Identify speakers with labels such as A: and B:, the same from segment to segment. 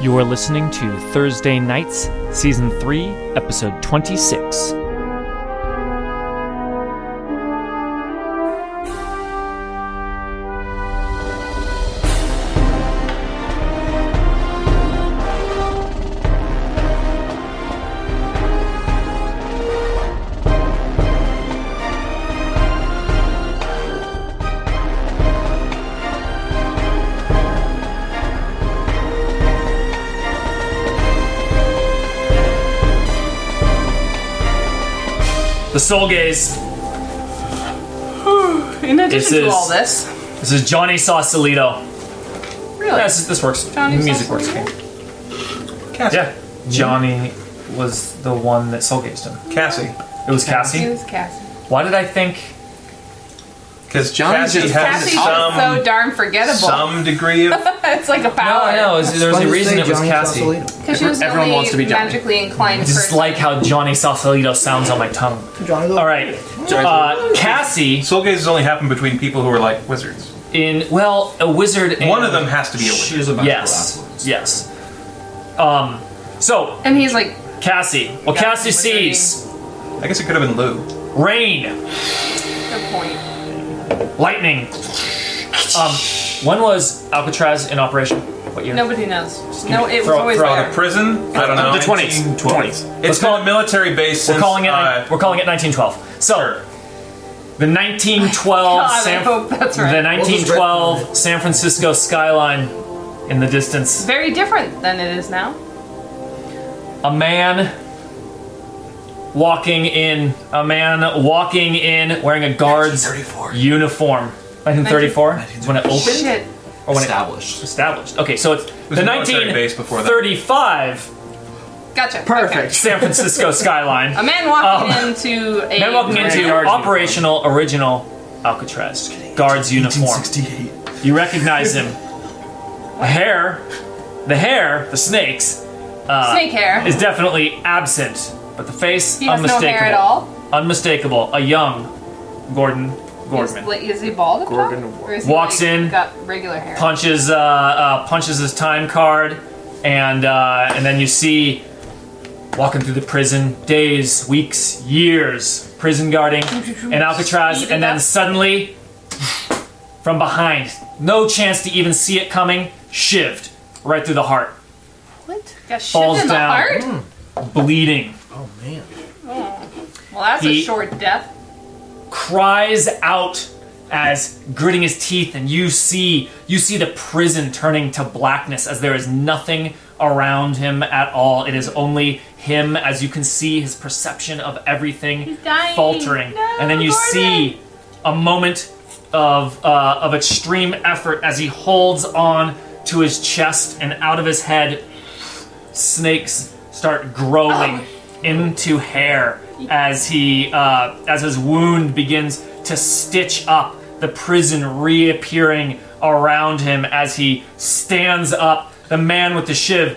A: You are listening to Thursday Nights, Season 3, Episode 26. The Soul Gaze.
B: In addition
A: This
B: to
A: is-
B: all this,
A: This is Johnny Sausalito.
B: really,
A: Yes, this works.
B: Johnny
A: Music
B: Sausalito?
A: works. Yeah. Johnny was the one that Soul Gazed him.
C: Cassie.
A: It was
B: it
A: Cassie.
B: was Cassie.
A: Why did I think.
C: Because
D: Johnny's
C: Cassie
D: just
C: has
B: Cassie's
C: some,
B: just so darn forgettable.
C: some degree of.
B: it's like a
A: No,
B: power.
A: no, it's- there was
D: Why
A: a
D: does it
A: reason
D: say
A: it was
D: Johnny
A: Cassie.
D: Sausalito?
B: Because she was
D: Everyone
B: the only
D: wants to be Johnny.
B: magically inclined
A: Just
B: person.
A: like how Johnny Sausalito sounds on my tongue.
D: Johnny
A: All right. Uh, Cassie
C: Soul gaze has only happened between people who are like wizards.
A: in, well, a wizard and.
C: One of them has to be a wizard.
E: She is a magical
A: Yes.
E: affluence.
A: Yes. Um, so,
B: and he's like,
A: Cassie. Well,
B: Yeah,
A: Cassie
B: what's her name?
A: sees
C: I guess it could have been Lou.
A: rain,
B: good point.
A: lightning. Um, when was Alcatraz in operation? What year?
B: Nobody knows. no, it was
A: throw-
B: always
A: throw
B: there.
C: Prison? I don't know.
E: The 20s.
C: 1920s.
E: 20s.
C: It's
A: call
C: called a military base
A: We're
C: since,
A: calling it.
C: uh,
A: we're calling it 1912. So, the 1912
B: God, I
A: San,
B: hope that's right.
A: the
B: We'll
D: just
A: 1912 San Francisco skyline in the distance.
B: Very different than it is now.
A: A man walking in. A man walking in wearing a guard's
E: 1934.
A: uniform. 1934 is when it opened.
B: Shit.
A: Or when it
E: Established.
A: established. Okay, so it's the
C: a military base before that.
A: 1935
B: Gotcha.
D: Perfect.
B: Okay.
A: San Francisco skyline.
B: A man walking into a
A: Oh. Man walking
B: grand-
A: into
E: Guards
A: operational original Alcatraz guards uniform.
E: 1968.
A: You recognize him. The hair, the hair, the snakes
B: snake hair.
A: uh, is definitely absent, but the face
B: He has no
A: unmistakable.
B: hair at all.
A: Unmistakable. A young Gordon Gordman
B: Is, is he bald? at the top?
D: Gorgon.
B: Or is
A: Walks
B: like,
A: in.
B: Got regular hair.
A: punches uh, uh, punches his time card, and uh, and then you see walking through the prison days, weeks, years, prison guarding in Alcatraz,
B: Speed it
A: and then
B: up.
A: suddenly from behind, no chance to even see it coming, shivved right through the heart,
B: What? Got shit
A: Falls
B: in the
A: down. Mm.
B: heart?
A: bleeding,
D: Oh man.
B: Well, that's
A: He-
B: a short death.
A: cries out as gritting his teeth and you see you see the prison turning to blackness as there is nothing around him at all it is only him as you can see his perception of everything
B: dying.
A: faltering
B: No,
A: and then you
B: Gordon.
A: see a moment of uh, of extreme effort as he holds on to his chest and out of his head snakes start growing into hair as he uh, as his wound begins to stitch up the prison reappearing around him as he stands up the man with the shiv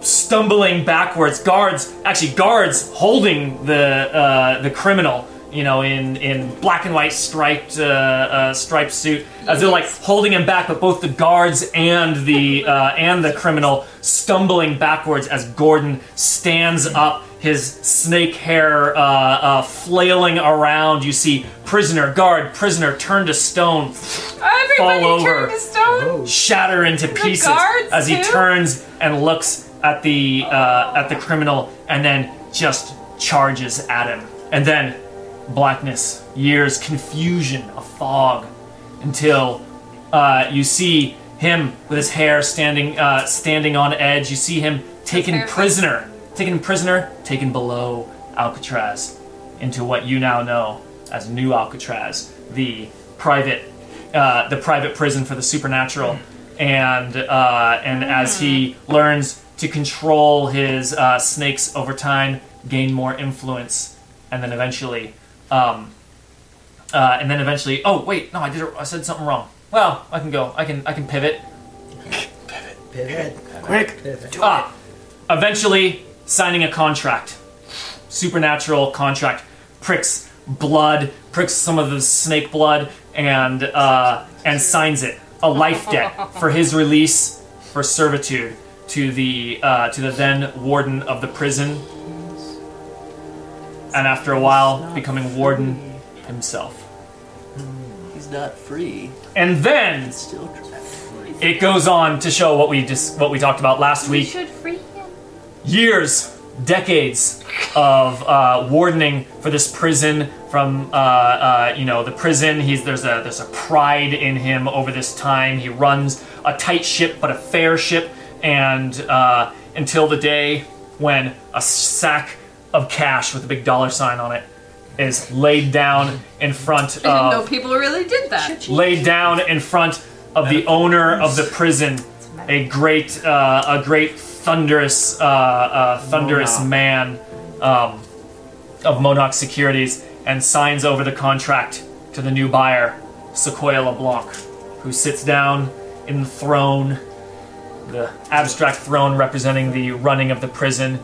A: stumbling backwards guards actually guards holding the uh, the criminal you know in in black and white striped uh, uh, striped suit as they're like
B: Yes.
A: holding him back, but both the guards and the uh, and the criminal stumbling backwards as Gordon stands up, his snake hair uh, uh, flailing around. You see prisoner, guard, prisoner turn to stone,
B: Everybody
A: Fall over.
B: turned to stone.
A: shatter into pieces
B: guards,
A: as he
B: too?
A: turns and looks at the uh, at the criminal, and then just charges at him, and then blackness, years, confusion, a fog, until uh, you see him with his hair standing uh, standing on edge. You see him taken
B: hair's like-
A: prisoner, taken prisoner, taken below Alcatraz into what you now know as New Alcatraz, the private uh, the private prison for the supernatural. And uh, and as he learns to control his uh, snakes over time, gain more influence, and then eventually um, uh, and then eventually, oh wait, no, I did. I said something wrong. Well, I can go. I can. I can pivot.
D: Pivot.
E: Quick.
A: Ah, eventually signing a contract, supernatural contract, pricks blood, pricks some of the snake blood, and uh, and signs it a life debt for his release for servitude to the uh, to the then warden of the prison, and after a while, becoming warden himself.
E: He's not free.
A: And then
E: Still free.
A: it goes on to show what we just what we talked about last
B: We
A: week.
B: should free him.
A: years, decades of uh, wardening for this prison. From uh, uh, you know the prison, he's there's a there's a pride in him over this time. He runs a tight ship, but a fair ship, and uh, until the day when a sack of cash with a big dollar sign on it is laid down in front
B: I didn't know
A: of
B: people really did that.
A: laid down in front of the owner of the prison, a great, uh, a great thunderous, uh, uh, thunderous
E: Monarch.
A: man um, of Monarch Securities, and signs over the contract to the new buyer, Sequoia LeBlanc, who sits down in the throne, the abstract throne representing the running of the prison,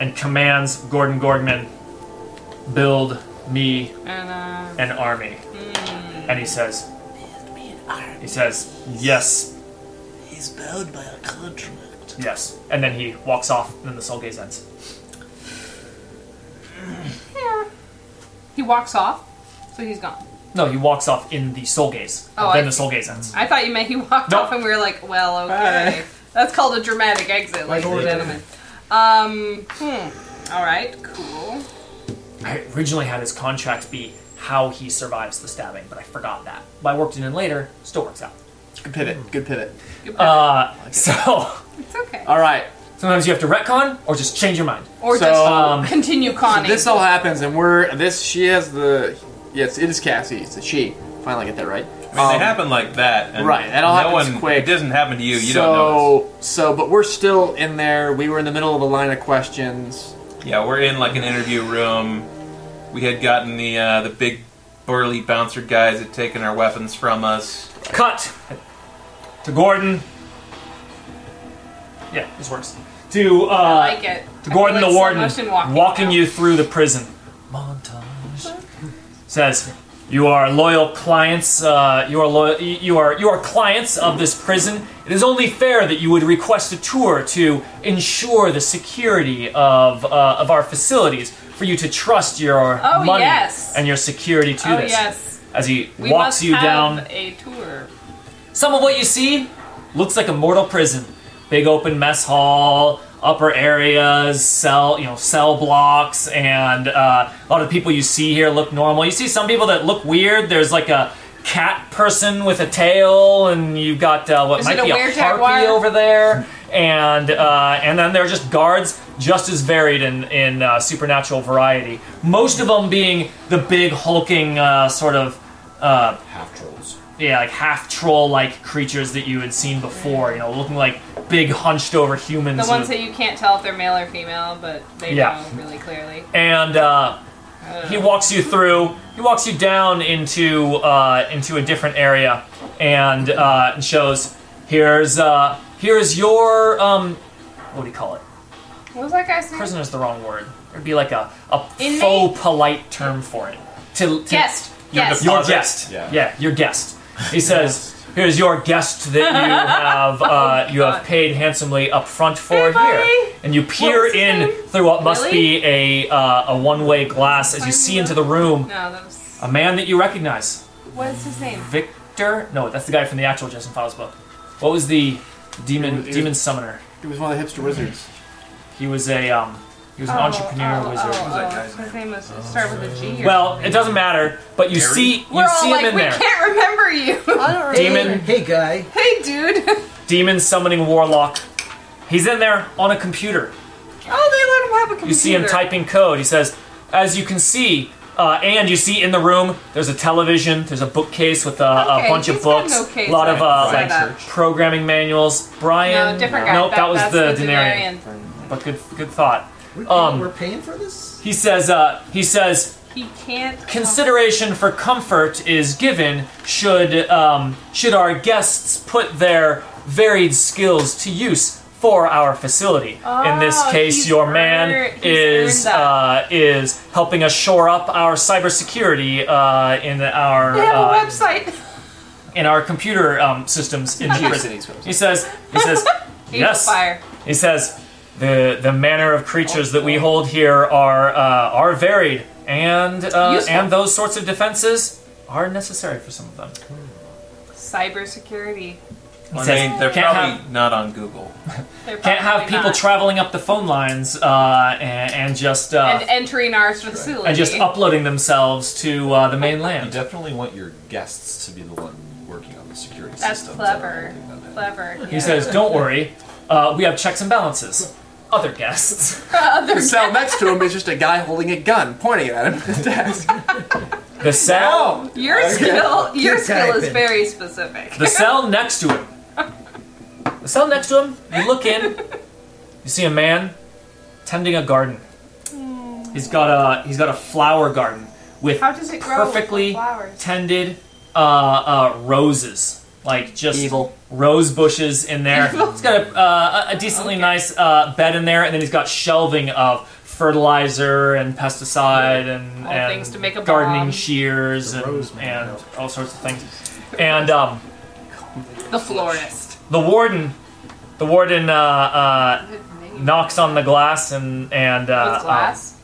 A: and commands Gordon Gorgman, build me
B: And, uh,
A: an army. And he says,
E: Man, I-
A: he says, yes,
E: He's bound by a contract.
A: yes. And then he walks off, and then the soul gaze ends.
B: yeah. He walks off, so he's gone.
A: No, he walks off in the soul gaze.
B: Oh,
A: then
B: I-
A: the soul gaze ends.
B: I thought you meant he walked
A: No.
B: off, and we were like, well, okay. That's called a dramatic exit, ladies and
D: Lord.
B: gentlemen. Um, hmm. All right, cool.
A: I originally had his contract be how he survives the stabbing, but I forgot that. But I worked it in later, still works out.
E: Good pivot. Good pivot.
A: Uh, so
B: It's okay.
E: All right.
A: sometimes you have to retcon or just change your mind.
B: Or
E: So,
B: just
A: um,
B: continue
E: So
B: conning.
E: this all happens, and we're this. She has the. Yes, it is Cassie. It's a she. Finally, get that right.
C: I mean,
E: Um,
C: they happen like that, and
E: right, that all
C: no
E: happens
C: one,
E: quick.
C: It doesn't happen to you. You don't
E: so, so, but we're still in there. We were in the middle of a line of questions.
C: notice. Yeah, we're in like an interview room. We had gotten the uh, the big burly bouncer guys had taken our weapons from us.
A: Cut to Gordon. Yeah, this works. To uh,
B: I like it.
A: To Gordon the warden,
B: walking,
A: walking, you through the prison. Montage. Says, "You are loyal clients. Uh, you are lo- you are you are clients of this prison. It is only fair that you would request a tour to ensure the security of uh, of our facilities. For you to trust your
B: Oh,
A: money
B: yes.
A: and your security to
B: Oh
A: this."
B: yes,
A: As he
B: we
A: walks
B: must
A: you
B: have
A: down
B: a tour.
A: some of what you see looks like a mortal prison. Big open mess hall, upper areas, cell you know cell blocks, and uh, a lot of the people you see here look normal. You see some people that look weird. There's like a cat person with a tail, and you've got uh, what
B: Is
A: might
B: it a
A: be a
B: weird
A: harpy
B: jaguar?
A: over there, and uh, and then there are just guards, just as varied in in uh, supernatural variety. Most of them being the big hulking uh, sort of. Uh,
D: Half trolls.
A: yeah, like half troll like creatures that you had seen before, you know, looking like big hunched over humans.
B: The ones
A: with-
B: that you can't tell if they're male or female, but they
A: Yeah.
B: know really clearly.
A: and uh, he walks you through, he walks you down into uh, into a different area and uh, and shows here's uh, here's your um what do you call it?
B: What was that guy's name?
A: Prisoner's the wrong word. It'd be like a, a
B: Inmate?
A: faux polite term for it. To, to
B: Guest.
C: You're
B: Yes.
C: the-
A: Your
C: Deposit?
A: guest.
D: Yeah.
A: yeah, your guest. He says, "Here's your guest that you have uh, you have
B: Oh God.
A: paid handsomely up front for
B: Hey, buddy.
A: here." And you peer
B: What's his
A: in
B: name?
A: through what must
B: Really?
A: be a uh, a one way glass as you see into the room
B: No, that was.
A: a man that you recognize,
B: What's his name?
A: Victor. No, that's the guy from the actual Jason Files book. What was the demon
E: It was-
A: demon summoner?
E: It was one of the hipster wizards.
A: He was a um, he was an
B: Oh,
A: entrepreneur
B: oh,
A: wizard.
B: Oh,
C: was that
B: oh,
C: guy's
B: His name was it started with a G. or-
A: Well, it doesn't matter, but you
C: Gary?
A: see you
B: we're all
A: see
B: like,
A: him in
B: we
A: there.
B: can't remember you.
D: I don't
A: Demon.
D: remember. Hey, guy.
B: hey, dude.
A: Demon summoning warlock. He's in there on a computer.
B: Oh, they let him have a computer.
A: You see him typing code. He says, as you can see, uh, and you see in the room, there's a television, there's a bookcase with a,
B: Okay,
A: a bunch of
B: he's got
A: books,
B: no case
A: a lot of uh,
B: like
A: like
B: that.
A: programming manuals. Brian,
B: No, different guy.
A: nope, that, was
B: that's
A: the Denarian.
B: Denarian.
A: But good, good thought.
D: We're,
A: Um,
D: we're paying for this?
A: He says, uh, he says,
B: He can't.
A: consideration for comfort is given should um, should our guests put their varied skills to use for our facility. In this
B: Oh,
A: case,
B: he's
A: your man
B: earned- he's
A: is
B: earned that.
A: uh, is helping us shore up our cybersecurity uh, in our
B: They have a
A: uh,
B: website.
A: in our computer um, systems in the prison.
E: Cities.
A: He says he says
B: Angel
A: yes.
B: Fire.
A: He says, "the the manner of creatures that we hold here are uh, are varied, and uh,
B: Useful.
A: and those sorts of defenses are necessary for some of them."
B: Cybersecurity.
A: He
C: I
A: says,
C: mean, they're
A: "Can't
C: probably
A: have-
C: not on Google.
B: They're
A: Can't have
B: probably
A: people
B: not.
A: traveling up the phone lines uh, and, and just uh,
B: and
A: and,
B: entering our facility.
A: just uploading themselves to uh, the
F: You
A: mainland.
F: definitely want your guests to be the one working on the security
B: That's
F: systems. I don't
B: clever.
F: think that-
B: Clever.
A: He says, "Don't worry, uh, we have checks and balances." Other guests.
E: The cell next to him is just a guy holding a gun, pointing it at him at his desk.
A: The cell.
B: Your skill, your
D: Keep
B: skill is
D: typing.
B: very specific.
A: The cell next to him. The cell next to him, you look in, you see a man tending a garden. He's got a he's got a flower garden with
B: How does it grow? with
A: perfectly
B: flowers.
A: tended uh, uh, roses, like just
E: Evil.
A: rose bushes in there. He's got a, uh, a- a decently nice uh, bed in there, and then he's got shelving of fertilizer and pesticide and,
B: All
A: and
B: things to make a
A: gardening
B: bomb.
A: shears
D: The
A: and,
D: rose man,
A: and
D: no.
A: all sorts of things. And um,
B: The florist.
A: the warden, the warden uh, uh, knocks on the glass and and uh,
B: With glass.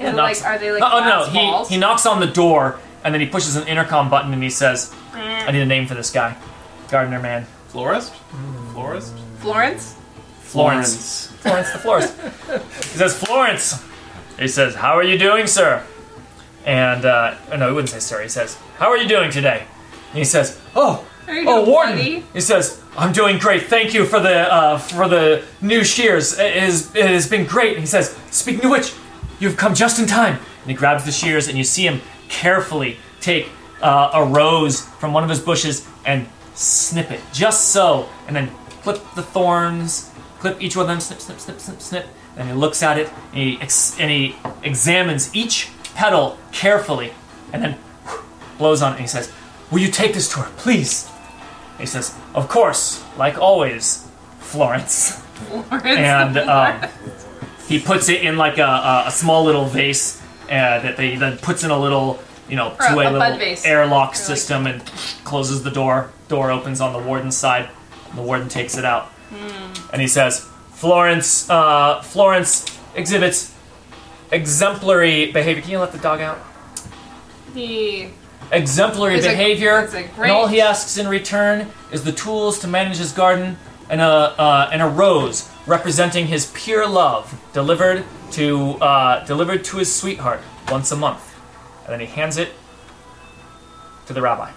A: yeah,
B: Is it
A: knocks-
B: like, are they
A: uh,
B: like
A: oh no,
B: glass balls?
A: he he knocks on the door and then he pushes an intercom button and he says, "I need a name for this guy, gardener man,
C: Florist? Florist?
B: Florence?
A: Florence, Florence the florist." he says, "Florence," he says, "How are you doing, sir?" And uh, oh, no, he wouldn't say sir. He says, "How are you doing today?" And he says, "Oh,
B: Are you
A: Oh,
B: doing
A: Warden!
B: bloody?
A: He says, "I'm doing great. Thank you for the uh, for the new shears. It is it has been great." And he says, "Speaking of which, you've come just in time." And he grabs the shears, and you see him carefully take uh, a rose from one of his bushes and snip it just so, and then clip the thorns, clip each one of them, snip, snip, snip, snip, snip. And he looks at it, and he ex- and he examines each petal carefully, and then blows on it, and he says, "Will you take this to her, please?" He says, "Of course, like always, Florence."
B: Florence.
A: And um, he puts it in like a, a, a small little vase uh, that they then puts in a little, you know,
B: a-
A: two-way
B: a bud
A: little
B: vase.
A: airlock
B: Or like-
A: system and closes the door. Door opens on the warden's side. And the warden takes it out,
B: Hmm.
A: and he says, "Florence, uh, Florence exhibits exemplary behavior." Can you let the dog out?
B: he
A: exemplary
B: It's a-
A: behavior,
B: it's a
A: and all
B: great-
A: he asks in return is the tools to manage his garden and a uh, and a rose representing his pure love delivered to uh, delivered to his sweetheart once a month, and then he hands it to the rabbi.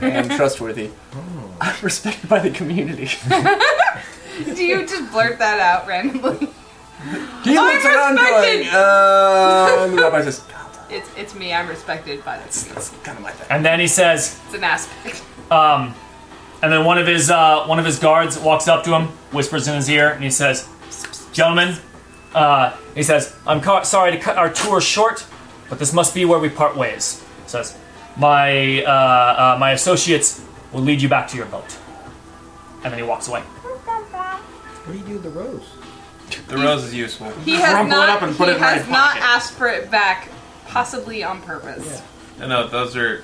E: And trustworthy. I'm respected by the community.
B: do you just blurt that out randomly?
E: He
B: I'm
E: looks around
B: respected!
E: going, uh, and the rabbi says, "God,
B: It's it's me. I'm respected by the community.
E: that's kind of my thing.
A: And then he says,
B: It's an aspect.
A: um, and then one of his uh, one of his guards walks up to him, whispers in his ear, and he says, "Gentlemen." Uh, he says, "I'm ca- sorry to cut our tour short, but this must be where we part ways." He says, "My uh, uh, my associates will lead you back to your boat," and then he walks away.
D: What do you do with the rose?
C: The rose is useful.
B: He has
E: Crumple it
B: not.
E: up and put
B: he
E: it in my
B: has not
E: pocket.
B: asked for it back, possibly on purpose.
C: No, Uh, no, those are.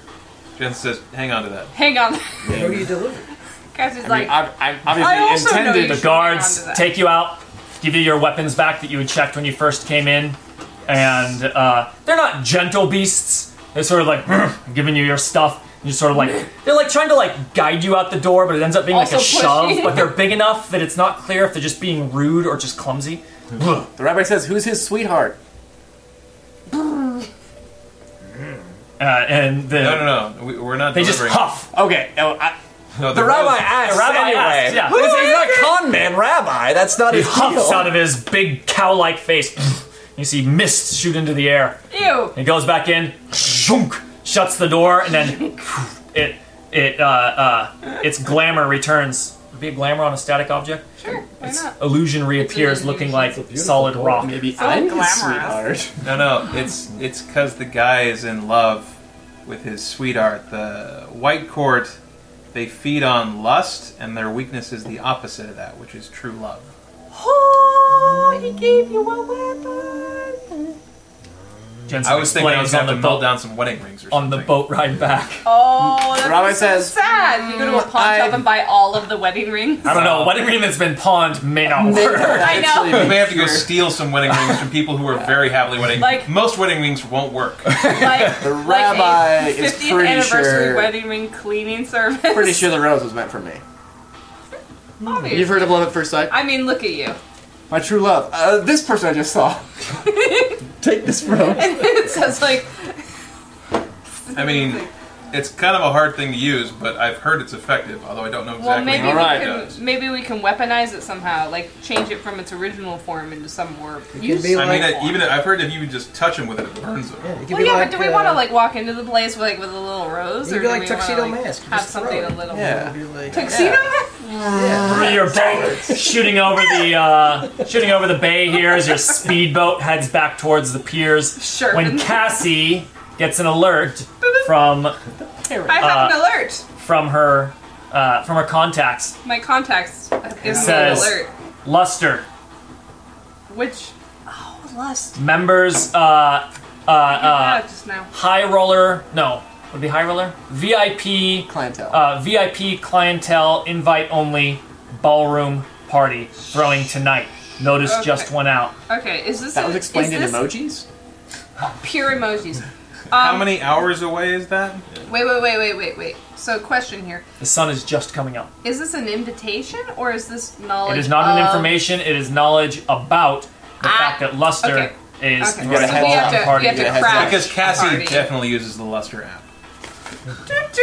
C: Jen says, hang on to that.
B: Hang on,
D: Where do you deliver? it?
B: guys. Is
E: I
B: like
E: mean, I'm, I'm
B: I also
E: obviously
B: know
E: intended
B: you
A: The
B: should
A: guards
B: hang on to that.
A: take you out, give you your weapons back that you had checked when you first came in, and uh, they're not gentle beasts. They're sort of like giving you your stuff. And you sort of like they're like trying to like guide you out the door, but it ends up being like a
B: Also
A: shove.
B: pushing.
A: But they're big enough that it's not clear if they're just being rude or just clumsy.
E: The rabbi says, "Who's his sweetheart?"
A: Uh, and the,
C: No, no, no. We, we're not
A: they just
C: delivering.
A: huff.
E: Okay, oh, I,
C: No,
F: The rabbi
C: rose-
F: asks.
A: The rabbi
F: anyway.
A: asks, yeah.
F: Who is he's not con man rabbi. That's not
A: He
F: his
A: huffs
F: deal.
A: out of his big cow-like face. You see mist shoot into the air.
B: ew.
A: He goes back in, shunk, shuts the door, and then it it uh, uh, its glamour returns. Would be a glamour on a static object.
B: Sure, why not?
A: Illusion reappears,
B: It's an
A: looking
B: illusion.
A: like
B: It's
D: a beautiful
A: solid
D: door.
A: rock.
E: maybe
B: So
E: I'm his
B: glamorous.
E: sweetheart.
C: No, no. It's it's because the guy is in love with his sweetheart. The white court, they feed on lust, and their weakness is the opposite of that, which is true love.
B: Oh, he gave you a weapon.
A: Do Jensen
C: I was thinking I
A: explains
C: was going
A: on
C: to
A: the
C: melt
A: boat
C: down some wedding rings or
A: on
C: something.
A: the boat ride back.
B: Oh, that's
E: Rabbi says, "Hmm,
B: sad. You go to a pawn shop
E: I-
B: and buy all of the wedding rings.
A: I don't know. Wedding ring that's been pawned may not work.
B: I know.
E: actually
C: You may have to go
E: sure.
C: steal some wedding rings from people who are very happily wedding.
B: Like-
C: most wedding rings won't work.
B: Like
E: The rabbi
B: like a
E: is
B: 50th
E: pretty
B: anniversary
E: sure-
B: wedding ring cleaning service.
E: Pretty sure the rose was meant for me.
B: Obviously.
E: You've heard of love at first sight?
B: I mean, look at you.
E: My true love. Uh, this person I just saw. Take this rose.
B: it says like
C: I mean, it's kind of a hard thing to use, but I've heard it's effective. Although I don't know exactly.
B: Well, maybe
C: how
B: we
E: Alright.
C: it
B: can
C: does.
B: maybe we can weaponize it somehow, like change it from its original form into some more.
D: It
B: use-
D: can be
C: I
D: like,
C: mean, I, even if- I've heard if you just touch them with it, it burns them.
D: yeah, it can
B: well,
D: be
B: yeah,
D: like,
B: but do we want to
D: uh,
B: like walk into the place with, like with a little rose,
D: You
B: or
D: could be
B: do
D: like
B: we
D: Tuxedo
B: wanna, like,
D: Mask,
B: have
D: just throw
B: something
D: it.
B: a little
E: Yeah.
D: it'd be like-
B: tuxedo?
D: Yeah.
A: Your boat shooting over the uh, shooting over the bay here as your speedboat heads back towards the piers.
B: Sure.
A: When Cassie gets an alert from
B: I have an alert.
A: from her uh, from her contacts,
B: My contacts is
A: says-
B: an alert.
A: Luster
B: Which oh lust.
A: members uh, uh, uh,
B: yeah, just now.
A: high roller no would it be high roller VIP
E: Clientele.
A: uh, VIP clientele invite only ballroom party throwing tonight. Notice
B: Okay.
A: just one out.
B: Okay, is this
E: that was
B: is
E: explained in
B: this
E: emojis?
B: Pure emojis. Um,
C: How many hours away is that?
B: Wait, wait, wait, wait, wait, wait. So, question here:
A: The sun is just coming up.
B: Is this an invitation or is this knowledge?
A: It is not an
B: of-
A: information. It is knowledge about the
B: Ah,
A: fact that luster
B: okay.
A: is
B: Okay, so
A: throwing
B: we
E: gotta head
B: have
E: up.
A: the
B: to,
A: party.
B: we have
E: You gotta
B: to
E: head
B: crash.
E: up.
C: Because Cassie
B: party.
C: definitely uses the Luster app.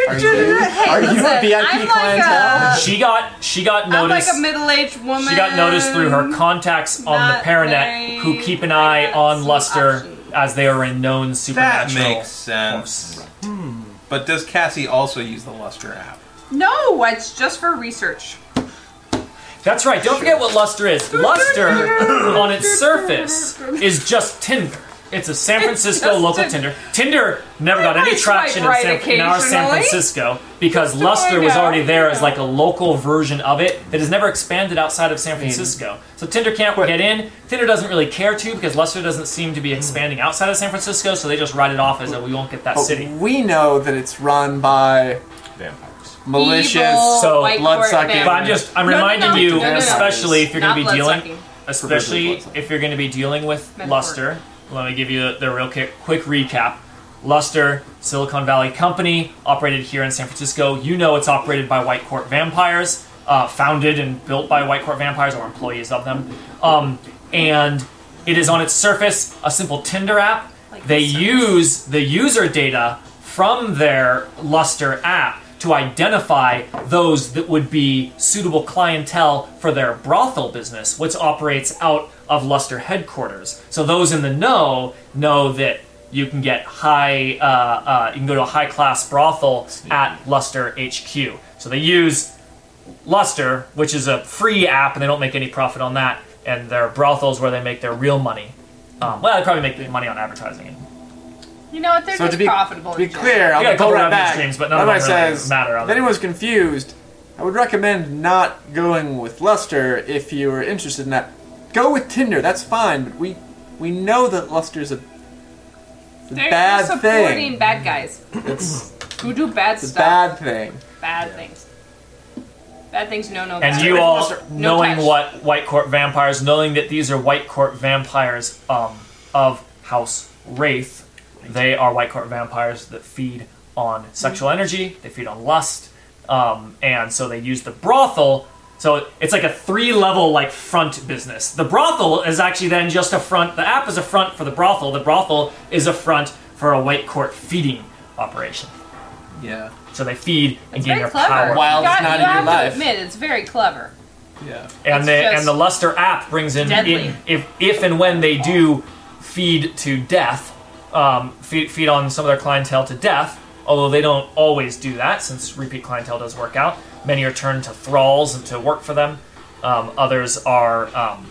E: Are you-
B: Hey,
E: are you a
B: listen,
E: VIP
B: I'm
E: clientele?
B: Like a,
A: She got she got
B: I'm like
A: noticed.
B: a middle-aged woman.
A: she got noticed through her contacts on
B: Not
A: the Paranet,
B: very-
A: who keep an eye
B: I got
A: on
B: some
A: luster
B: options.
A: as they are a known
C: That
A: supernatural.
C: makes sense.
B: Hmm.
C: But does Cassie also use the Luster app?
B: No, it's just for research.
A: That's right. Don't forget what luster is. Luster on its surface is just Tinder. It's a San Francisco
B: just
A: local
B: Tinder.
A: Tinder. Tinder never got
B: I
A: any
B: might
A: traction in,
B: swipe
A: San,
B: right
A: in our San
B: occasionally.
A: Francisco because
B: to
A: Luster
B: find
A: was
B: out,
A: already there as
B: you know.
A: like a local version of it that has never expanded outside of San Francisco. So Tinder can't get in. Tinder doesn't really care to because Luster doesn't seem to be expanding outside of San Francisco, so they just write it off as that we won't get that
E: But
A: city.
E: Oh, we know that it's run by
F: Vampires.
E: malicious.
B: Evil
A: So,
B: white
E: blood
B: court
E: sucking.
B: vampire.
A: But I'm just I'm
B: No, no,
A: reminding
B: no.
A: you,
B: No, no, no.
A: especially if you're
B: Not
A: going to be dealing,
B: bloodsucking.
A: especially
E: Preferably bloodsucking.
A: if you're going to be dealing with
B: Metaphoric.
A: Luster. Let me give you the real quick, quick recap. Luster, Silicon Valley company, operated here in San Francisco. You know it's operated by White Court vampires, uh, founded and built by White Court vampires or employees of them. Um, and it is on its surface a simple Tinder app.
B: Like
A: they
B: the surface.
A: use the user data from their Luster app to identify those that would be suitable clientele for their brothel business, which operates out of Luster headquarters. So those in the know know that you can get high, uh, uh, you can go to a high class brothel at Luster HQ. So they use Luster, which is a free app, and they don't make any profit on that. And their brothels where they make their real money. Um, well, they probably make money on advertising.
B: You know what? They're
E: So
B: just
E: to be,
B: profitable.
E: to be
B: in general.
E: clear,
A: got
E: I'll
A: a couple
E: go right
A: revenue
E: back.
A: streams, but none of
E: Rabbi
A: them really
E: says,
A: matter, other
E: If
A: than-
E: anyone's confused, I would recommend not going with Luster if you are interested in that. Go with Tinder. That's fine, but we we know that Luster is a it's a
B: They're
E: bad
B: supporting
E: thing.
B: bad guys
E: It's,
B: who do bad
E: it's a
B: stuff.
E: bad thing.
B: bad things. Bad things, no, no.
A: And
B: bad.
A: you all
B: No
A: knowing
B: touch.
A: what White Court vampires, knowing that these are White Court vampires um, of House Wraith, they are White Court vampires that feed on sexual
B: Mm-hmm.
A: energy, they feed on lust, um, and so they use the brothel. So it's like a three-level like front business. The brothel is actually then just a front. The app is a front for the brothel. The brothel is a front for a White Court feeding operation.
C: Yeah,
A: So they feed and
B: It's
A: gain
B: very
A: their
B: clever.
A: power.
E: While
B: you
E: it's
B: got-
E: not
B: you
E: in your
B: have
E: life.
B: to admit, it's very clever.
C: yeah.
A: and
B: It's
A: the
B: just
A: and the luster app brings in,
B: deadly.
A: in- if if and when they do feed to death um, feed, feed on some of their clientele to death although they don't always do that since repeat clientele does work out many are turned to thralls and to work for them um, others are um,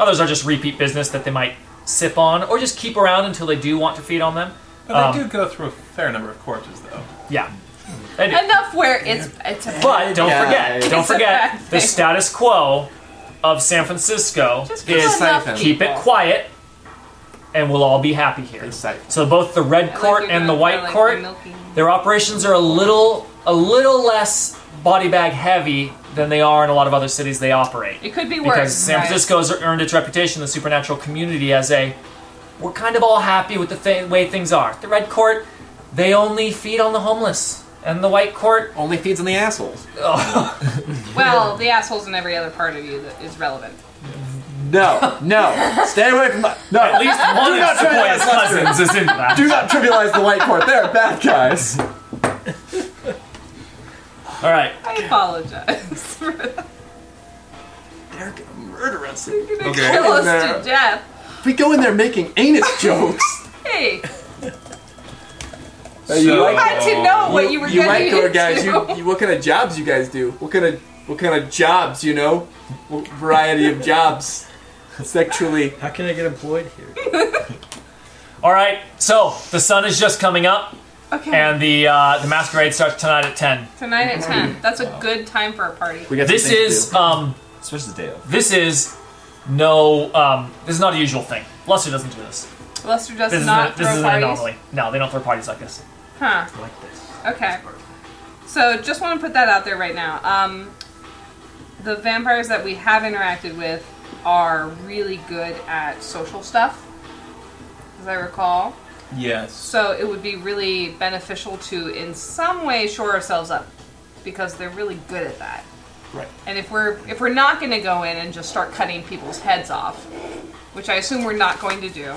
A: others are just repeat business that they might sip on or just keep around until they do want to feed on them
C: But they do go through a fair number of corpses, though.
A: yeah They do.
B: Enough where it's it's a
A: But don't
E: Yeah.
A: forget, don't
B: It's a
A: forget
B: bad
A: the
B: thing.
A: status quo of San Francisco
B: just kill
A: is
B: enough
E: siphon.
A: keep it
B: people.
A: quiet and we'll all be happy here.
E: Insight.
A: So both the red court and the white court,
B: milking.
A: their operations are a little a little less body bag heavy than they are in a lot of other cities they operate.
B: It could be worse.
A: Because San
B: guys.
A: Francisco's earned its reputation in the supernatural community as a we're kind of all happy with the fa- way things are. The red court, they only feed on the homeless, and the white court,
E: Only feeds on the assholes.
A: oh,
B: Well, the assholes in every other part of you that is relevant.
E: No, no. Stay away from my. No.
A: at least one
E: Do
A: of
E: not try
A: Sequoia's
E: that, Lester.
A: cousins is into that.
E: Do not trivialize the white court. They're bad guys.
A: All right,
B: I apologize. for that.
E: They're gonna murder us.
B: You're gonna
C: Okay.
B: kill us
E: Yeah.
B: to death.
E: If we go in there making anus jokes.
B: Hey,
E: Uh, you
C: So-
E: like
B: I didn't know what you were
E: you
B: getting
E: white coat
B: into.
E: guys. You, you what kind of jobs you guys do? What kind of what kind of jobs? You know, what variety of jobs. Sexually,
D: How can I get employed here?
A: all right. So the sun is just coming up,
B: okay.
A: and the uh, the masquerade starts tonight at ten.
B: Tonight at ten. That's a good time for a party.
E: we got
A: This
E: some things to
A: is
E: do.
A: um,
F: Especially the day of.
A: this is no um, this is not a usual thing. Luster doesn't do this.
B: Lester does
A: This is a,
B: not
A: this
B: throw
A: is an
B: parties.
A: anomaly. No, they don't throw parties like this.
B: Huh.
A: Like this.
B: Okay. So just want to put that out there right now. Um, the vampires that we have interacted with are really good at social stuff, as I recall.
C: Yes.
B: So it would be really beneficial to, in some way, shore ourselves up because they're really good at that.
E: Right.
B: And if we're if we're not going to go in and just start cutting people's heads off, which I assume we're not going to do,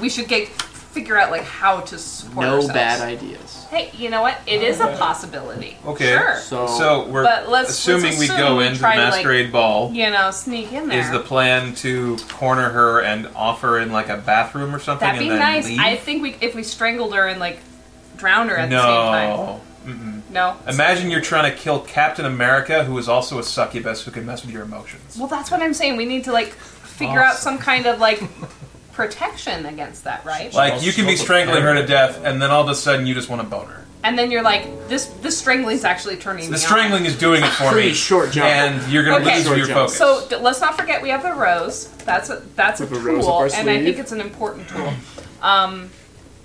B: we should get figure out like how to support
E: no
B: ourselves.
E: bad ideas.
B: Hey, you know what? It is a possibility.
C: Okay.
B: Sure.
E: So,
C: So we're
B: But let's-
C: assuming
B: let's
C: we
B: assume
C: go
B: we
C: into the
B: try to, like,
C: masquerade ball.
B: you know, sneak in there.
C: Is the plan to corner her and offer in like a bathroom or something,
B: That'd be
C: and then
B: nice.
C: leave?
B: I think we if we strangled her and like drowned her at the same time.
C: no. Mm-mm.
B: No.
C: Imagine you're trying to kill Captain America, who is also a succubus who can mess with your emotions.
B: Well, that's what I'm saying. We need to like figure out some kind of like protection against that, right?
C: Like you can be strangling her to death, and then all of a sudden you just want to bone her.
B: And then you're like, this this strangling's actually turning
C: The
B: me on.
C: strangling is doing it for
E: Pretty
C: me,
E: short jump.
C: and you're gonna
B: Okay.
C: lose your
E: Short jump.
C: focus.
B: So d- let's not forget we have the rose. That's a that's a
E: With a
B: tool,
E: rose up our
B: and I
E: sleeve.
B: think it's an important tool. Um,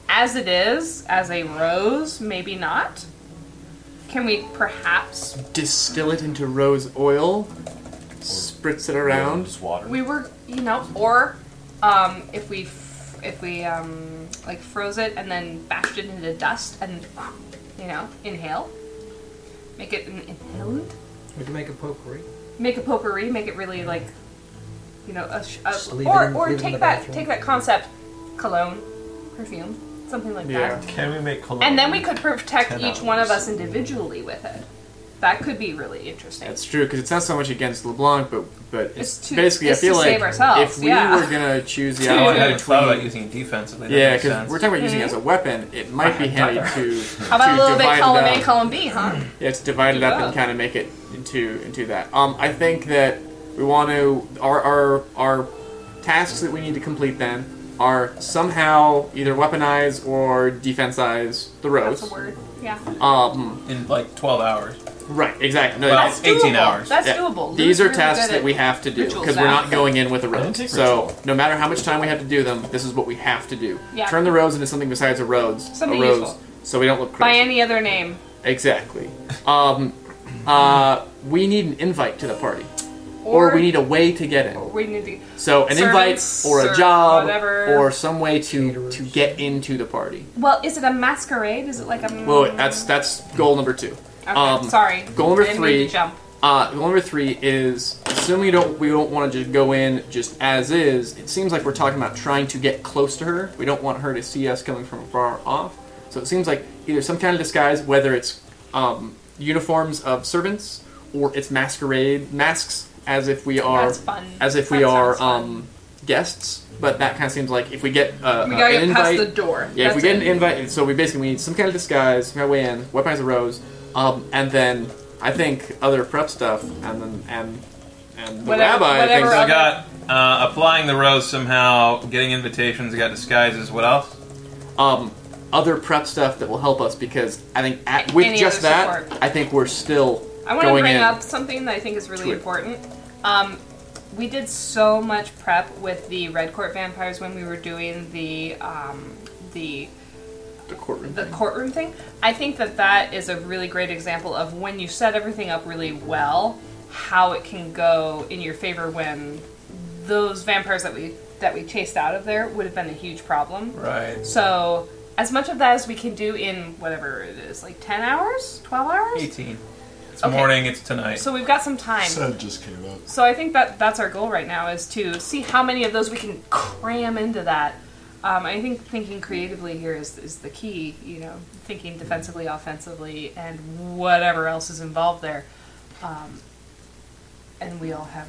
B: as it is, as a rose, maybe not. Can we perhaps?
E: distill it into rose oil, spritz it around.
F: Just water.
B: We were, you know, or um, if we f- if we um, like froze it and then bashed it into dust and you know inhale, make it an inhalant,
D: We can make a potpourri.
B: make a potpourri, make it really like you know a, sh- a
D: Just leave
B: or
D: it in-
B: or
D: leave it in
B: take
D: the
B: that
D: bathroom.
B: take that concept cologne perfume something like
E: Yeah.
B: that
F: Can we make cologne?
B: and then we could protect
F: Ten
B: each one of
F: hours.
B: us individually with it that could be really interesting
E: That's true because it's not so much against LeBlanc, but but it's,
B: It's to-
E: basically
B: it's
E: I feel
B: to
E: like
B: save ourselves,
E: if we
B: yeah.
E: were gonna choose the
C: I
E: ally
C: hadn't thought about
E: between.
C: using it defensively. That
E: Yeah,
C: makes
E: because
C: sense.
E: we're talking about using it as a weapon. It might be handy to
B: Mm-hmm. how about a little
E: to divide
B: bit
E: it
B: column a
E: up.
B: column b huh
E: Yeah, to divide it up and
B: Yeah.
E: kind of make it into into that. Um, I think that we want to our our our tasks that we need to complete then are somehow either weaponize or defensize the
B: that's
E: rose.
B: a word yeah
E: Um,
C: in like 12 hours.
E: right, exactly. No,
C: Well,
E: that's-
B: that's
C: 18
B: doable.
C: hours.
B: that's
E: yeah.
B: doable Lou's
E: These are
B: really
E: tasks
B: good
E: that
B: at-
E: we have to do
B: rituals
E: because we're
B: now.
E: not going in with a
F: didn't
E: rose.
F: take
E: So
F: ritual.
E: no matter how much time we have to do them, this is what we have to do.
B: Yeah.
E: Turn the rose into something besides a rose.
B: Something
E: a rose,
B: useful.
E: so we don't look
B: by
E: crazy.
B: any other name
E: Exactly. Um, uh, we need an invite to the party, or, we need a way to get in.
B: we need to
E: So an
B: Servants,
E: invite or
B: or
E: a job
B: whatever.
E: or some way to to get into the party.
B: well is it a masquerade is it like a
E: Well, wait, that's that's goal number two.
B: okay,
E: um,
B: sorry
E: goal number
B: Didn't mean
E: three-
B: to jump
E: Uh, goal number three is assuming you don't we don't want to just go in just as is. It seems like we're talking about trying to get close to her. We don't want her to see us coming from far off. So it seems like either some kind of disguise, whether it's um, uniforms of servants or it's masquerade masks, as if we are
B: That's fun.
E: as if we
B: That
E: are
B: sounds fun.
E: um, guests. But that kind of seems like if we get uh,
B: we
E: uh,
B: gotta
E: an
B: get
E: invite,
B: past the door
E: yeah, if we
B: That's
E: get an
B: it.
E: invite, so we basically we need some kind of disguise, some kind of way in, weaponize a rose, um, and then I think other prep stuff, and then and and the
B: Whatever-
E: rabbi
B: whatever
C: So I
E: thinks.
C: got uh, applying the rose somehow, getting invitations, I got disguises. What else?
E: um, other prep stuff that will help us because I think at, with
B: Any
E: just
B: other
E: that,
B: support.
E: I think we're still
B: I want to
E: going
B: bring
E: in.
B: up something that I think is really
E: Sure.
B: important. Um, we did so much prep with the red court vampires when we were doing the um, the
E: The courtroom.
B: the
E: thing.
B: courtroom thing. I think that that is a really great example of when you set everything up really well, how it can go in your favor when those vampires that we that we chased out of there would have been a huge problem.
C: Right.
B: So, as much of that as we can do in whatever it is, like 10 hours, 12 hours?
C: 18. It's
B: Okay.
C: morning, it's tonight.
B: So, we've got some time. So,
G: Said just came up.
B: I think that that's our goal right now is to see how many of those we can cram into that. Um, I think thinking creatively here is, is the key, you know, thinking defensively, offensively, and whatever else is involved there. Um, and we all have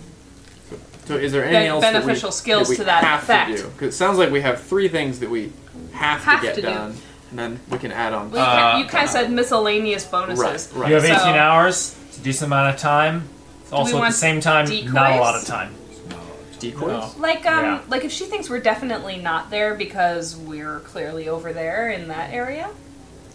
E: So is there anything
B: Ben-
E: else that we-
B: beneficial skills
E: that we
B: to that
E: have
B: effect.
E: To do? 'Cause it sounds like we have three things that we have,
B: Have
E: to get
B: to do.
E: done, and then we can add on.
B: well, you, kind-
C: Uh,
B: you kind of said miscellaneous bonuses.
E: right, right.
A: You have 18
B: So-
A: hours. It's a decent amount of time. It's also at the
B: want
A: same time, not a lot
B: decoys?
A: of time.
E: decoys.
C: No.
B: Like um
A: Yeah.
B: like if she thinks we're definitely not there because we're clearly over there in that area,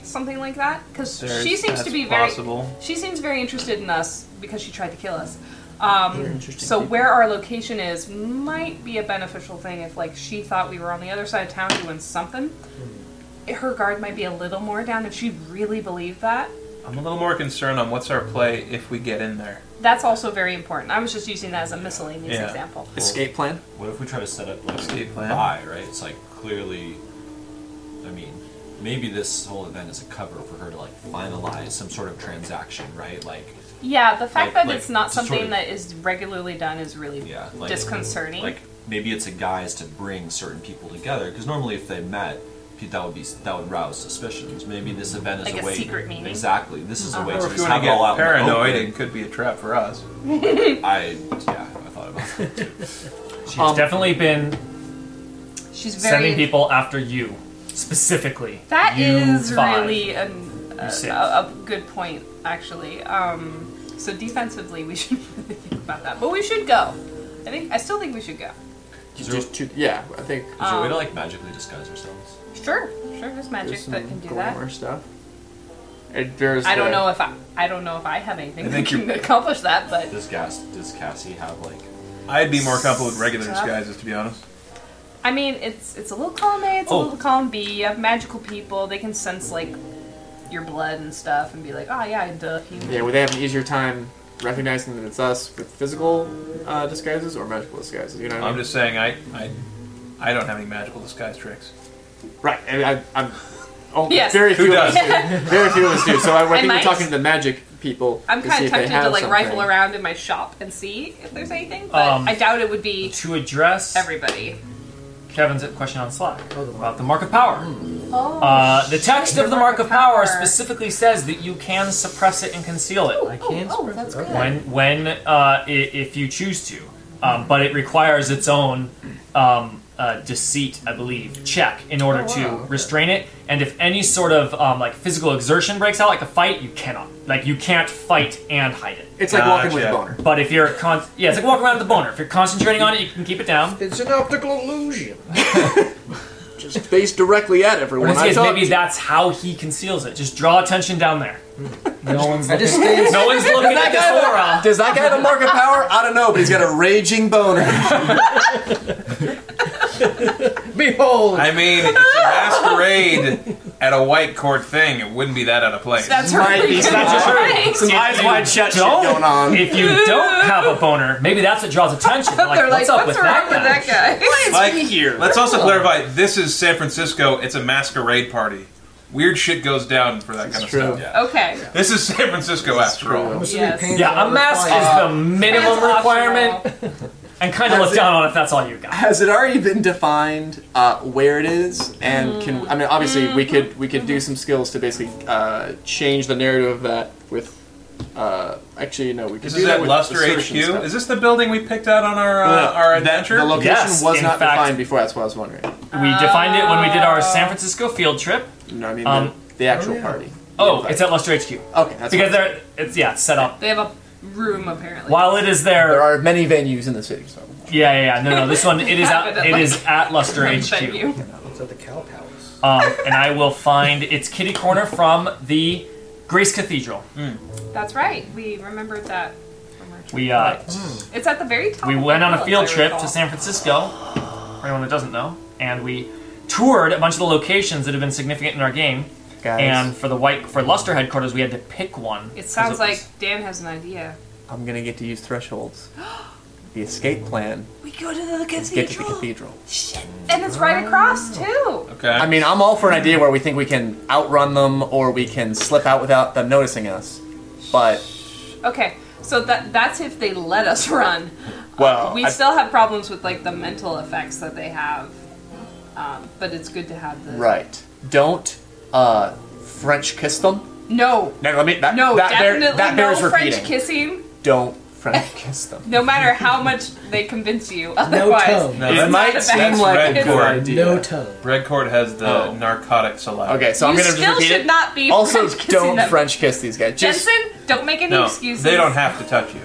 B: something like that. Because
C: There's-
B: she seems to
C: that's
B: be very
C: possible.
B: she seems very interested in us because she tried to kill us. Um,
E: interesting
B: so
E: people.
B: where our location is might be a beneficial thing if like she thought we were on the other side of town doing something.
E: Hmm.
B: Her guard might be a little more down if she really believed that.
C: I'm a little more concerned on what's our play if we get in there.
B: That's also very important. I was just using that as a miscellaneous
C: Yeah.
B: example.
E: Escape plan.
F: What if we try to set up like
C: Escape plan.
F: buy, right? It's like clearly, I mean, maybe this whole event is a cover for her to like finalize some sort of transaction, right? Like,
B: Yeah, the fact
F: Like-
B: that
F: like,
B: it's not
F: just sort
B: something
F: of-
B: that is regularly done is really
F: yeah, like
B: disconcerting.
F: Like maybe it's a guise to bring certain people together because normally if they met, pe- that would be that would rouse suspicions. Maybe this event is
B: Like
F: a
B: a
F: way
B: secret meeting?
F: Exactly, this is a way
C: Or
F: to
C: if you
F: just
C: want
F: have
C: to
F: it all
C: get
F: out. in the
C: paranoid,
F: open.
C: it could be a trap for us.
F: I yeah, I thought about that.
A: She's
E: Um,
A: definitely been
B: She's very.
A: sending people after you specifically.
B: That
A: You
B: is
A: five.
B: really an, a,
A: six.
B: a, a good point, actually. Um, so defensively, we should really think about that. But we should go. I think I still think we should go.
E: You
F: Is there-
E: just shoot- yeah, I think
F: Is there a way to
B: Um,
F: like magically disguise ourselves?
B: Sure, sure. There's magic
E: there's
B: that
E: some
B: can do
E: glamour
B: that.
E: stuff. And there's
B: I don't
E: the-
B: know if I. I don't know if I have anything
C: I
B: that
C: think
B: can accomplish that, but
F: Does Gas does Cassie have like
C: I'd be more comfortable with regular
B: Stuff.
C: disguises, to be honest.
B: I mean, it's it's a little column A, it's
F: Oh.
B: a little column B. You have magical people; they can sense like your blood and stuff, and be like, "Oh yeah, duh." Human.
E: Yeah, would they have an easier time recognizing that it's us with physical uh, disguises or magical disguises? You know what I
C: I'm
E: mean?
C: just saying, I, I, I don't have any magical disguise tricks.
E: right. I mean, I, I'm. Oh,
B: Yes.
E: very
C: Who
E: few of us
C: does?
E: do. Very few of us do. So I, I think we're
B: might.
E: talking to the magic people.
B: I'm
E: to
B: kind
E: see
B: of
E: if they
B: tempted to
E: have
B: like rifle
E: something.
B: around in my shop and see if there's anything, but
A: Um,
B: I doubt it would be
A: To address
B: everybody.
A: Kevin's question on Slack about the mark of power.
E: Hmm.
B: Oh,
A: Uh, the text of the mark of power specifically says that you can suppress it and conceal it.
D: I can
B: oh,
D: spread
B: that's
D: it. Okay.
B: good.
A: when when uh, i- if you choose to, um, but it requires its own um, uh, deceit, I believe, check in order
D: Oh,
A: to
D: wow, okay.
A: restrain it. And if any sort of um, like physical exertion breaks out, like a fight, you cannot like you can't fight and hide it.
E: It's like walking with a
C: Gotcha.
E: boner.
A: But if you're con- yeah, it's like walking around with a boner. If you're concentrating on it, you can keep it down.
D: It's an optical illusion.
E: Just face directly at everyone.
A: But in this
E: I
A: case,
E: thought-
A: maybe that's how he conceals it. Just draw attention down there. No one's
D: I
A: looking.
D: just stand
A: No one's looking at
E: that
A: this
E: guy have a-
A: aura.
E: Does that guy have a market power? I don't know, but he's got a raging boner.
D: Behold!
C: I mean, it's a masquerade at a white court thing. It wouldn't be that out of place.
B: That's
E: might
B: right.
E: be
B: That's
E: some-
B: right.
E: Some eyes
A: you
E: wide shut shit
A: don't-
E: going on.
A: If you don't have a boner, maybe that's what draws attention. They're like,
B: They're
A: what's
B: like,
A: up
B: what's
A: with,
B: wrong
A: that
B: with that guy?
C: Like, Let's also clarify: this is San Francisco. It's a masquerade party. Weird shit goes down for that kind of
E: true.
C: stuff.
F: yeah?
B: Okay.
C: This is San Francisco after all.
D: I'm assuming
B: Yes.
D: pants
A: Yeah,
D: are
A: a mask
D: required.
A: is the minimum
B: That's
A: requirement,
B: optional.
A: and kind of
E: Has
A: look
E: it-
A: down on if that's all you got.
E: Has it already been defined uh, where it is, and can I mean obviously we could we could do some skills to basically uh, change the narrative of that with uh, actually no we could
C: This
E: do
C: is
E: that
C: at
E: with
C: Luster HQ.
E: assertion stuff.
C: Is this the building we picked out on our uh,
E: No,
C: our
E: that-
C: adventure?
E: The location
A: Yes,
E: was
A: in
E: not
A: fact-
E: defined before. That's what I was wondering.
A: We defined it when we did our San Francisco field trip.
E: You know, what I mean
A: Um,
E: the, the actual
D: oh, yeah.
E: party.
A: Oh,
E: The
A: it's
E: invite.
A: at Luster HQ
E: okay. That's
A: because
E: fine.
A: they're it's yeah, it's set up.
B: They have a room apparently.
A: While it is
E: there
A: there,
E: are many venues in the city. So
A: yeah, yeah, yeah, no, no, this one it is
B: Have
A: at,
B: it at,
A: it
B: like,
A: is at Luster
B: Thank
A: HQ.
B: you.
D: It's at the Cow Palace.
A: Um, and I will find its kitty corner from the Grace Cathedral.
B: That's right. We remembered that. from our
A: We uh,
B: It's at the very top.
A: we
B: of the
A: went on a
B: world,
A: field
B: I
A: trip to
B: recall.
A: San Francisco, for anyone that doesn't know, and we toured a bunch of the locations that have been significant in our game.
E: Guys.
A: And for the white for Luster headquarters, we had to pick one.
B: It
A: 'cause
B: sounds
A: was-
B: like Dan has an idea.
E: I'm gonna get to use thresholds. The escape plan
B: We go to the
E: is get to the
B: cathedral.
E: cathedral.
B: Shit. And it's right across too.
C: Okay.
E: I mean, I'm all for an idea where we think we can outrun them or we can slip out without them noticing us. But
B: Okay, so that that's if they let us run.
E: well,
B: we
E: Oh, I-
B: still have problems with like the mental effects that they have, um, but it's good to have the
E: right. Don't uh, French kiss them.
B: No,
E: No, let me. That,
B: no,
E: that bear-
B: definitely
E: that
B: no
E: bears
B: French
E: repeating.
B: kissing.
E: Don't French kiss them.
B: No matter how much they convince you,
D: No
B: otherwise.
D: tongue.
C: no,
E: it
C: that's,
E: might
B: that's
E: seem
C: that's
E: like
C: red
E: a good
C: cord.
E: idea.
D: No tongue.
C: Red Cord has the
E: Oh.
C: narcotics allowed.
E: Okay, so I'm
B: you
E: gonna just
B: still
E: repeat
B: should
E: it.
B: not be
E: Also,
B: French kissing
E: don't
B: them.
E: French kiss these guys. Just
B: Jensen, don't make any
C: No,
B: excuses.
C: they don't have to touch you.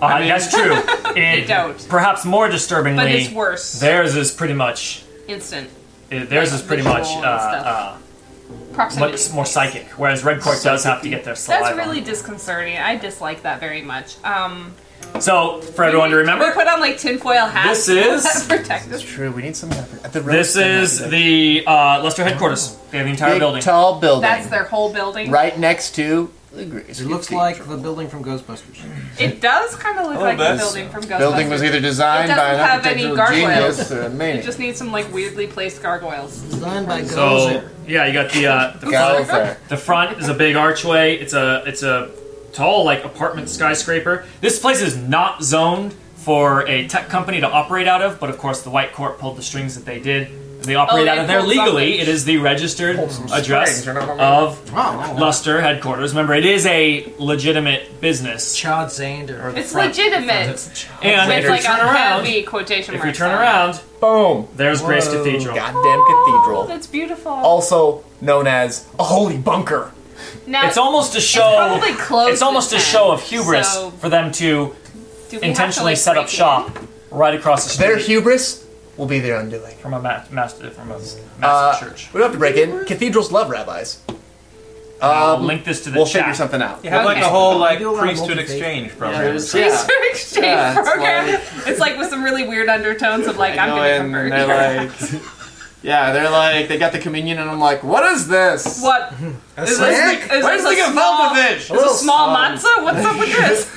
A: Uh, that's true. they
B: don't.
A: Perhaps more disturbingly,
B: But it's worse.
A: Theirs is pretty much.
B: Instant
A: it- Theirs
B: Like
A: is pretty
B: visual
A: much
B: and
A: uh,
B: stuff.
A: uh,
B: proximity.
A: much more psychic, whereas Red Cork does have to get their saliva.
B: That's really disconcerting. I dislike that very much. Um,
A: So for everyone to
B: We
A: remember,
B: put on like tinfoil hats.
A: This is-
B: to protect us.
E: true. We need something. After, at the
A: this
E: roadside,
A: is
E: that'd be
A: the uh, Luster headquarters. They have the
E: a
A: entire
E: big,
A: building.
E: tall building.
B: That's their whole building.
E: right next to the Grease.
D: It looks like the building from Ghostbusters.
B: It does kind of look
C: Oh,
B: like the
C: that's-
B: building from Ghostbusters.
E: building was either designed
B: It doesn't
E: by an
B: have any
E: architectural
B: gargoyles.
E: genius or a
B: It
E: maniac.
B: just needs some like weirdly placed gargoyles.
D: Designed by
A: So
D: Gozer.
A: yeah, you got the uh, the
E: Go
A: front.
E: for
A: The front is a big archway. It's a it's a tall like apartment skyscraper. This place is not zoned for a tech company to operate out of, but of course the White Court pulled the strings that they did. They operate
B: Oh, they
A: out of there
B: pulled
A: legally. It
B: something.
A: is the registered address
E: strings, you know what I
A: of Luster headquarters. Remember, it is a legitimate business.
D: Chad Zander. Or the
B: It's
D: front.
B: legitimate.
A: And
B: With
A: if you
B: like a
A: turn around,
B: heavy quotation
A: if
B: mark.
A: you turn around,
E: Boom.
A: there's Grace
D: Whoa.
A: Cathedral.
E: Goddamn
B: Oh,
E: cathedral.
B: that's beautiful.
E: Also known as a holy bunker.
B: now,
A: It's almost a show.
B: probably closed
A: It's almost
B: at
A: a
B: 10,
A: show of hubris
B: so
A: for them to
B: do we have
A: intentionally
B: to, like,
A: set up
B: break in?
A: shop right across the street.
E: Their hubris will be their undoing.
A: from a ma- master from a master
E: Uh,
A: church.
E: We don't have to break in. Cathedrals love rabbis.
A: I'll
E: Um,
A: link this to the
E: we'll
A: chat.
E: figure something out.
C: You have like
B: Okay.
C: a whole like
D: We do a lot of
C: priesthood
D: multi-faith.
C: exchange
E: Yeah,
C: program.
E: there's-
B: These are exchange
E: Yeah, it's
B: program.
E: like-
B: it's like with some really weird undertones of like
E: I
B: I'm
E: go
B: gonna
E: in
B: convert.
E: and they're like, yeah, they're like, they got the communion, and I'm like, what is this?
B: what?
D: A
B: Is
D: snack?
B: this, is
E: Where's
B: this
E: the
B: a small, is
E: gefilte
D: A little
B: this small
D: song.
B: matzah? What's up with this?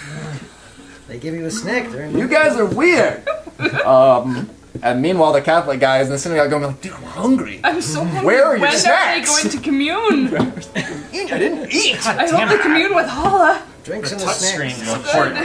D: They give you a snack during
E: You guys are weird. um, and meanwhile, the Catholic guys in the synagogue going like, dude, I'm hungry.
B: I'm so hungry.
E: Where are your
B: when are they
E: snacks?
B: going to commune?
E: I didn't eat.
B: I hope they commune with Hala.
D: drinks and a
A: touchscreen
D: snack.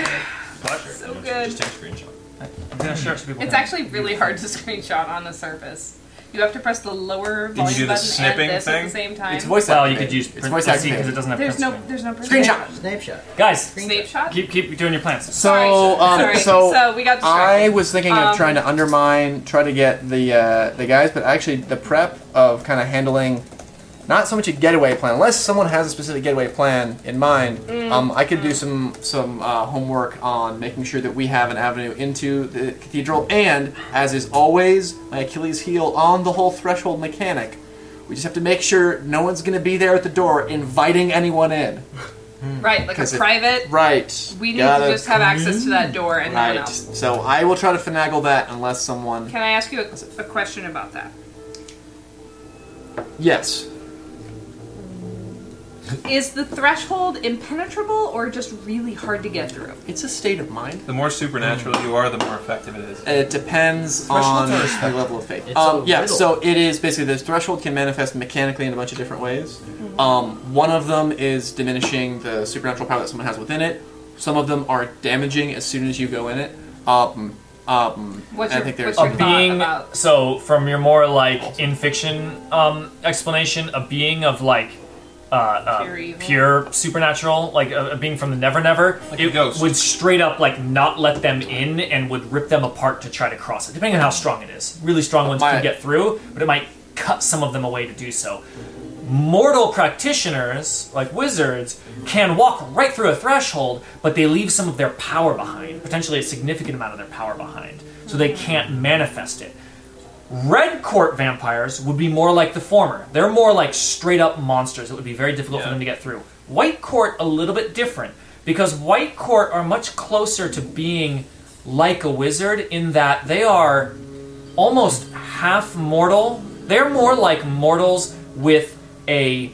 A: is important.
B: So good.
F: Just take a screenshot.
A: I'm gonna share it so people
B: It's
A: can-
B: actually really hard to screenshot on the surface. You have to press the lower volume
C: you do the
B: button
C: snipping
B: and this at
C: thing?
B: the same time.
E: It's voice
A: Well, you
E: activated.
A: could use
E: it's
A: print
E: voice
A: to see because it
E: activated.
A: doesn't have
B: there's
A: print
B: no,
A: screen.
B: there's no
E: Screenshot.
D: Snapshot.
A: Guys,
B: Snapshot.
A: keep keep doing your plans.
E: So, um,
B: Sorry.
E: so,
B: So we got distracted.
E: I was thinking of
B: Um,
E: trying to undermine, try to get the uh, the guys, but actually the prep of kind of handling, not so much a getaway plan, unless someone has a specific getaway plan in mind.
B: Mm,
E: Um, I could do some some uh, homework on making sure that we have an avenue into the cathedral, and as is always, my Achilles heel on the whole threshold mechanic. We just have to make sure no one's going to be there at the door inviting anyone in.
B: Right, like a
E: 'Cause it-
B: private.
E: Right.
B: We need
E: Gotta
B: to just have access to that door and no one
E: Right.
B: else.
E: So I will try to finagle that unless someone.
B: Can I ask you a, a question about that?
E: Yes.
B: Is the threshold impenetrable or just really hard to get through?
E: It's a state of mind.
C: The more supernatural
D: Mm.
C: you are, the more effective it is.
E: It depends on
D: Thresholds are-
E: your level of faith.
D: It's
E: Um,
D: a
E: yeah,
D: riddle.
E: so it is basically this threshold can manifest mechanically in a bunch of different ways. Um, one of them is diminishing the supernatural power that someone has within it. Some of them are damaging as soon as you go in it. Um, um,
B: What's
E: I
B: your-
E: think there's
B: what's
A: A
B: your- thought
A: being
B: about-
A: so from your more like in fiction um, explanation, a being of like uh, uh,
B: Pure evil?
A: pure supernatural, like a, a being from the Never Never,
C: Like a
A: it
C: ghost.
A: would straight up like not let them in and would rip them apart to try to cross it. Depending on how strong it is, really strong ones
E: My-
A: can get through, but it might cut some of them away to do so. Mortal practitioners, like wizards, can walk right through a threshold, but they leave some of their power behind, potentially a significant amount of their power behind, so they can't manifest it. Red Court vampires would be more like the former. They're more like straight up monsters. It would be very difficult for
C: Yeah.
A: them to get through. White Court, a little bit different. because white court are much closer to being like a wizard in that they are almost half mortal. They're more like mortals with a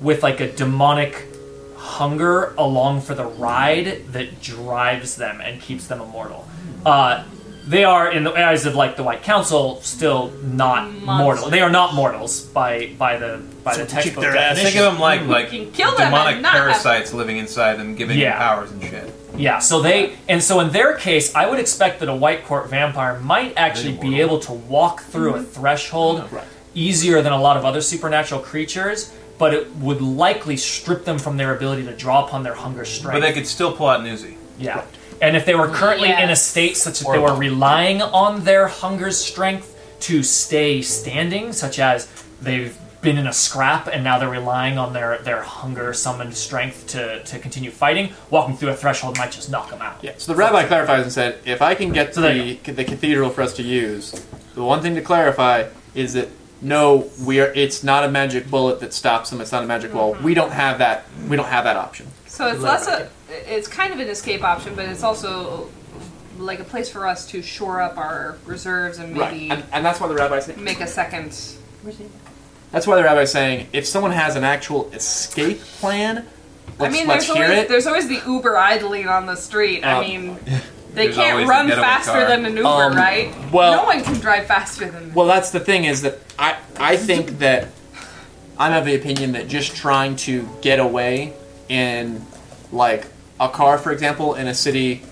A: with like a demonic hunger along for the ride that drives them and keeps them immortal. Uh, they are, in the eyes of like the White Council, still not mortal. They are not mortals by by the by the textbook definition.
C: Think of them
E: Mm.
C: like like
B: You can kill them
C: demonic
B: and not have-
C: parasites living inside them, giving
A: Yeah.
C: them powers and shit.
A: Yeah, so they and so in their case, I would expect that a white court vampire might actually be
F: immortal.
A: able to walk through a threshold easier than a lot of other supernatural creatures, but it would likely strip them from their ability to draw upon their hunger strength.
C: But they could still pull out an Uzi.
A: yeah. And if they were currently in a
B: Yes.
A: state such that
F: Or
A: they were
F: walk.
A: relying on their hunger strength to stay standing, such as they've been in a scrap and now they're relying on their, their hunger summoned strength to, to continue fighting, walking through a threshold might just knock them out.
E: Yeah. So the rabbi clarifies and said, if I can get
A: So there you
E: the the cathedral for us to use, the one thing to clarify is that no, we are. It's not a magic bullet that stops them. It's not a magic wall.
B: Mm-hmm.
E: We don't have that. We don't have that option.
B: So it's less a, it's kind of an escape option, but it's also like a place for us to shore up our reserves and maybe
E: And, and that's why the rabbi said.
B: make a second.
E: That's why the rabbi's saying if someone has an actual escape plan, let's,
B: I mean,
E: let's
B: there's
E: hear
B: always
E: it.
B: there's always the Uber idling on the street.
E: Um,
B: I mean, they
C: There's
B: can't
C: always
B: run
C: the getaway
B: faster
C: car.
B: than an Uber,
E: Um,
B: right?
E: well-
B: no one can drive faster than.
E: Well, that's the thing is that I I think that I'm of the opinion that just trying to get away in like a car, for example, in a city.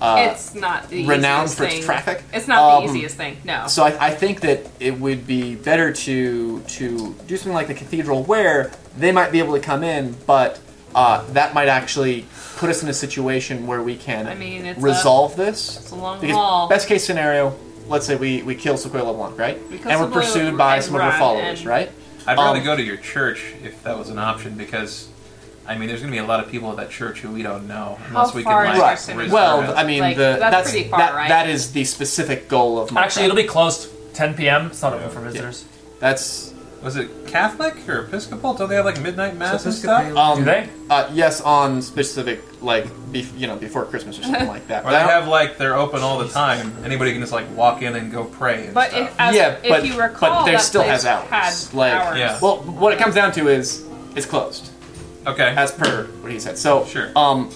E: Uh,
B: it's not the
E: renowned
B: easiest
E: for its
B: thing.
E: traffic.
B: It's not the
E: Um,
B: easiest thing. No.
E: so I, I think that it would be better to to do something like the cathedral, where they might be able to come in, but uh, that might actually put us in a situation where we can
B: I mean, it's a-
E: resolve this.
B: it's a long
E: Because
B: haul.
E: best case scenario, let's say we, we kill Sequoia LeBlanc, right?
B: We kill
E: and we're
B: Sequoia
E: pursued by
B: and
E: some of her
B: run
E: followers,
B: and-
E: right?
C: I'd
E: Um,
C: rather go to your church if that was an option because, I mean, there's going to be a lot of people at that church who we don't know unless we
B: far
C: can
B: is
C: like
B: our
C: raise
B: city?
C: our
E: Well,
C: health.
E: I mean,
B: Like,
E: the,
B: that's
E: that's,
B: pretty far,
E: that,
B: right?
E: that is the specific goal of my
A: Actually, it'll be closed 10 p.m. It's not open for visitors.
E: that's
C: was it Catholic or Episcopal? Don't they have like midnight mass and
D: Episcopal.
C: stuff?
E: um,
A: Do they?
E: Uh, yes, on specific like bef- you know before Christmas or something like that.
C: Or
E: But
C: they
E: I don't-
C: have like they're open all the time. Anybody can just like walk in and go pray and
B: but
C: stuff.
B: if, as,
E: yeah,
B: if
E: but
B: you recall,
E: but there
B: that
E: still
B: place
E: has hours.
B: Had
E: Like,
B: hours.
C: Yeah.
E: well, what it comes down to is it's closed.
B: uh,
C: okay,
E: as per what he said. So
C: Sure.
E: Um,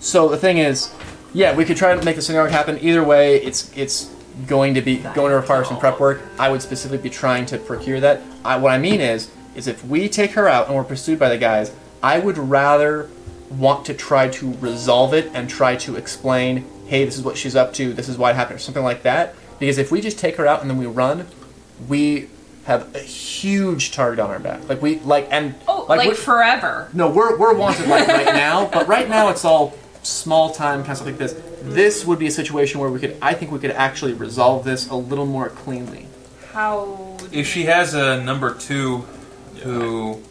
E: so the thing is, yeah, we could try to make the scenario happen. Either way, it's it's going to be going to require some prep work. I would specifically be trying to procure that. I, what I mean is, is if we take her out and we're pursued by the guys, I would rather want to try to resolve it and try to explain, hey, this is what she's up to, this is why it happened, or something like that. Because if we just take her out and then we run, we have a huge target on our back. Like we like and
B: Oh,
E: like
B: like,
E: we're-
B: forever.
E: no, we're, we're wanted like right now, but right now it's all small time kind of stuff like this. This would be a situation where we could, I think we could actually resolve this a little more cleanly.
B: How?
C: if she has a number two, who,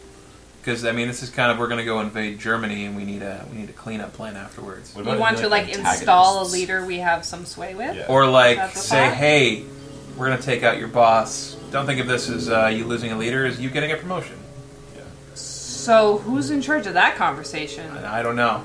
C: because I mean, this is kind of we're going to go invade Germany and we need a we need a cleanup plan afterwards.
F: What
B: you
F: about
B: want
F: the
B: to like
F: antagonists?
B: install a leader we have some sway with?
F: Yeah.
C: Or like
B: That's a
C: say,
B: thought.
C: hey, we're going to take out your boss. Don't think of this as uh, you losing a leader; as you getting a promotion.
B: So who's in charge of that conversation?
C: And I don't know.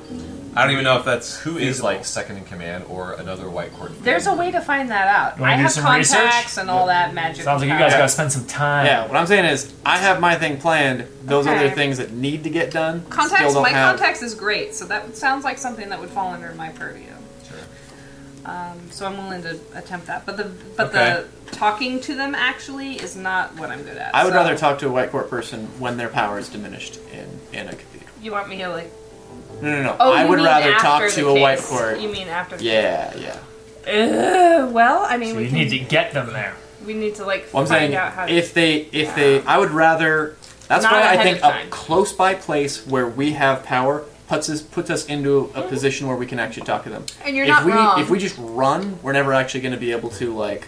C: I don't even know if that's
F: Who is
C: feasible.
F: like second in command or another white court?
B: There's a way to find that out.
A: You wanna
B: I
A: do
B: have
A: some
B: contacts
A: research?
B: and all that magic.
A: Sounds like you guys
E: Yeah.
A: gotta spend some time.
E: Yeah, what I'm saying is, I have my thing planned. Those
B: Okay.
E: other things that need to get done, still
B: contacts.
E: don't
B: My
E: have.
B: contacts is great, so that would- sounds like something that would fall under my purview.
F: Sure.
B: Um, so I'm willing to attempt that, but the but
C: Okay.
B: the talking to them actually is not what I'm good at.
E: I would
B: so
E: rather talk to a white court person when their power is diminished in, in a cathedral.
B: You want me to like?
E: No, no, no.
B: Oh,
E: I
B: you
E: would
B: mean
E: rather
B: after
E: talk
B: the
E: to a white
B: case.
E: court.
B: You mean after? the
E: Yeah, yeah.
B: Ugh, well, I mean,
A: So
B: we
A: you
B: can,
A: need to get them there.
B: we need to like
E: Well, I'm
B: find
E: saying
B: out how.
E: if they if they I would rather that's
B: Not
E: why I
B: ahead
E: think
B: of
E: a
B: time.
E: close by place where we have power puts us puts us into a position where we can actually talk to them.
B: And Mm-hmm. you're
E: if
B: not
E: we
B: wrong.
E: if we just run, we're never actually going to be able to like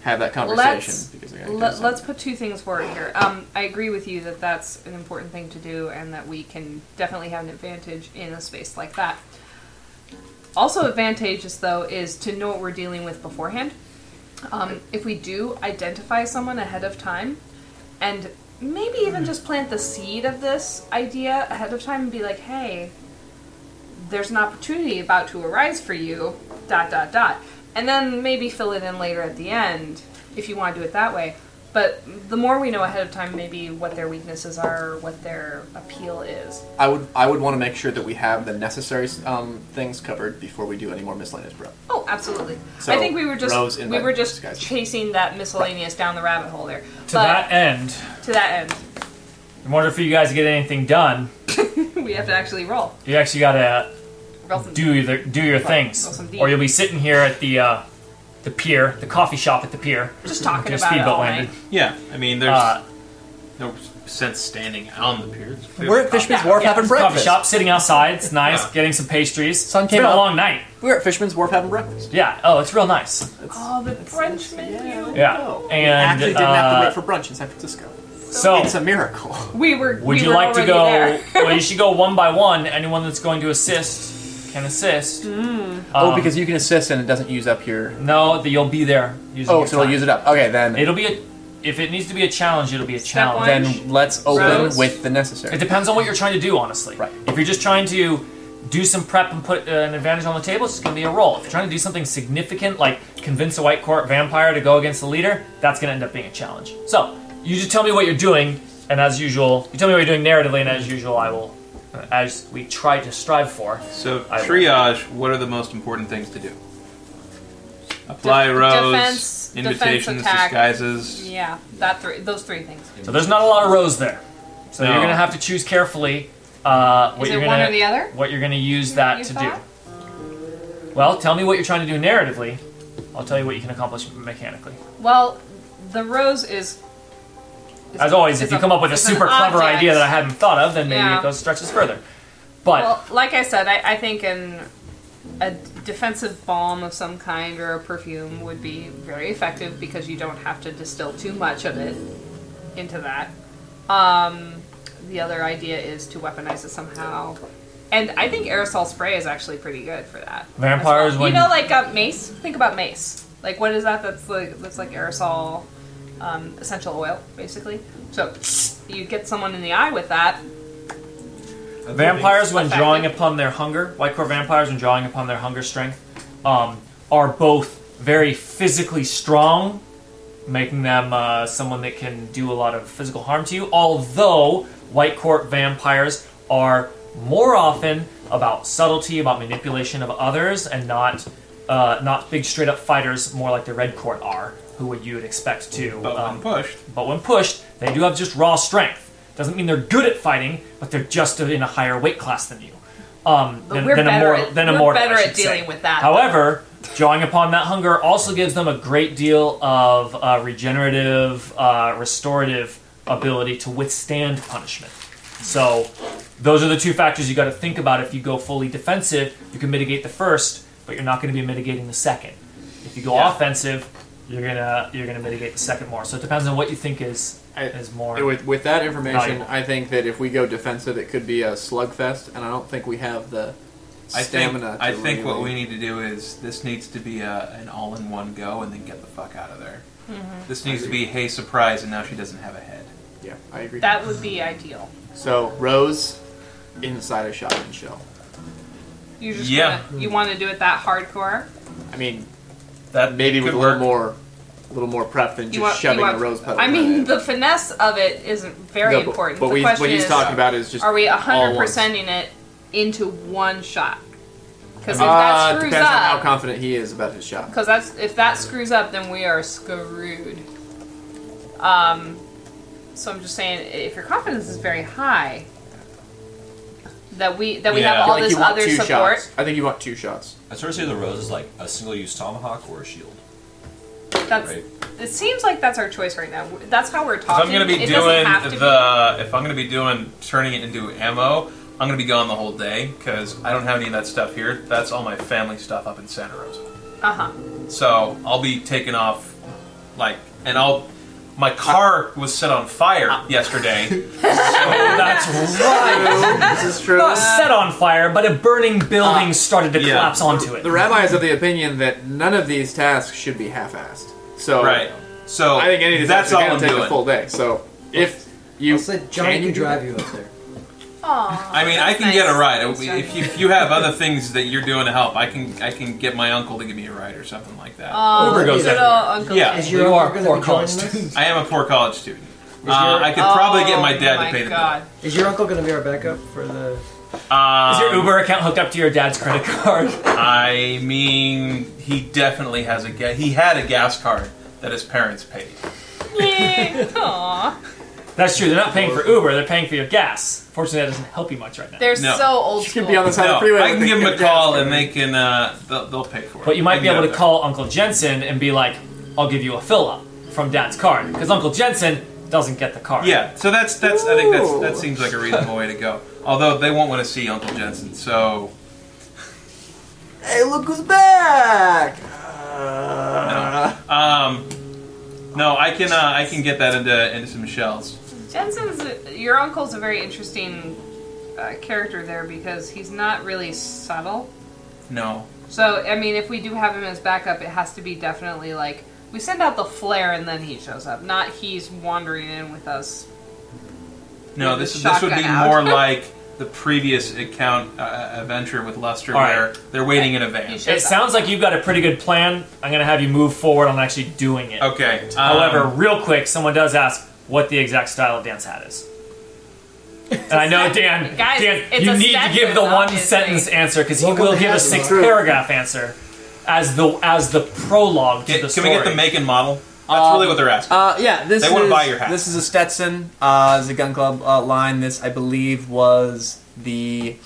E: have that conversation
B: let's
E: because they're gonna do
B: let,
E: something.
B: let's put two things forward here. Um, I agree with you that that's an important thing to do, and that we can definitely have an advantage in a space like that. Also, advantageous though is to know what we're dealing with beforehand. Um, if we do identify someone ahead of time, and maybe
E: Hmm.
B: even just plant the seed of this idea ahead of time and be like, hey, there's an opportunity about to arise for you, dot, dot, dot. And then maybe fill it in later at the end if you want to do it that way. But the more we know ahead of time, maybe what their weaknesses are, what their appeal is.
E: I would I would want to make sure that we have the necessary um, things covered before we do any more miscellaneous prep.
B: Oh, absolutely.
E: So,
B: I think we were
E: Rose
B: just
E: in
B: we
E: my
B: were just
E: disguise.
B: chasing that miscellaneous down the rabbit hole there.
A: To
B: but
A: that end,
B: to that
A: in order for you guys to get anything done,
B: end, we have to actually roll.
A: you actually gotta
B: Roll some
A: do either do your things,
B: some D.
A: or you'll be sitting here at the uh, the pier, the coffee shop at the pier.
B: just talking
A: Your
B: about it
A: speedboat
B: all
A: landed.
B: night.
C: Yeah, I mean, there's
A: Uh,
C: no sense standing on the pier. It's clearly
E: We're at
C: coffee.
E: Fishman's Wharf
A: yeah,
E: having
A: it's a coffee
E: breakfast.
A: shop, sitting outside. It's nice,
C: Yeah.
A: getting some pastries.
E: Sun
A: it's
E: came
A: been
E: up.
A: a long night.
E: We're at Fishman's Wharf having breakfast.
A: Yeah. Oh, it's real nice.
B: Oh, the brunch menu.
A: Yeah.
E: No. Oh, we
A: And
E: actually didn't have to
A: uh, Oh.
E: wait for brunch in San Francisco.
A: so.
E: It's a miracle.
B: We were.
A: Would
B: we
A: you
B: were
A: like to go?
B: already There.
A: well, you should go one by one. Anyone that's going to assist can assist.
B: Hmm.
E: oh,
A: Um,
E: because you can assist and it doesn't use up your.
A: no, that you'll be there. using
E: Oh,
A: your
E: so it'll
A: time.
E: use it up. Okay, then
A: It'll be a. If it needs to be a challenge, it'll be a challenge.
B: one.
E: then let's open
B: Rose.
E: with the
A: It
E: necessary.
A: depends on what you're trying to do, honestly.
E: Right.
A: If you're just trying to do some prep and put uh, an advantage on the table, it's going to be a roll. If you're trying to do something significant, like convince a white court vampire to go against the leader, that's going to end up being a challenge. So you just tell me what you're doing, and as usual, you tell me what you're doing narratively, and as usual, I will, uh, as we try to strive for.
C: So
A: I will.
C: triage. What are the most important things to do? Apply
B: Def-
C: rows,
B: defense-
C: invitations,
B: defense attack.
C: disguises.
B: yeah, that three, those three things.
A: So there's not a lot of rows there. So
C: No.
A: you're going to have to choose carefully uh, what
B: Is
A: you're
B: it
A: going
B: one
A: to
B: or the other?
A: what you're going to use that
B: use
A: to
B: that?
A: do. Well, tell me what you're trying to do narratively. I'll tell you what you can accomplish mechanically.
B: Well, the rose is. is-
A: As always, if
B: is
A: you come up with a
B: is an
A: super clever
B: object.
A: idea that I hadn't thought of, then maybe
B: Yeah.
A: it goes stretches further. But
B: Well, like I said, I, I think in a defensive balm of some kind or a perfume would be very effective because you don't have to distill too much of it into that. Um, the other idea is to weaponize it somehow. And I think aerosol spray is actually pretty good for that. as
A: Vampires
B: well.
A: when-
B: you know, like uh, mace. Think about mace. Like, what is that? That's like that's like aerosol, um, essential oil, basically. So you get someone in the eye with that.
A: vampires, when
B: Effective.
A: drawing upon their hunger, white core vampires, when drawing upon their hunger strength, um, are both very physically strong, making them uh, someone that can do a lot of physical harm to you. Although white court vampires are more often about subtlety, about manipulation of others, and not uh, not big straight up fighters, more like the red court are, who would you would expect to
C: But
A: um,
C: when pushed,
A: but when pushed, they do have just raw strength. Doesn't mean they're good at fighting, but they're just in a higher weight class than you. Um,
B: But
A: than,
B: we're
A: than a
B: better
A: mor-
B: at-
A: than a
B: we're
A: mortal, I
B: better at
A: should say.
B: dealing with that.
A: However, drawing upon that hunger also gives them a great deal of uh, regenerative, uh, restorative ability to withstand punishment. So, those are the two factors you got to think about. If you go fully defensive, you can mitigate the first, but you're not going to be mitigating the second. If you go
C: Yeah.
A: offensive, you're gonna you're gonna mitigate the second more. So it depends on what you think is
E: I-
A: is more.
E: With, with that information,
A: Valuable.
E: I think that if we go defensive, it could be a slugfest, and I don't think we have the
C: I think,
E: stamina. to
C: I think what
E: really-
C: we need to do is this needs to be a, an all-in-one go, and then get the fuck out of there.
B: Mm-hmm.
C: This needs to be hey surprise, and now she doesn't have a head.
E: Yeah, I agree.
B: That would be ideal.
E: so Rose inside a shotgun shell.
B: You just
C: Yeah.
B: wanna, you want to do it that hardcore.
E: I mean,
C: That
E: maybe with
C: could
E: a little
C: work.
E: more, a little more prep than
B: You
E: just
B: want,
E: shoving
B: you want,
E: a rose petal.
B: I
E: in
B: mean,
E: it.
B: the finesse of it isn't very
E: No, but-
B: important.
E: But
B: the
E: we-
B: question
E: what he's
B: is,
E: talking about is just
B: are we
E: all
B: hundred
E: ones.
B: percenting it into one shot? Because if
E: Uh,
B: that
E: it
B: screws
E: depends on how
B: up,
E: confident he is about his shot.
B: because that's if that screws up, then we are screwed. Um, so I'm just saying, if your confidence is very high, that we that we
C: Yeah.
B: have
E: I
B: all
E: think
B: this
E: you want
B: other
E: two
B: support.
E: shots. I think you want two shots.
F: I sort of say the rose is like a single-use tomahawk or a shield,
B: That's
F: right?
B: It seems like that's our choice right now. That's how we're
C: If
B: talking.
C: I'm gonna be
B: it
C: doing
B: doesn't have to
C: the, if I'm gonna be doing turning it into ammo, I'm gonna be gone the whole day because I don't have any of that stuff here. That's all my family stuff up in Santa Rosa.
B: Uh huh.
C: So I'll be taken off, like, and I'll. My car was set on
B: Ah.
C: fire yesterday.
A: That's right.
E: this is true.
A: Not set on fire, but a burning building
E: Uh,
A: started to
C: yeah.
A: collapse onto it.
E: The rabbi is of the opinion that none of these tasks should be half-assed. So
C: right. So
E: I think any of these
C: that's
E: tasks
C: all
E: are
C: I'm
E: going to take
C: doing.
E: a full day. So if you
D: I'll say Johnny
E: can
D: can
E: you do
D: drive you up there.
B: Aw,
C: I mean, I
B: that's
C: can get a
B: nice.
C: ride
B: That's
C: if
B: nice.
C: you, if you have other things that you're doing to help. I can I can get my uncle to give me a ride or something like that.
B: Aw,
F: Uber goes
B: little
F: everywhere.
B: Uncle
C: Yeah.
B: Jay.
D: Is your
F: You are
D: uncle
F: poor
D: going to be
F: college
D: joining us?
C: I am a poor college student. Uh,
D: your-
C: I could probably get
B: Oh
C: my dad to pay the
B: God.
D: Is your uncle going to be our backup for the?
C: bill. Um,
A: Is your Uber account hooked up to your dad's credit card?
C: I mean, he definitely has a ga- he had a gas card that his parents paid.
B: Yay. Aw.
A: That's true. They're not paying for Uber. They're paying for your gas. Fortunately, that doesn't help you much right now.
B: They're
C: No.
B: so old
E: She
B: school.
E: could be on the side
C: No,
E: of the freeway.
C: I can
E: with
C: give him a
E: gas
C: call
E: card.
C: and they can uh, they'll, they'll pay for it.
A: But you might be
C: I can
A: able
C: go
A: to call Uncle Jensen and be like, "I'll give you a fill up from Dad's card," because Uncle Jensen doesn't get the card.
C: Yeah, so that's that's I think that's that
E: Ooh.
C: seems like a reasonable way to go. Although they won't want to see Uncle Jensen, so
E: Hey, look who's back! Uh,
C: um, no, I can uh, I can get that into into some shells.
B: Jensen's a, your uncle's a very interesting uh, character there because he's not really subtle.
C: No,
B: So I mean, if we do have him as backup, it has to be definitely like we send out the flare and then he shows up, not he's wandering in with us.
C: no,
B: With
C: this
B: the
C: is- this would be
B: shotgun out.
C: more like the previous account uh, adventure with Lester,
A: All right.
C: where they're waiting in a
B: He
C: van.
B: shows
A: It
B: up.
A: sounds like you've got a pretty good plan. I'm gonna have you move forward on actually doing it.
C: Okay. um,
A: However, real quick, someone does ask what the exact style of dance hat is. And I know
B: Stetson.
A: Dan.
B: Guys,
A: Dan,
B: it's
A: you
B: a
A: need to
B: Stetson,
A: give the one
B: obviously.
A: sentence answer because he
D: Welcome
A: will
D: to
A: give a
D: Hasbro.
A: six paragraph answer as the as the prologue to
C: get-
A: the
C: can we
A: story.
C: get the make and model? That's really what they're asking.
E: uh, yeah, this
C: They
E: is,
C: wanna buy your hat.
E: This is a Stetson. Uh, this is a gun club uh, line. This, I believe, was the. It,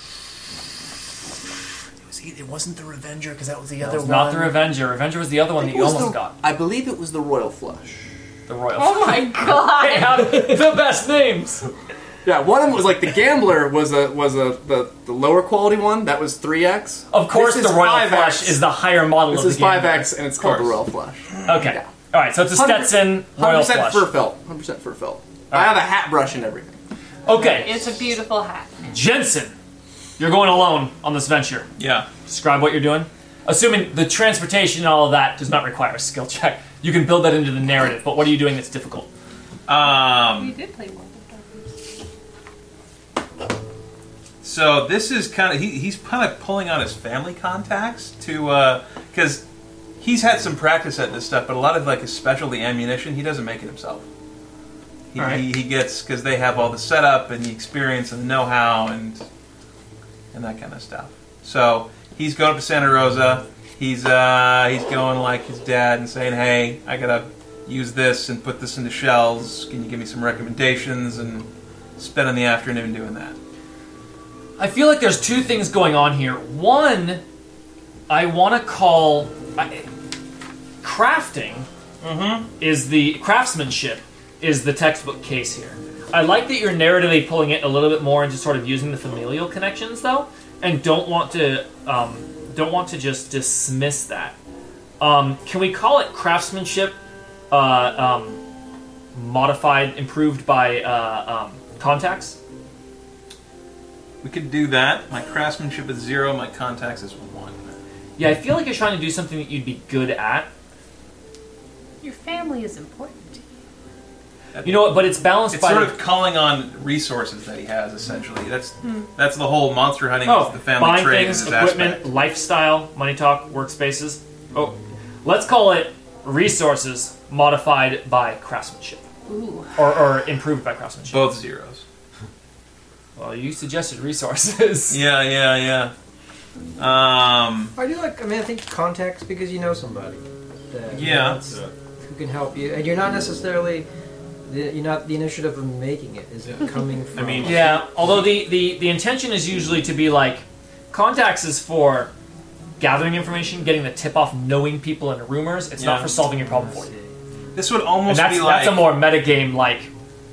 E: was, it wasn't the Revenger because that was the
A: That
E: other
A: was
E: one.
A: not the Revenger. Revenger was the other one that
E: It
A: you
E: was
A: almost
E: the-
A: got.
E: I believe it was the Royal Flush.
A: The Royal.
B: Oh my
A: They
B: god!
A: have the best names.
E: Yeah, one of them was like the Gambler was a was a the, the lower quality one that was three X.
A: Of course, the Royal Flush is the higher model
E: this
A: of
E: is
A: the game.
E: five X and it's called the
C: course.
E: Royal Flush.
A: Okay.
E: Yeah.
A: All right. So it's a
E: Hundred-
A: Stetson
E: Hundred
A: Royal
E: percent
A: Flush.
E: fur felt. Hundred percent fur felt. I
A: Alright.
E: have a hat brush and everything.
A: Okay.
B: It's a beautiful hat.
A: Jensen, you're going alone on this venture.
C: yeah.
A: Describe what you're doing. Assuming the transportation and all of that does not require a skill check, you can build that into the narrative. But what are you doing that's difficult?
C: Um,
B: We did play World of Darkness.
C: so this is kind of he, he's kind of pulling out his family contacts to because he's had some practice at this stuff, but a lot of like his specialty ammunition he doesn't make it himself. He,
A: All right.
C: he, he gets because they have all the setup and the experience and the know-how and and that kind of stuff. So he's going up to Santa Rosa. He's uh, he's going like his dad and saying, "Hey, I gotta use this and put this into shells. Can you give me some recommendations?" And spending the afternoon doing that.
A: I feel like there's two things going on here. One, I want to call I, crafting is the craftsmanship is the textbook case here. I like that you're narratively pulling it a little bit more and just sort of using the familial connections though, and don't want to um, don't want to just dismiss that. Um, can we call it craftsmanship uh, um, modified, improved by uh, um, contacts?
C: We could do that. My craftsmanship is zero. My contacts is one.
A: Yeah, I feel like you're trying to do something that you'd be good at.
B: Your family is important. to you.
A: You know what? But it's balanced
C: It's
A: by
C: sort of calling on resources that he has. Essentially, that's that's the whole monster hunting.
A: oh,
C: is the family
A: buying
C: trade
A: things,
C: is his
A: equipment,
C: aspect.
A: lifestyle, money talk, workspaces. Oh, let's call it resources modified by craftsmanship
B: Ooh.
A: or, or improved by craftsmanship.
C: Both zeros.
A: Well, you suggested resources.
C: Yeah, yeah, yeah. Um,
D: I do like. I mean, I think contacts because you know somebody. That,
C: Yeah.
D: that's- Who can help you, and you're not necessarily. The, you're not the initiative of making it. Is it coming from?
C: mean,
A: Yeah, although the, the, the intention is usually to be like contacts is for gathering information, getting the tip off, knowing people and rumors. It's not
C: Yeah.
A: for solving your problem
D: I
A: for you.
D: see.
C: this would
A: And
C: almost
A: that's
C: be like
A: that's a more metagame like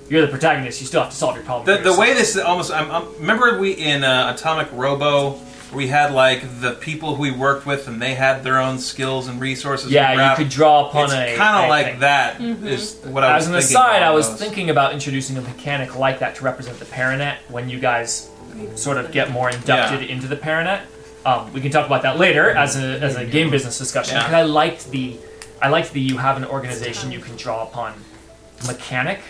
A: you're the protagonist, you still have to solve your problem.
C: the,
A: for
C: the
A: yourself.
C: way this is almost. I'm, i remember we in uh, Atomic Robo. We had like the people we worked with, and they had their own skills and resources. and
A: Yeah,
C: crap.
A: you could draw upon
C: It's
A: a.
C: kind
A: a
C: of like
A: thing.
C: that. Is what I was
A: As an
C: thinking
A: aside, I was
C: almost.
A: thinking about introducing a mechanic like that to represent the Paranet when you guys sort of get more inducted
C: Yeah.
A: into the Paranet. Um, we can talk about that later as a, as a game business discussion.
C: Yeah.
A: Because I liked the, I liked the you have an organization you can draw upon mechanic.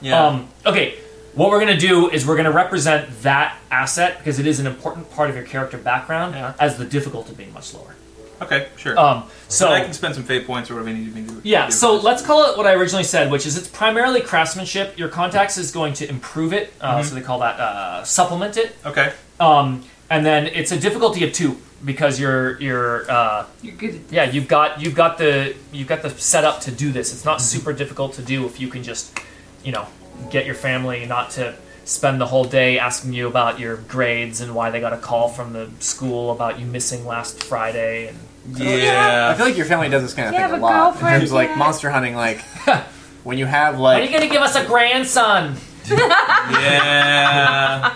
C: Yeah.
A: Um, okay, What we're going to do is we're going to represent that asset because it is an important part of your character background
C: Yeah.
A: as the difficulty being much lower.
C: Okay, sure.
A: Um, so
C: so uh, I can spend some fate points or whatever I need to do.
A: Yeah,
C: do
A: so
C: first.
A: let's call it what I originally said, which is it's primarily craftsmanship. Your contacts is going to improve it, uh, so they call that uh, supplement it.
C: Okay.
A: Um, and then it's a difficulty of two because you're you're uh,
B: You're good at
A: yeah you've got you've got the you've got the setup to do this. It's not super difficult to do if you can just you know get your family not to spend the whole day asking you about your grades and why they got a call from the school about you missing last Friday and
E: I
C: Yeah.
E: feel like your family does this kind of
B: Yeah,
E: thing a
B: but
E: lot in
B: girlfriend,
E: terms of like
B: yeah.
E: monster hunting. Like when you have
A: are you
E: like
A: gonna give us a grandson?
C: Yeah.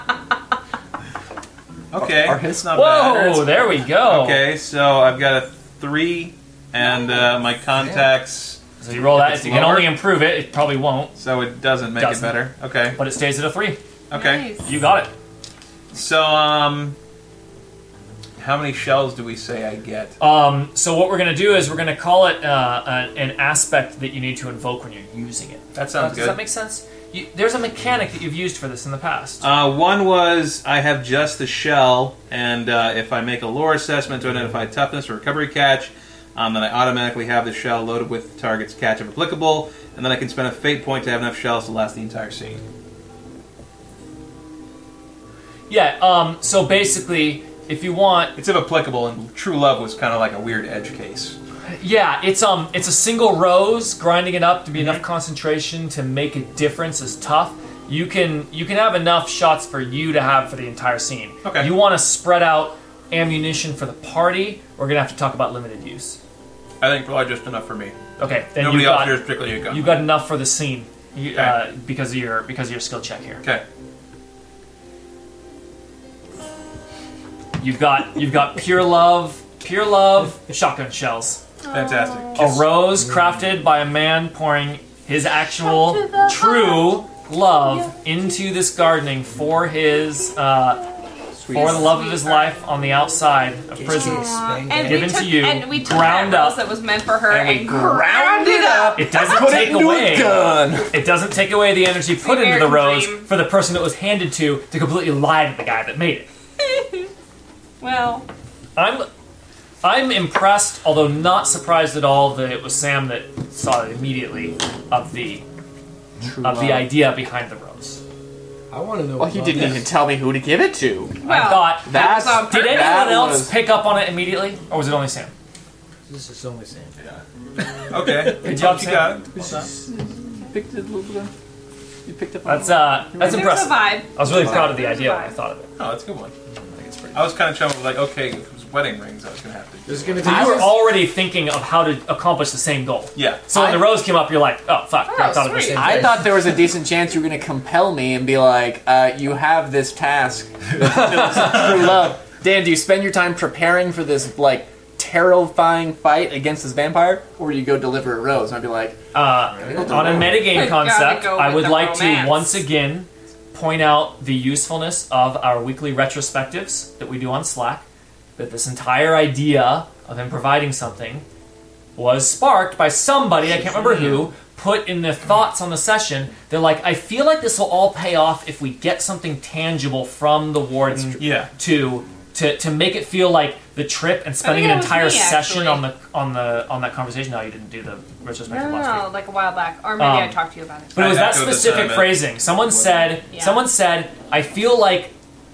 C: Okay.
E: Our- our
C: it's not bad.
A: Whoa, there we go.
C: Okay, so I've got a three, and uh, my contacts,
A: So you roll that.
C: If it's
A: If you can
C: lower-
A: only improve it, it probably won't,
C: so it doesn't make
A: Doesn't.
C: it better. Okay.
A: but it stays at a three.
C: Okay.
B: Nice.
A: You got it.
C: So um, how many shells do we say I get?
A: Um, so what we're gonna do is we're gonna call it uh, an, an aspect that you need to invoke when you're using it. Uh,
C: That sounds
A: does
C: good.
A: that make sense? You, there's a mechanic that you've used for this in the past.
C: Uh, one was I have just the shell, and uh, if I make a lore assessment to identify toughness or recovery catch, um, then I automatically have the shell loaded with the target's catch if applicable, and then I can spend a fate point to have enough shells to last the entire scene.
A: yeah. Um, so basically, if you want,
C: It's if applicable, and True Love was kind of like a weird edge case.
A: yeah, it's um, it's a single rose. Grinding it up to be
C: Mm-hmm.
A: enough concentration to make a difference is tough. You can you can have enough shots for you to have for the entire scene.
C: Okay.
A: You want to spread out ammunition for the party. We're gonna have to talk about limited use.
C: I think probably just enough for me.
A: Okay, then
C: Nobody
A: you
C: else
A: got
C: here is particularly good.
A: you got enough for the scene you, uh,
C: Okay.
A: because of your because of your skill check here.
C: okay.
A: You've got you've got pure love, pure love, shotgun shells.
C: Fantastic.
A: A rose
E: Mm.
A: crafted by a man pouring his actual
B: Shot to the
A: true love into this gardening for his uh,
E: sweet.
A: for the love of his
B: Sweet.
A: life on the outside of prison.
B: Aw,
D: Given
B: and
A: to
B: we took,
A: you,
B: and we took
A: ground
B: that
A: up,
B: rose that was meant for her
E: and we
B: ground it up.
A: It doesn't
E: put it
A: take
E: into
A: away
E: a gun.
A: It doesn't take away the energy put into the
B: American
A: rose
B: dream.
A: for the person that was handed to to completely lie to the guy that made it.
B: Well,
A: I'm I'm impressed, although not surprised at all that it was Sam that saw it immediately of the of the idea behind the rose.
D: I want to know.
E: Well, he
D: about
E: didn't
D: this.
E: even tell me who to give it to.
A: I
B: well.
A: thought
E: That's
B: was on
A: did
B: purpose.
E: that
A: anyone else
E: was-
A: pick up on it immediately, or was it only Sam?
D: This is only Sam.
C: Okay.
A: Good job,
C: But you
A: Sam.
C: got it.
E: Picked a little bit of- You picked up. on
A: That's uh, that's
B: There's
A: impressive.
B: a vibe.
A: I was really proud of the
B: There's a
A: idea when I
B: vibe.
A: thought of it.
C: Oh, that's a good one. I was kind of chummed with like, okay, if it was wedding rings, I was gonna have to.
D: There's gonna be.
A: So you were already thinking of how to accomplish the same goal.
C: Yeah.
A: So when the rose came up, you're like, oh fuck, I thought of the
B: sweet.
A: same.
E: I thought there was a decent chance you were going to compel me and be like, uh, "You have this task, true love." Dan, do you spend your time preparing for this like terrifying fight against this vampire, or you go deliver a rose? And I'd be like,
A: Uh, on a metagame
B: Good God,
A: concept,
B: we go
A: I
B: with
A: would
B: the
A: like to
B: romance.
A: once again point out the usefulness of our weekly retrospectives that we do on Slack. That this entire idea of him providing something was sparked by somebody, I can't remember who, put in their thoughts on the session. They're like, I feel like this will all pay off if we get something tangible from the warden
C: Yeah.
A: to to to make it feel like the trip and spending
B: think
A: an
B: it was
A: entire
B: me,
A: session
B: actually.
A: on the on the on that conversation. No, you didn't do the retrospective
B: No, no,
A: last week.
B: no, like a while back, or maybe I
A: Um,
B: talked to you about it.
A: But it was
C: I
A: that
C: echo the
A: specific
C: sentiment.
A: phrasing. Someone said,
B: Yeah.
A: someone said, I feel like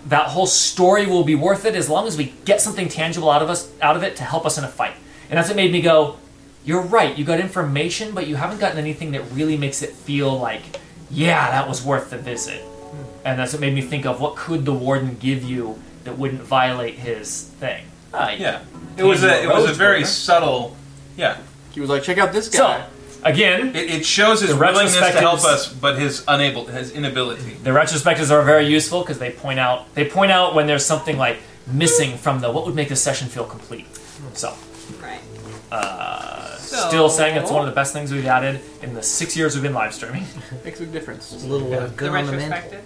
A: that whole story will be worth it as long as we get something tangible out of us out of it to help us in a fight. And that's what made me go, you're right. You got information, but you haven't gotten anything that really makes it feel like, yeah, that was worth the visit.
C: Hmm.
A: And that's what made me think of what could the warden give you that wouldn't violate his thing. Uh,
C: Ah, Yeah. It was a it was a very subtle. Yeah.
E: he was like, "Check out this
A: So
E: guy."
A: again,
C: It, it shows his
A: The
C: willingness to help
A: retrospectives-
C: us, but his unable his inability.
A: The retrospectives are very useful because they point out they point out when there's something like missing from the what would make the session feel complete. So,
B: Right.
A: uh,
B: So-
A: still saying it's one of the best things we've added in the six years we've been live streaming.
E: Makes a big difference.
D: a little uh,
B: The
D: good on the mantle.
B: retrospective.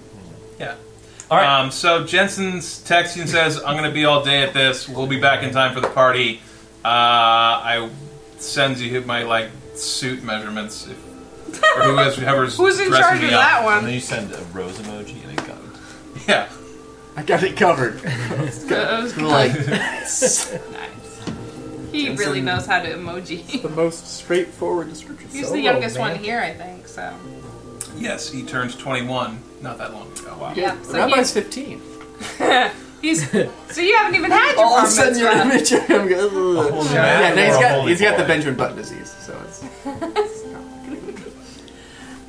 A: All right,
C: Um, so Jensen's texting says, "I'm going to be all day at this. We'll be back in time for the party." Uh, I sends you my like suit measurements if or who has whoever's
B: Who's in
C: dressing
B: charge
C: me
B: of
C: up.
B: that
F: And then
B: one?
F: you send a rose emoji and a gun.
C: Yeah,
E: I got it covered.
B: That was
E: like
B: nice. He really knows how to emoji.
E: the most straightforward description.
B: He's
D: Solo,
B: the youngest
D: man.
B: one here, I think. So
C: yes, he turns 21 not that long ago. Wow.
B: yeah,
E: The
B: so
E: rabbi's
B: he's,
E: fifteen.
B: he's so you haven't even had your
E: All of a
B: bar
E: sudden, you're
B: mitzvah.
E: in Mitchell. I'm going,
F: Holy
E: "Ugh."
F: man,
E: yeah, no, he's
F: or a
E: got
F: holy
E: he's got the
F: boy.
E: Benjamin Button disease, so it's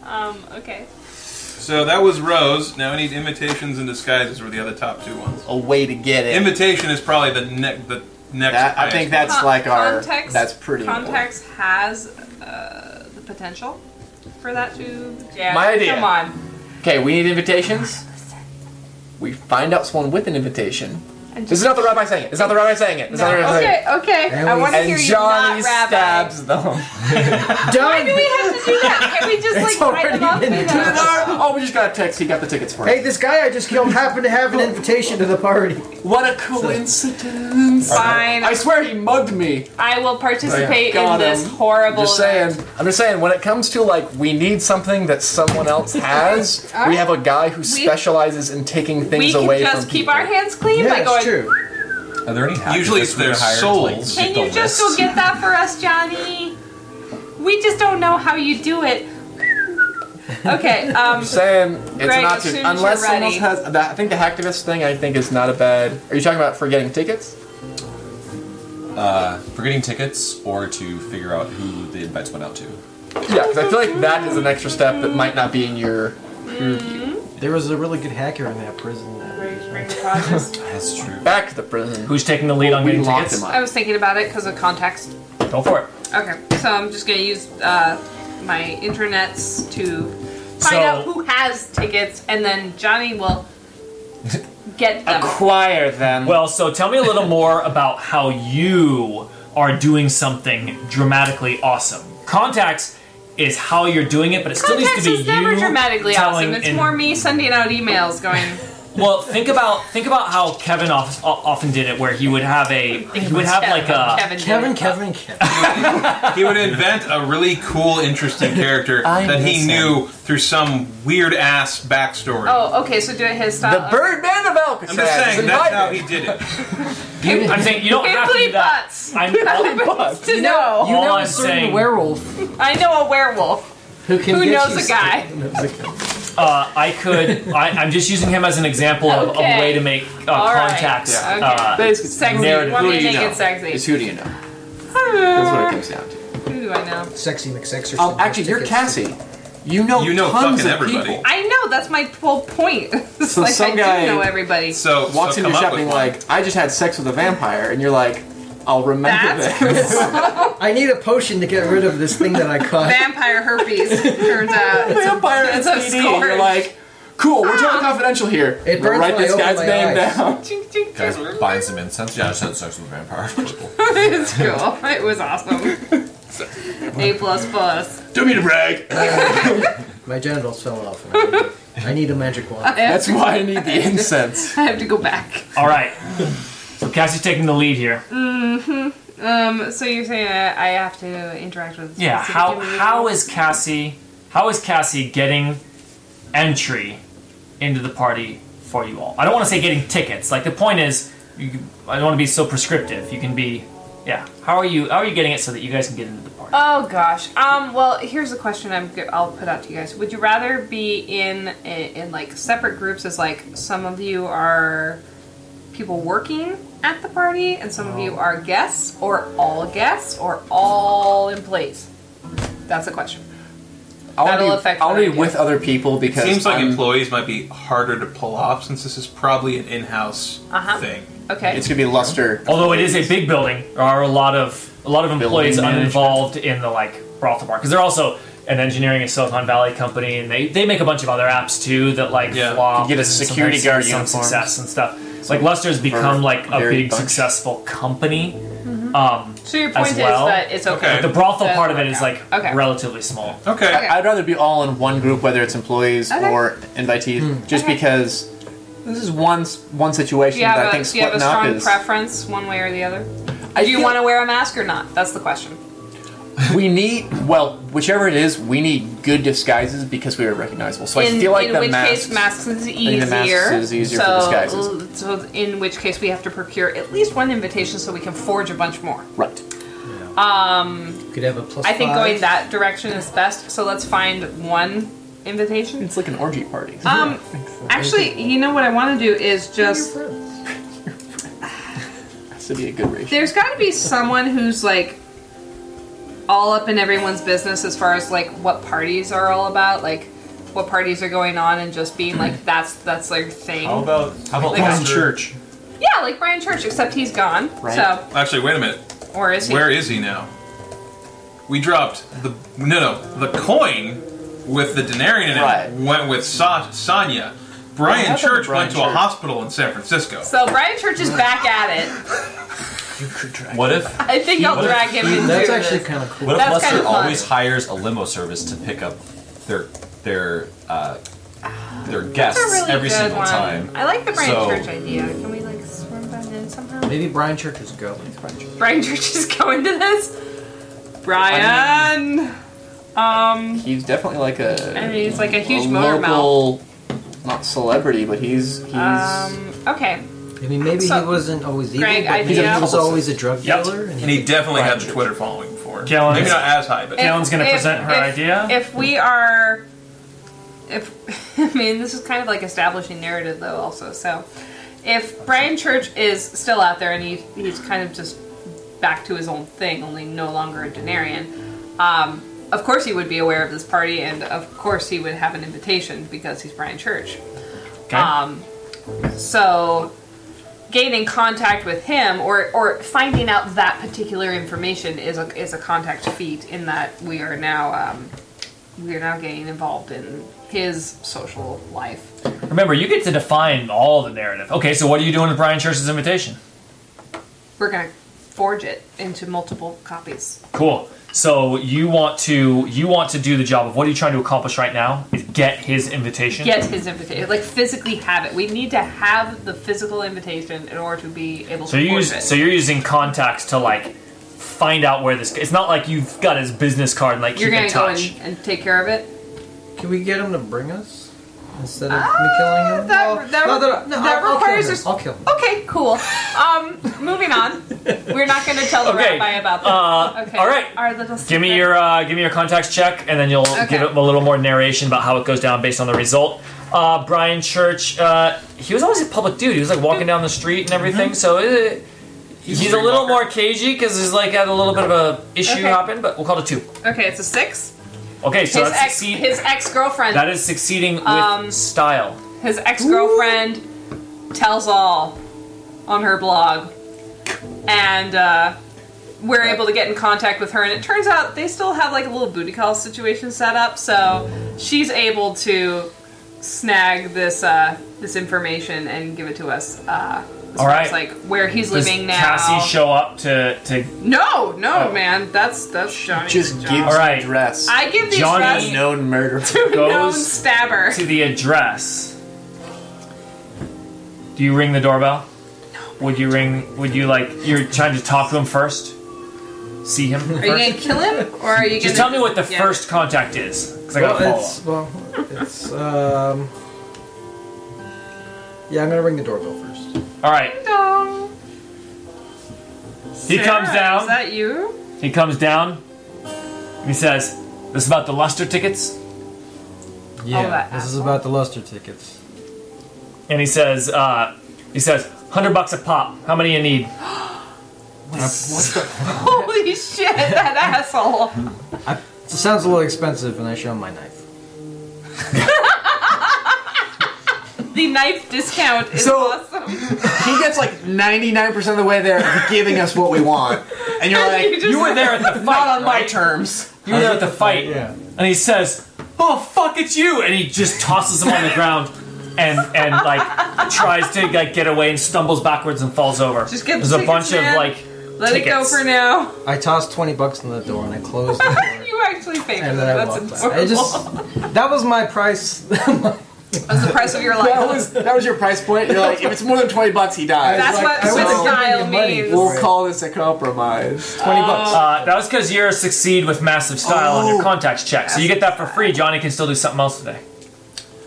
B: Um, okay.
C: So that was Rose. Now we need imitations and disguises were the other top two ones.
E: a way to get it.
C: Imitation is probably the next the next.
E: That- I
C: highest
E: think that's
B: Con-
E: like our that's pretty. important.
B: Context has uh, the potential for that to. Yeah,
E: My idea.
B: Come on.
E: Okay, we need invitations. We find out someone with an invitation.
B: And
E: This is not the rabbi saying it. It's not the rabbi saying it. It's not the rabbi saying it.
B: Okay, okay.
D: And
B: I
D: we-
B: want to
E: And
B: hear you
E: Johnny
B: not rabbi.
E: stabs them.
B: Why do we have to do that? Can we just like write
D: It's
B: them
D: already
B: off?
D: been
B: and then-
D: done.
E: oh, we just got a text. He got the tickets for
D: Hey,
E: it.
D: this guy I just killed happened to have an invitation to the party.
E: What a coincidence!
B: Fine.
E: I swear he mugged me.
B: I will participate in
E: Got him.
B: this horrible.
E: Just
B: event.
E: saying. I'm just saying. When it comes to like, we need something that someone else has.
B: All
E: we
B: right.
E: have a guy who specializes in taking
B: We
E: things
B: can
E: away
B: just
E: from
B: keep
E: people.
B: our hands clean
D: Yeah,
B: by going.
D: it's true.
F: Are there any hackers
C: Usually it's
F: we
C: their
F: hired
C: souls.
F: To, like,
B: Can you just go get that for us, Johnny? We just don't know how you do it. Okay. Um.
E: I'm saying it's
B: Greg,
E: not
B: as
E: too
B: soon as
E: unless
B: you're
E: someone else
B: ready.
E: has. That, I think the hacktivist thing. I think is not a bad. Are you talking about for getting tickets?
F: Uh, for getting tickets or to figure out who the invites went out to.
E: Yeah, because I feel like that is an extra step that might not be in your.
D: There was a really good hacker in that uh, prison.
F: That's true.
E: Back to the prison.
A: Who's taking the lead on
E: We
A: getting
E: locked
A: tickets?
E: him
B: I
E: up.
B: was thinking about it because of context.
A: Go for it.
B: Okay, so I'm just gonna use uh, my internets to find
A: So-
B: out who has tickets, and then Johnny will get them.
E: Acquire them.
A: Well, so tell me a little more about how you are doing something dramatically awesome. Contacts is how you're doing it, but it still needs
B: Context
A: to be
B: is never
A: you
B: dramatically
A: telling
B: awesome. It's
A: and-
B: more me sending out emails going,
A: Well, think about think about how Kevin oft- o- often did it, where he would have a he would have like uh, a
B: did
D: Kevin,
B: it."
D: Kevin, Kevin.
C: he would invent a really cool, interesting character
E: I
C: that he
E: miss
C: knew through some weird ass backstory.
B: Oh, okay, so do it his style.
E: the Birdman of Alcatraz.
C: I'm just
E: is
C: saying that's
E: invited.
C: how he did it.
A: I'm saying you don't have to
B: Pimply
A: do that.
B: butts.
A: I'm,
B: Butts to know.
D: You
A: All
D: know
A: I'm
D: a certain
A: saying-
D: werewolf
B: I know a werewolf
D: who can
B: who
D: get
B: knows
D: you
B: a guy.
A: uh, I could I, I'm just using him as an example of, of a
B: Okay.
A: way to make uh,
B: All right.
A: contacts.
E: Yeah.
B: Okay.
A: Uh,
E: Basically,
B: Sexy.
E: narrative.
B: Want
E: Who
B: me
E: do
B: to
E: you
B: make
E: know?
B: it sexy?
E: It's who do you know? That's what it
B: Who
E: comes down to.
B: do I know?
D: Sexy McSexer.
E: Um, Uh, actually, you're Cassie. You know,
C: You know
E: tons
C: fucking
E: of
C: everybody.
E: people.
B: I know that's my whole point. It's
E: So
B: like
E: some
B: I
E: guy-
B: do know everybody.
C: So
E: Walks
C: so
E: into
C: come
E: your
C: up
E: shop
C: with
E: being
C: one.
E: like, "I just had sex with a vampire," and you're like, "I'll remember
B: That's
E: this."
D: I need a potion to get rid of this thing that I caught.
B: Vampire herpes turns out. It's a-
E: vampire
B: It's
E: and
B: a
E: CD. and You're
B: scourge.
E: like, "Cool, we're totally confidential here."
D: It
E: We'll
D: burns
E: write
D: when I
E: this
D: open
E: guy's
D: my
E: name
D: eyes.
E: down.
B: chink, chink,
F: Guys,
B: chink.
F: buying some incense. Yeah, I just had sex with a vampire. Purple.
B: it's cool. It was awesome. A plus plus.
E: Don't mean to brag.
D: My genitals fell off. And I, need, I need a magic wand.
E: That's why I need the incense.
B: I have to go back.
A: all right. So Cassie's taking the lead here.
B: Um. So you're saying I, I have to interact with?
A: Yeah.
B: specific
A: How
B: individuals?
A: how is Cassie how is Cassie getting entry into the party for you all? I don't want to say getting tickets. Like the point is, you, can- I don't want to be so prescriptive. You can be, yeah. How are you how are you getting it so that you guys can get into the party?
B: Oh gosh. Um. Well, here's a question I'm. go- I'll put out to you guys. Would you rather be in in, in like separate groups? As like some of you are people working at the party, and some of you
E: Oh.
B: are guests, or all guests, or all employees. That's the question.
E: I wanna
B: That'll
E: be-
B: affect
E: I want to
B: what I
E: be
B: do.
E: with other people because
C: Seems like
E: I'm-
C: employees might be harder to pull off since this is probably an in-house
B: Uh-huh.
C: thing.
B: Okay.
E: it's gonna be luster.
A: Although it is a big building, there are a lot of a lot of employees
E: Building management.
A: uninvolved in the like brothel bar because they're also an engineering and Silicon Valley company, and they, they make a bunch of other apps too that like
C: Yeah.
A: flop
E: You get a
A: and sometimes
E: security
A: see
E: guard
A: some
E: uniforms.
A: success and stuff. like Luster's become like a
E: very
A: big
E: bunch.
A: successful company. Um,
B: So your
A: as
B: point
A: well.
B: is Mm-hmm. that it's okay.
C: Okay.
A: the brothel
B: Doesn't
A: part of it
B: work
A: is
B: out.
A: like
B: Okay.
A: relatively small.
C: Okay.
B: Okay.
E: I'd rather be all in one group, whether it's employees
B: Okay.
E: or invitees,
A: Hmm.
E: just
B: Okay.
E: because this is one s- one
B: Do
E: situation
B: you
E: that
B: have
E: I
B: a,
E: think
B: do you have a
E: splitting up
B: strong
E: is.
B: preference one way or the other?
E: I
B: do you
E: feel-
B: want to wear a mask or not? That's the question.
E: we need well, whichever it is, we need good disguises because we are recognizable. So I
B: in
E: feel like
B: in
E: the
B: which
E: masks,
B: case masks is
E: think
B: easier.
E: the masks is easier for
B: so,
E: disguises.
B: so in which case we have to procure at least one invitation so we can forge a bunch more.
E: right?
D: You could have a plus
B: I think
D: five.
B: going that direction is best. So let's find one invitation.
E: It's like an orgy party.
B: Um, actually, you know what I want to do is just
E: This would be a good ratio.
B: There's got to be someone who's like all up in everyone's business as far as like what parties are all about, like what parties are going on, and just being like that's that's their thing.
C: How about
F: How about
B: Like
F: Brian
B: a-
F: Church?
B: yeah, like Brian Church, except he's gone.
E: Right.
B: So
C: Actually, wait a minute.
B: or is he?
C: Where is he now? We dropped the no no the coin with the denarian in it
E: Right.
C: went with Sa- Sonya.
E: What
C: Brian
E: happened to
C: Church
E: Brian
C: went to a
E: Church?
C: hospital in San Francisco.
B: so Brian Church is back at it.
F: What if
B: I think I'll drag him into
D: That's actually
B: this.
D: kind of cool.
F: what if
B: That's
F: Lester
B: kinda fun.
F: always hires a limo service to pick up their their uh, their
B: That's
F: guests
B: a really
F: every
B: good
F: single
B: one.
F: time?
B: I like the Brian
F: So-
B: Church idea. Can we like swerve that in somehow?
D: Maybe Brian Church is going.
B: Brian Church is going to this. Brian. um.
E: He's definitely like a.
B: I mean, he's like a huge
E: a
B: motor
E: local, not celebrity, but he's he's
B: Um. Okay.
D: I mean, maybe
B: So-
D: he wasn't always evil,
B: Greg,
D: but maybe
B: idea?
D: he was always a drug
A: Yep.
D: dealer.
C: And he definitely had the Twitter following before.
A: Gallon
C: Maybe
A: is-
C: not as high, but
A: Yeah. Galen's gonna
B: If-
A: present her
B: if-
A: idea.
B: If we are, if I mean, this is kind of like establishing narrative, though. Also, so if Brian Church is still out there and he, he's kind of just back to his own thing, only no longer a Denarian, um, of course he would be aware of this party, and of course he would have an invitation because he's Brian Church.
A: Okay.
B: Um, so gaining contact with him or or finding out that particular information is a is a contact feat in that we are now um, we are now getting involved in his social life.
A: Remember, you get to define all the narrative. Okay, so what are you doing with Brian Church's invitation?
B: We're gonna forge it into multiple copies.
A: Cool. So you want to you want to do the job of what are you trying to accomplish right now? Is get his invitation.
B: Get his invitation, like physically have it. We need to have the physical invitation in order to be able
A: So
B: to
A: you
B: forge
A: use
B: it.
A: so you're using contacts to like find out where this. It's not like you've got his business card and like
B: you're
A: keep
B: gonna
A: in
B: go
A: touch.
B: and, and take care of it.
D: Can we get him to bring us instead of me
B: Ah,
D: killing him?
B: that-
D: no,
B: that-
D: no, no, no,
B: that
D: I'll, I'll
B: requires
D: kill him.
B: us-
D: I'll kill him.
B: Okay, cool. Um, moving on. We're not going to tell the
A: Okay,
B: rabbi about this.
A: uh,
B: okay.
A: all right.
B: Our little.
A: Give me
B: secret.
A: your uh, give me your contacts check, and then you'll give it a little more narration about how it goes down based on the result. Uh, Brian Church, uh, he was always a public dude. He was like walking down the street and everything.
B: Mm-hmm.
A: So it, he's, a little more cagey because he's like had a little bit of a issue
B: Okay.
A: happen. But we'll call it a two.
B: Okay, it's a six.
A: Okay, so
B: his
A: that's
B: ex,
A: succeed-
B: his ex girlfriend,
A: that is succeeding with
B: Um,
A: style.
B: his ex girlfriend, tells all on her blog, and uh, we're able to get in contact with her. And it turns out they still have like a little booty call situation set up, so she's able to snag this uh, this information and give it to us. Uh, as
A: All
B: far
A: right.
B: as, like where he's
A: Does
B: living now.
A: Cassie show up to to?
B: No, no,
A: Oh.
B: man. That's that's Johnny's
E: just gives
B: job.
A: All right.
E: the dress.
B: I give these
A: Johnny
B: rest to
E: known murderer.
B: a known
A: goes
B: stabber.
A: to the address. Do you ring the doorbell? Would you ring? Would you like? You're trying to talk to him first. See him.
B: Are you
A: First?
B: gonna kill him or are you
A: Just tell
B: gonna
A: me what the
B: yeah.
A: first contact is, because I got to
D: Well,
A: follow.
D: it's
A: up.
D: well, it's um. Yeah, I'm gonna ring the doorbell first.
A: All right.
B: No.
A: He
B: Sarah,
A: comes down.
B: Is that you?
A: He comes down. He says, "This is about the luster tickets."
D: Yeah,
B: that
D: this is
B: asshole.
D: about the luster tickets.
A: And he says, uh, "He says, hundred bucks a pop. How many you need?"
B: Holy shit, that asshole.
D: I, it sounds a little expensive, and I show him my knife.
B: The knife discount is
E: So-
B: awesome.
E: he gets like 99% of the way there of giving us what we want. And you're like,
B: You
E: you,
B: just-
E: were there at the fight. Not on my
A: right?"
E: terms.
A: You were there at the fight.
D: Yeah.
A: and he says, "Oh fuck, it's you!" And he just tosses him on the ground, and and like tries to like get away and stumbles backwards and falls over.
B: Just get the
A: There's a
B: tickets,
A: bunch
B: man.
A: of like
B: Let it go
A: tickets.
B: for now.
D: I tossed twenty bucks in the door, and I closed the door.
B: you actually paid for
D: And
B: that.
D: then I
B: That's
D: walked out. I
B: adorable.
D: just that was my price.
B: That's the price of your life.
E: That was that was your price point. You're like, if it's more than twenty bucks, he dies.
B: That's what
D: like, I
E: would've
B: Swiss
D: you
E: given
B: style
D: money
B: means.
E: We'll
D: Right.
E: call this a compromise.
D: Twenty bucks.
A: Uh, that was because you're a succeed with massive style on your contacts check, so you get that for free. Johnny can still do something else today.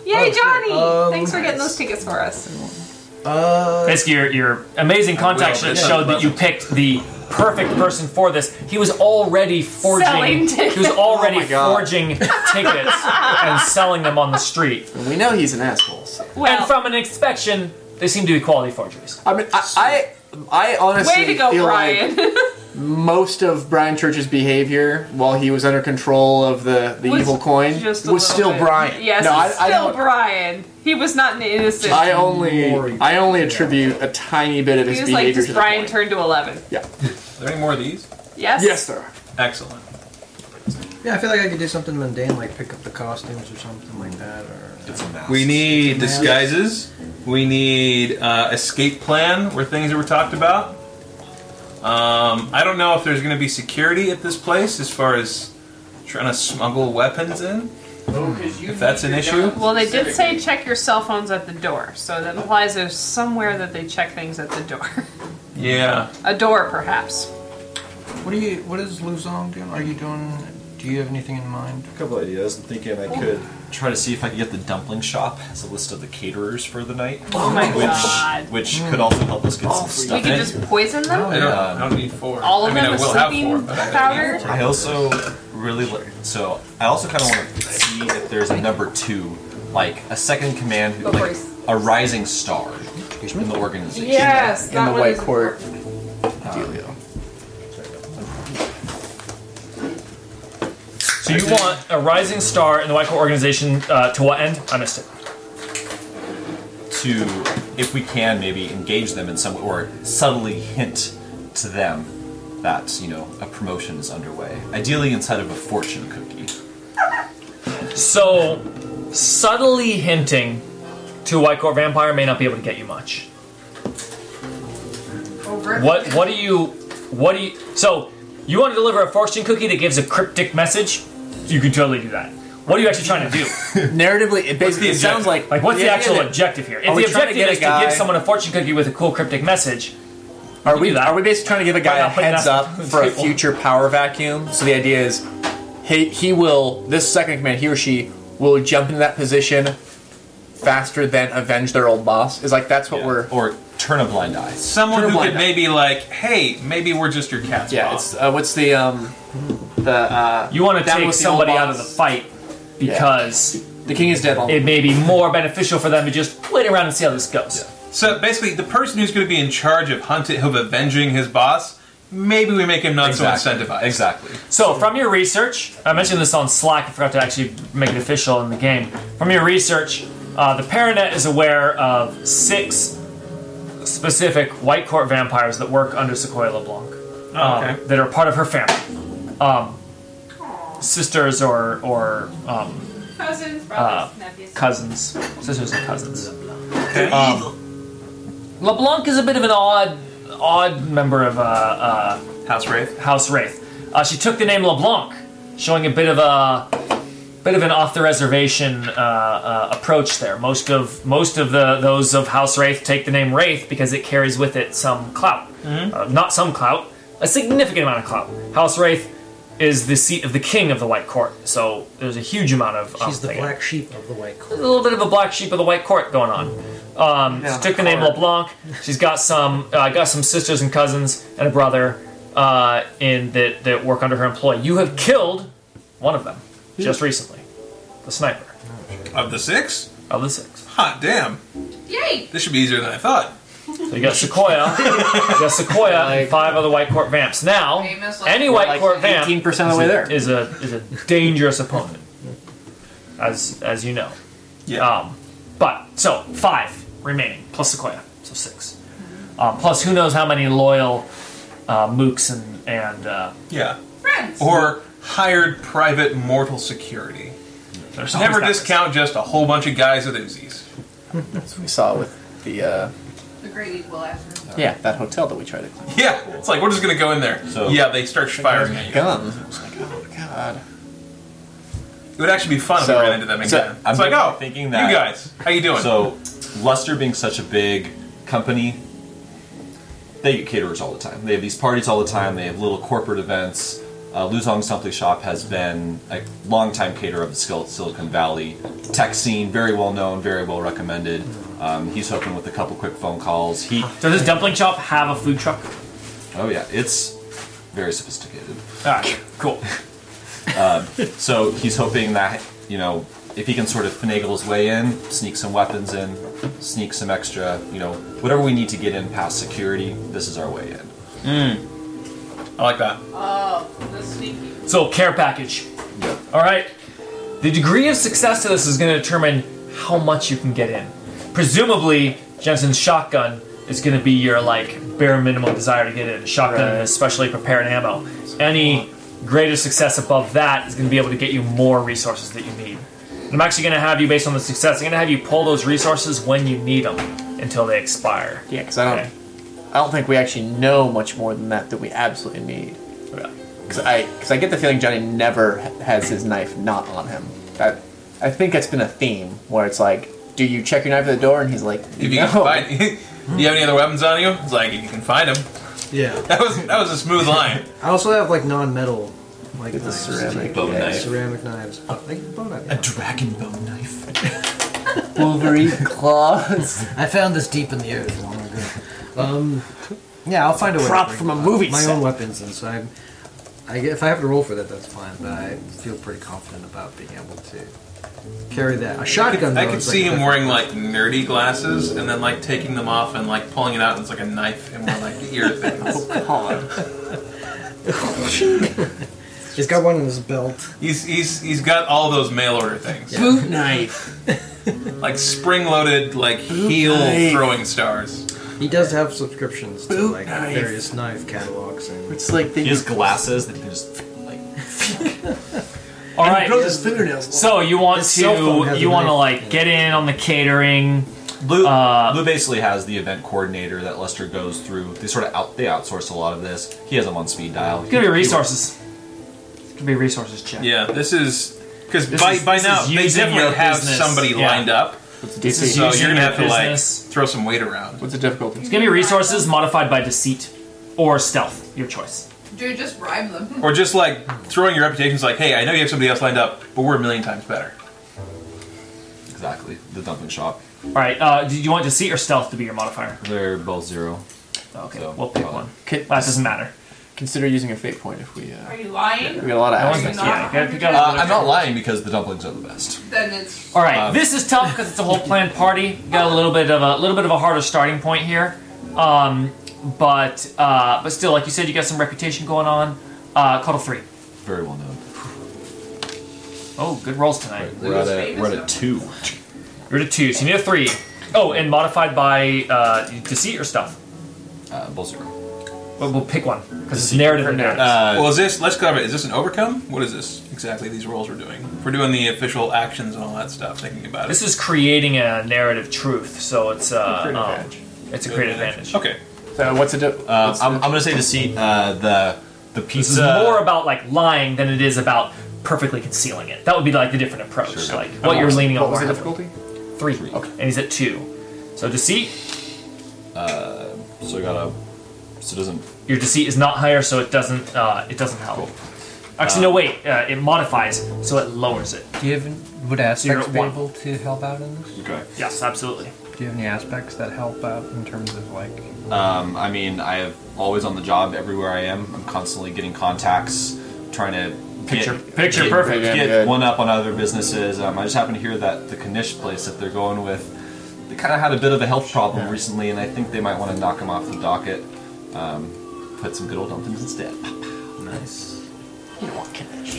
B: Yay,
D: Oh,
B: Johnny!
D: um,
B: Thanks for getting those tickets for us.
D: Uh,
A: Basically, your, your amazing contacts
F: will,
A: just
F: yeah.
A: showed that you picked the perfect person for this. He was already forging.
B: Selling
A: He was
B: tickets.
A: already
E: Oh my God.
A: forging tickets and selling them on the street.
E: And we know he's an asshole. so-
A: and
B: Well,
A: from an inspection, they seem to be quality forgeries.
E: I mean, I I, I honestly
B: way to go,
E: feel
B: Brian.
E: like most of Brian Church's behavior while he was under control of the, the
B: Was
E: evil coin
B: just a little
E: was still
B: bit.
E: Brian.
B: Yes,
E: no,
B: it's
E: I, I
B: still
E: don't.
B: Brian. He was not an innocent.
E: I only
D: Lord.
E: I only attribute a tiny bit of
B: he
E: his
B: was like,
E: behavior
B: does
E: to
B: Brian
E: the coin.
B: turn to 11?
C: Are there any more of these?
B: Yes?
E: Yes, there are.
C: Excellent.
D: yeah, I feel like I could do something mundane, like pick up the costumes or something like that, or uh,
F: It's a mask.
C: We need
D: Masks.
C: disguises. We need uh, escape plan, were things that were talked about. Um, I don't know if there's going to be security at this place as far as trying to smuggle weapons in. If that's an issue,
B: Well, they did say check your cell phones at the door, so that implies there's somewhere that they check things at the door.
C: yeah.
B: A door, perhaps.
D: what do you? What is Luzong doing? Are you doing? Do you have anything in mind?
F: a couple ideas. I'm thinking I could try to see if I could get the dumpling shop as a list of the caterers for the night.
B: Oh my
F: which,
B: god. Oh,
F: Which could also help us get some
B: We
F: stuff
B: could
F: in.
B: just poison them?
C: I don't, I don't need four.
B: All of
C: I mean,
B: them
C: I
B: with
C: will have four,
B: sleeping
C: but I don't need
B: powder?
F: I also really li- so I also kind of want to see if there's a number two, like a second command, who,
B: Of
F: like
B: course.
F: a rising star in the organization.
B: Yes,
E: in the
B: that one
E: white
B: is
E: court.
B: important.
E: Dealio.
A: So you want a rising star in the White Coat organization uh, to what end? I missed it.
F: To if we can maybe engage them in some or subtly hint to them that you know a promotion is underway. Ideally inside of a fortune cookie.
A: So, subtly hinting to a White Court vampire may not be able to get you much. What What do you What do you So you want to deliver a fortune cookie that gives a cryptic message? You can totally do that. What are you actually trying to do?
E: Narratively, it basically it sounds like
A: Like, what's the
E: Yeah,
A: actual
E: yeah,
A: objective here?
E: Are
A: If
E: we
A: the
E: trying to
A: objective
E: get a
A: is to give
E: guy-
A: someone a fortune cookie with a cool cryptic message,
E: Are we
A: do that.
E: are we basically trying to give a guy
A: Why
E: a
A: not put
E: heads
A: that
E: up
A: on the
E: for a
A: table?
E: future power vacuum? So the idea is, he he will this second command he or she will jump into that position faster than avenge their old boss. Is like that's what
F: Yeah.
E: we're
F: or turn a blind eye.
C: Someone
E: Turn a
C: who
E: blind
C: could
E: eye.
C: maybe like, hey, maybe we're just your cat's
E: yeah.
C: paw."
E: It's uh, what's the um the uh
A: you want to
E: Down
A: take
E: with the old
A: somebody out of the
E: boss.
A: fight because
E: the king is dead. All
A: it may be more beneficial for them to just wait around and see how this goes.
C: So basically, the person who's going to be in charge of hunting, of avenging his boss, maybe we make him not so incentivized.
F: Exactly.
A: So, from your research, I mentioned this on Slack. I forgot to actually make it official in the game. From your research, uh, the Paranet is aware of six specific White Court vampires that work under Sequoia LeBlanc um,
C: okay.
A: that are part of her family. Um, sisters or, or um,
E: uh,
B: Cousins, brothers, nephews.
A: cousins. Sisters and cousins. Um, LeBlanc is a bit of an odd, odd member of uh, uh,
C: House Wraith.
A: House Wraith. Uh, she took the name LeBlanc, showing a bit of a bit of an off the reservation uh, uh, approach there. Most of most of the those of House Wraith take the name Wraith because it carries with it some clout,
D: Mm-hmm.
A: Uh, not some clout, a significant amount of clout. House Wraith is the seat of the king of the White Court, so there's a huge amount of. um,
D: She's the
A: thing.
D: black sheep of the white
A: A
D: court.
A: little bit of a black sheep of the White Court going on. Um,
E: Yeah,
A: she took the name
E: court.
A: LeBlanc. She's got some uh, got some sisters and cousins and a brother uh, in that that work under her employ. You have killed one of them just recently, the sniper
C: Of the six?
A: of the six.
C: Hot damn.
B: Yay!
C: This should be easier than I thought.
A: So you got Sequoia, you got Sequoia, and five other White Court vamps. Now,
B: Famous, like,
A: any White Court vamp
E: eighteen percent of the way there.
A: is a is a dangerous opponent, as as you know. Um, but so five remaining plus Sequoia, so six. Um, plus who knows how many loyal uh, mooks and and uh,
C: Yeah.
B: Friends!
C: Or hired private mortal security.
A: there's always
C: Never
A: that risk.
C: discount just a whole bunch of guys with Uzis.
E: That's what we saw with the uh,
B: The great equal after.
E: yeah that hotel that we tried to climb.
C: Yeah, it's like we're just gonna go in there.
F: So-
C: yeah, they start firing at you.
E: Gum. I was like, oh god.
C: would actually be fun
E: So-
C: if we ran into them again.
E: so
F: I'm
C: it's like, oh,
F: thinking that-
C: you guys, how you doing?
F: So, Luster being such a big company, they get caterers all the time. They have these parties all the time. They have little corporate events. Uh, Luzong Something Shop has been a longtime caterer of the Sil- Silicon Valley tech scene. Very well known, very well recommended. Um, he's hoping with a couple quick phone calls. He,
A: Does this dumpling shop have a food truck?
F: oh yeah, it's very sophisticated.
A: Alright, cool.
F: So he's hoping that you know if he can sort of finagle his way in, sneak some weapons in, sneak some extra, you know, whatever we need to get in past security. This is our way in.
C: I like that.
B: The sneaky.
A: So, care package.
F: Yep.
A: All right. The degree of success to this is going to determine how much you can get in. Presumably, Jensen's shotgun is going to be your like bare minimum desire to get in. Shotgun and especially prepared ammo. Any greater success above that is going to be able to get you more resources that you need. And I'm actually going to have you based on the success. I'm going to have you pull those resources when you need them until they expire.
E: Yeah, because I don't,
A: Okay.
E: I don't think we actually know much more than that that we absolutely need. Because I, because I get the feeling Johnny never h- has his knife not on him. That, I think that's been a theme where it's like, do you check your knife at the door? And he's like,
C: If you
E: no.
C: can find, do you have any other weapons on you? It's like you can find them.
D: Yeah.
C: That was that was a smooth line.
D: I also have like non-metal, like
E: It's a
D: knives.
E: ceramic
F: Bone
E: yeah.
F: knife.
D: ceramic knives. Oh, Like bone knife. yeah.
F: dragon bone knife.
E: Wolverine claws.
D: I found this deep in the earth long ago. Um, yeah, I'll find a way.
E: Prop
D: to bring
E: from a
D: my-
E: movie
D: My
E: set.
D: own weapons, and so I'm. I, gue- if I have to roll for that, that's fine. But I feel pretty confident about being able to carry that. A shotgun.
C: I
D: though,
C: could
D: is
C: see
D: like a
C: him wearing
D: different-
C: like nerdy glasses and then like taking them off and like pulling it out and it's like a knife and one of, like the ear things.
E: God.
D: He's got one in his belt.
C: He's he's he's got all those mail order things.
E: Boot knife.
C: Like spring loaded like heel
E: knife.
C: throwing stars.
D: He does have subscriptions to
E: Boot
D: like
E: knife.
D: various knife catalogs and.
E: It's like they
F: He has glasses that he can just like.
A: All right.
E: his fingernails.
A: So you want
D: His cell phone
A: to
D: has
A: you
D: a
A: want to
D: knife.
A: like get in on the catering.
F: Lou,
A: Uh,
F: Lou basically has the event coordinator that Lester goes through. They sort of out they outsource a lot of this. He has him on speed dial.
A: It's gonna be resources. It's gonna be a resources check.
C: Yeah, this is because
A: This
C: by
A: is-
C: by
A: this
C: now
A: is
C: they
A: using
C: definitely
A: your
C: have
A: business.
C: somebody
A: Yeah.
C: lined up.
E: What's the
A: This is
E: DC?
C: So
A: Using
C: you're gonna
A: your
C: have to like
A: business.
C: throw some weight around.
E: What's the difficulty?
A: It's gonna be resources modified by deceit or stealth, your choice.
G: Dude, just rhyme them.
C: Or just like throwing your reputations like, hey, I know you have somebody else lined up, but we're a million times better.
F: Exactly. The dumpling shop.
A: All right. Uh, did you want deceit or stealth to be your modifier? Oh,
F: They're both zero.
A: Okay,
F: So,
A: we'll pick
F: uh,
A: one.
E: Could-
A: That doesn't matter.
E: Consider using a fate point if we.
G: Are
E: Uh,
G: you lying?
E: we got a lot of
A: That one's
E: aspects.
G: not-
A: yeah, you gotta pick out
F: Uh, I'm
A: another-
F: not lying because the dumplings are the best.
G: Then it's
A: All right,
F: Um,
A: this is tough because it's a whole planned party. Got a little bit of a little bit of a harder starting point here, um, but uh, but still, like you said, you got some reputation going on. Uh, Cuddle three.
F: Very well known.
A: Oh, good rolls tonight.
F: We're at a, we're at a two.
A: You're at a two, so you need a three. Oh, and modified by uh, deceit or stealth.
F: Uh, both zero.
A: We'll, we'll pick one because it's narrative and narrative.
F: Uh,
C: Well, is this? Let's clarify. Is this an overcome? What is this exactly? These roles we're doing. We're doing the official actions and all that stuff. Thinking about it.
A: This is creating a narrative truth, so it's uh,
E: Creative
A: um,
E: advantage.
A: it's a great advantage.
C: Okay.
E: So what's the? di-
F: uh,
E: what's the-
F: I'm, I'm gonna say deceit. Uh, the the
A: This is
F: pizza.
A: more about like lying than it is about perfectly concealing it. That would be like the different approach,
F: Sure.
A: like what you're leaning
E: what
A: on.
E: was
A: more
E: the
A: heavily.
E: difficulty?
A: Three. and he's at two. So deceit,
F: So I got a. So it doesn't.
A: your deceit is not higher, so it doesn't uh, it doesn't help.
F: Cool.
A: Actually, no, wait. Uh, it modifies, so it lowers it.
H: Do you have, would aspects
A: at
H: be
A: one.
H: able to help out in this?
F: Okay.
A: Yes, absolutely.
H: Do you have any aspects that help out in terms of like?
F: Um, I mean, I have always on the job everywhere I am. I'm constantly getting contacts, trying to
A: Picture-
F: get,
A: picture
F: get-
A: perfect.
F: Get
E: Good.
F: one up on other businesses. Um, I just happen to hear that the Kanish place that they're going with, they kind of had a bit of a health problem recently, and I think they might want to knock them off the docket. Um, put some good old dumplings instead.
H: Nice.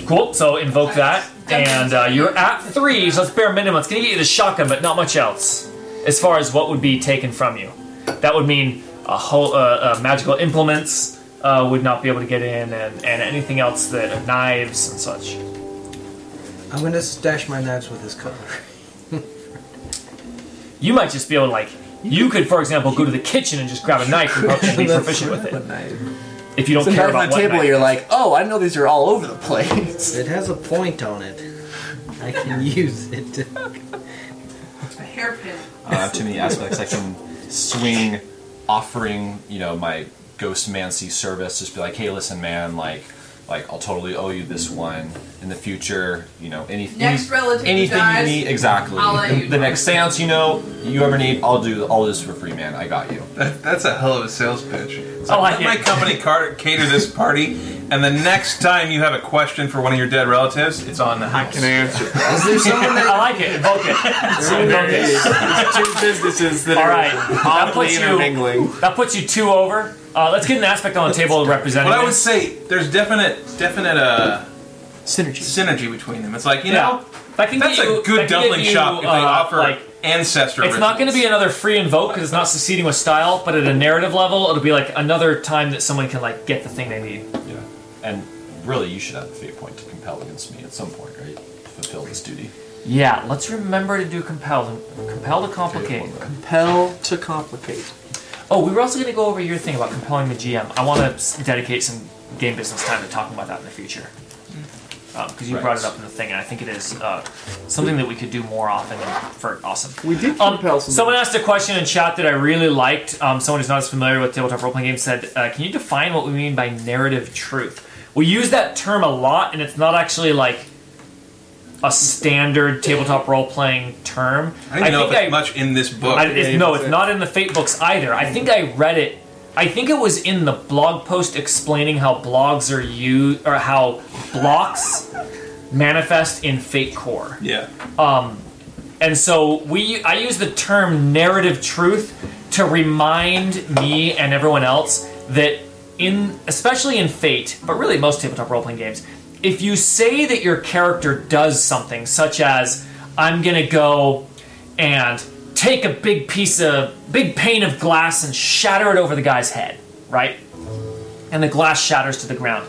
A: Cool. So invoke that, and uh, you're at three. So it's bare minimum. It's gonna get you the shotgun, but not much else. As far as what would be taken from you, that would mean a whole uh, uh, magical implements uh, would not be able to get in, and, and anything else that uh, knives and such.
D: I'm gonna stash my knives with this cover.
A: You might just be able to like. You could, for example, go to the kitchen and just grab a knife and probably be proficient with it if you don't
E: So
A: care
E: now
A: about
E: on the
A: what
E: table,
A: knife.
E: you're like, oh, I know these are all over the place.
D: It has a point on it. I can use it. To,
G: A hairpin.
F: I don't have too uh, many aspects. I can swing, offering, you know, my ghost mancy service. Just be like, hey, listen, man, like, like I'll totally owe you this one in the future. You know, any,
G: Next
F: any-
G: relative
F: anything
G: dies,
F: you need, exactly.
G: I'll let
F: the,
G: you
F: the
G: know.
F: next seance, you know, you ever need, I'll do all this for free, man. I got you.
C: That, that's a hell of a sales pitch. It's
A: Oh, I like
C: let my
A: it.
C: company car- cater this party, and the next time you have a question for one of your dead relatives, it's on the house.
E: answer.
D: is there someone
A: I
D: that?
A: like it. Invoke it. So invoke it.
E: two businesses that
A: All
E: are
A: right. That
E: oddly
A: puts you.
E: intermingling.
A: That puts you two over. Uh, let's get an aspect on the table representing.
C: But I would
A: this.
C: say there's definite, definite uh,
E: Synergy.
C: synergy between them. It's like you
A: Yeah.
C: know,
A: That can
C: that's
A: get you,
C: a good
A: that can give
C: dumpling
A: you,
C: shop if they
A: uh,
C: offer
A: Like,
C: ancestor.
A: it's not going to be another free invoke because it's not succeeding with style, but at a narrative level, it'll be like another time that someone can like get the thing they need.
F: Yeah. And really, you should have a fate point to compel against me at some point, right? Fulfill this duty.
A: Yeah, let's remember to do compel, compel to complicate.
E: Compel to complicate.
A: Oh, we were also going to go over your thing about compelling the GM. I want to dedicate some game business time to talking about that in the future. Because you
F: Right.
A: brought it up in the thing, and I think it is uh, something that we could do more often and for awesome.
E: We did
A: Um,
E: compel some.
A: someone asked a question in chat that I really liked. Um, someone who's not as familiar with tabletop role playing games said, uh, "Can you define what we mean by narrative truth?" We use that term a lot, and it's not actually like a standard tabletop role playing term.
C: I don't even know if
A: think
C: it's much in this book.
A: I, it's,
E: Yeah,
A: no,
E: that's
A: it's
E: it.
A: not in the fate books either. I think I read it. I think it was in the blog post explaining how blogs are used or how blocks manifest in fate core.
C: yeah,
A: And so we I use the term narrative truth to remind me and everyone else that in especially in Fate, but really most tabletop role playing games, if you say that your character does something such as I'm going to go and take a big piece of big pane of glass and shatter it over the guy's head, right? and the glass shatters to the ground.